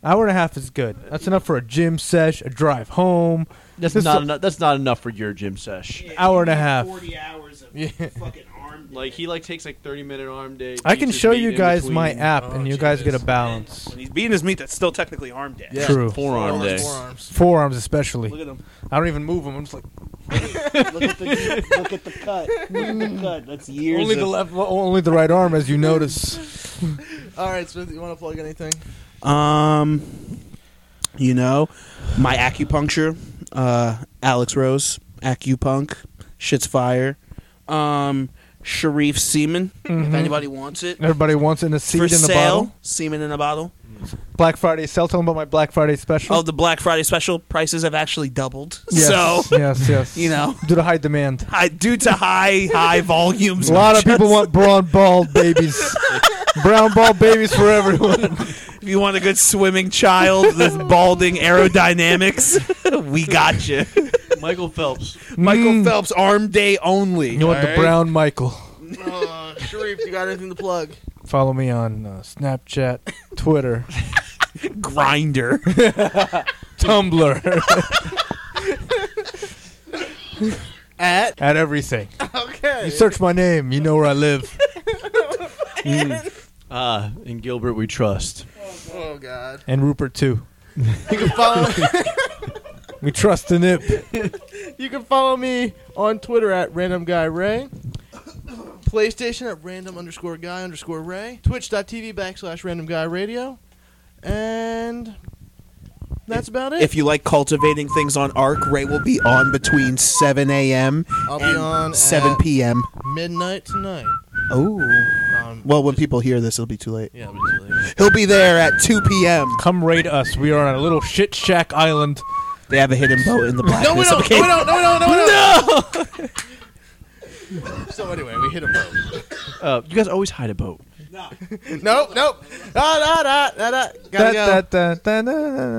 S4: Hour and a half is good. That's enough for a gym sesh, a drive home.
S5: That's
S4: This
S5: not
S4: is-
S5: enough. That's not enough for your gym sesh.
S4: Hour and a half.
S3: hours of
S2: Yeah.
S3: fucking arm.
S5: Like he like takes like thirty-minute arm day.
S4: I can
S5: teaches
S4: show
S5: meat
S4: you
S5: in
S4: guys
S5: between.
S4: my app, and
S2: Oh,
S4: you guys get a
S2: Jesus.
S4: balance.
S3: When he's beating his meat, that's still technically arm day.
S2: Yeah.
S4: True.
S5: Forearm
S2: Forearms,
S5: day.
S2: Forearms.
S4: Forearms especially.
S3: Look at him.
S4: I don't even move them. I'm just like
S3: Look at the look at the cut. Look at <laughs> the cut. That's years.
S4: only the left, only the right
S3: <laughs>
S4: arm, as you notice.
S2: All right, Smith. You want to plug anything? <laughs>
S3: um, you know, my acupuncture, uh, Alex Rose, acupunk. Shit's fire. Um, Sharif Seaman, if
S4: Mhm.
S3: anybody wants it.
S4: Everybody wants it in a seed
S3: For
S4: in the
S3: sale,
S4: bottle.
S3: semen in a bottle.
S4: Black Friday sale. Tell them about my Black Friday special.
S3: Oh, the Black Friday special prices have actually doubled.
S4: yes,
S3: So
S4: yes,
S3: <laughs>
S4: yes.
S3: you know.
S4: due to high demand,
S3: I due to high high volumes.
S4: a lot of
S3: just-
S4: people want brown
S3: <laughs>
S4: bald babies, brown bald babies for everyone.
S3: If you want a good swimming child, this balding aerodynamics, <laughs> we got you.
S5: Michael <laughs> Phelps.
S3: Michael
S4: Mm.
S3: Phelps, arm day only.
S4: You want the brown Michael?
S3: Uh, Sharif, you got anything
S2: <laughs>
S3: to plug?
S4: Follow me on uh, Snapchat, Twitter,
S3: Grinder.
S4: <laughs> Tumblr,
S3: At
S4: at everything.
S3: okay.
S4: You search my name, you know where I live.
S5: Ah, in Gilbert we trust.
S3: Oh God.
S4: And Rupert too.
S3: You can follow.
S4: We trust the nip.
S2: <laughs> You can follow me on Twitter at random guy ray, PlayStation at random underscore guy underscore ray, Twitch.tv backslash random guy radio, and that's about it.
S3: If you like cultivating things on Arc, Ray will be on between 7 a.m.
S2: I'll be
S3: and
S2: on at
S3: 7 p.m.
S2: midnight tonight.
S3: Oh,
S2: Um,
S3: well, when people hear this, it'll be too late.
S2: yeah, but it's late.
S3: He'll be there at 2 p.m.
S4: Come raid us. We are on a little shit shack island.
S3: They have a hidden boat in the
S2: <laughs>
S3: blackness.
S2: no, we don't. No,
S3: Okay.
S2: we don't. No, we don't. No, we don't. <laughs> No. so anyway, we hit a boat.
S5: Uh, you guys always hide a boat.
S2: Ah, Nope, nope. Da, da, da, da, da. Gotta go.
S4: Da, da, da, da, da, da.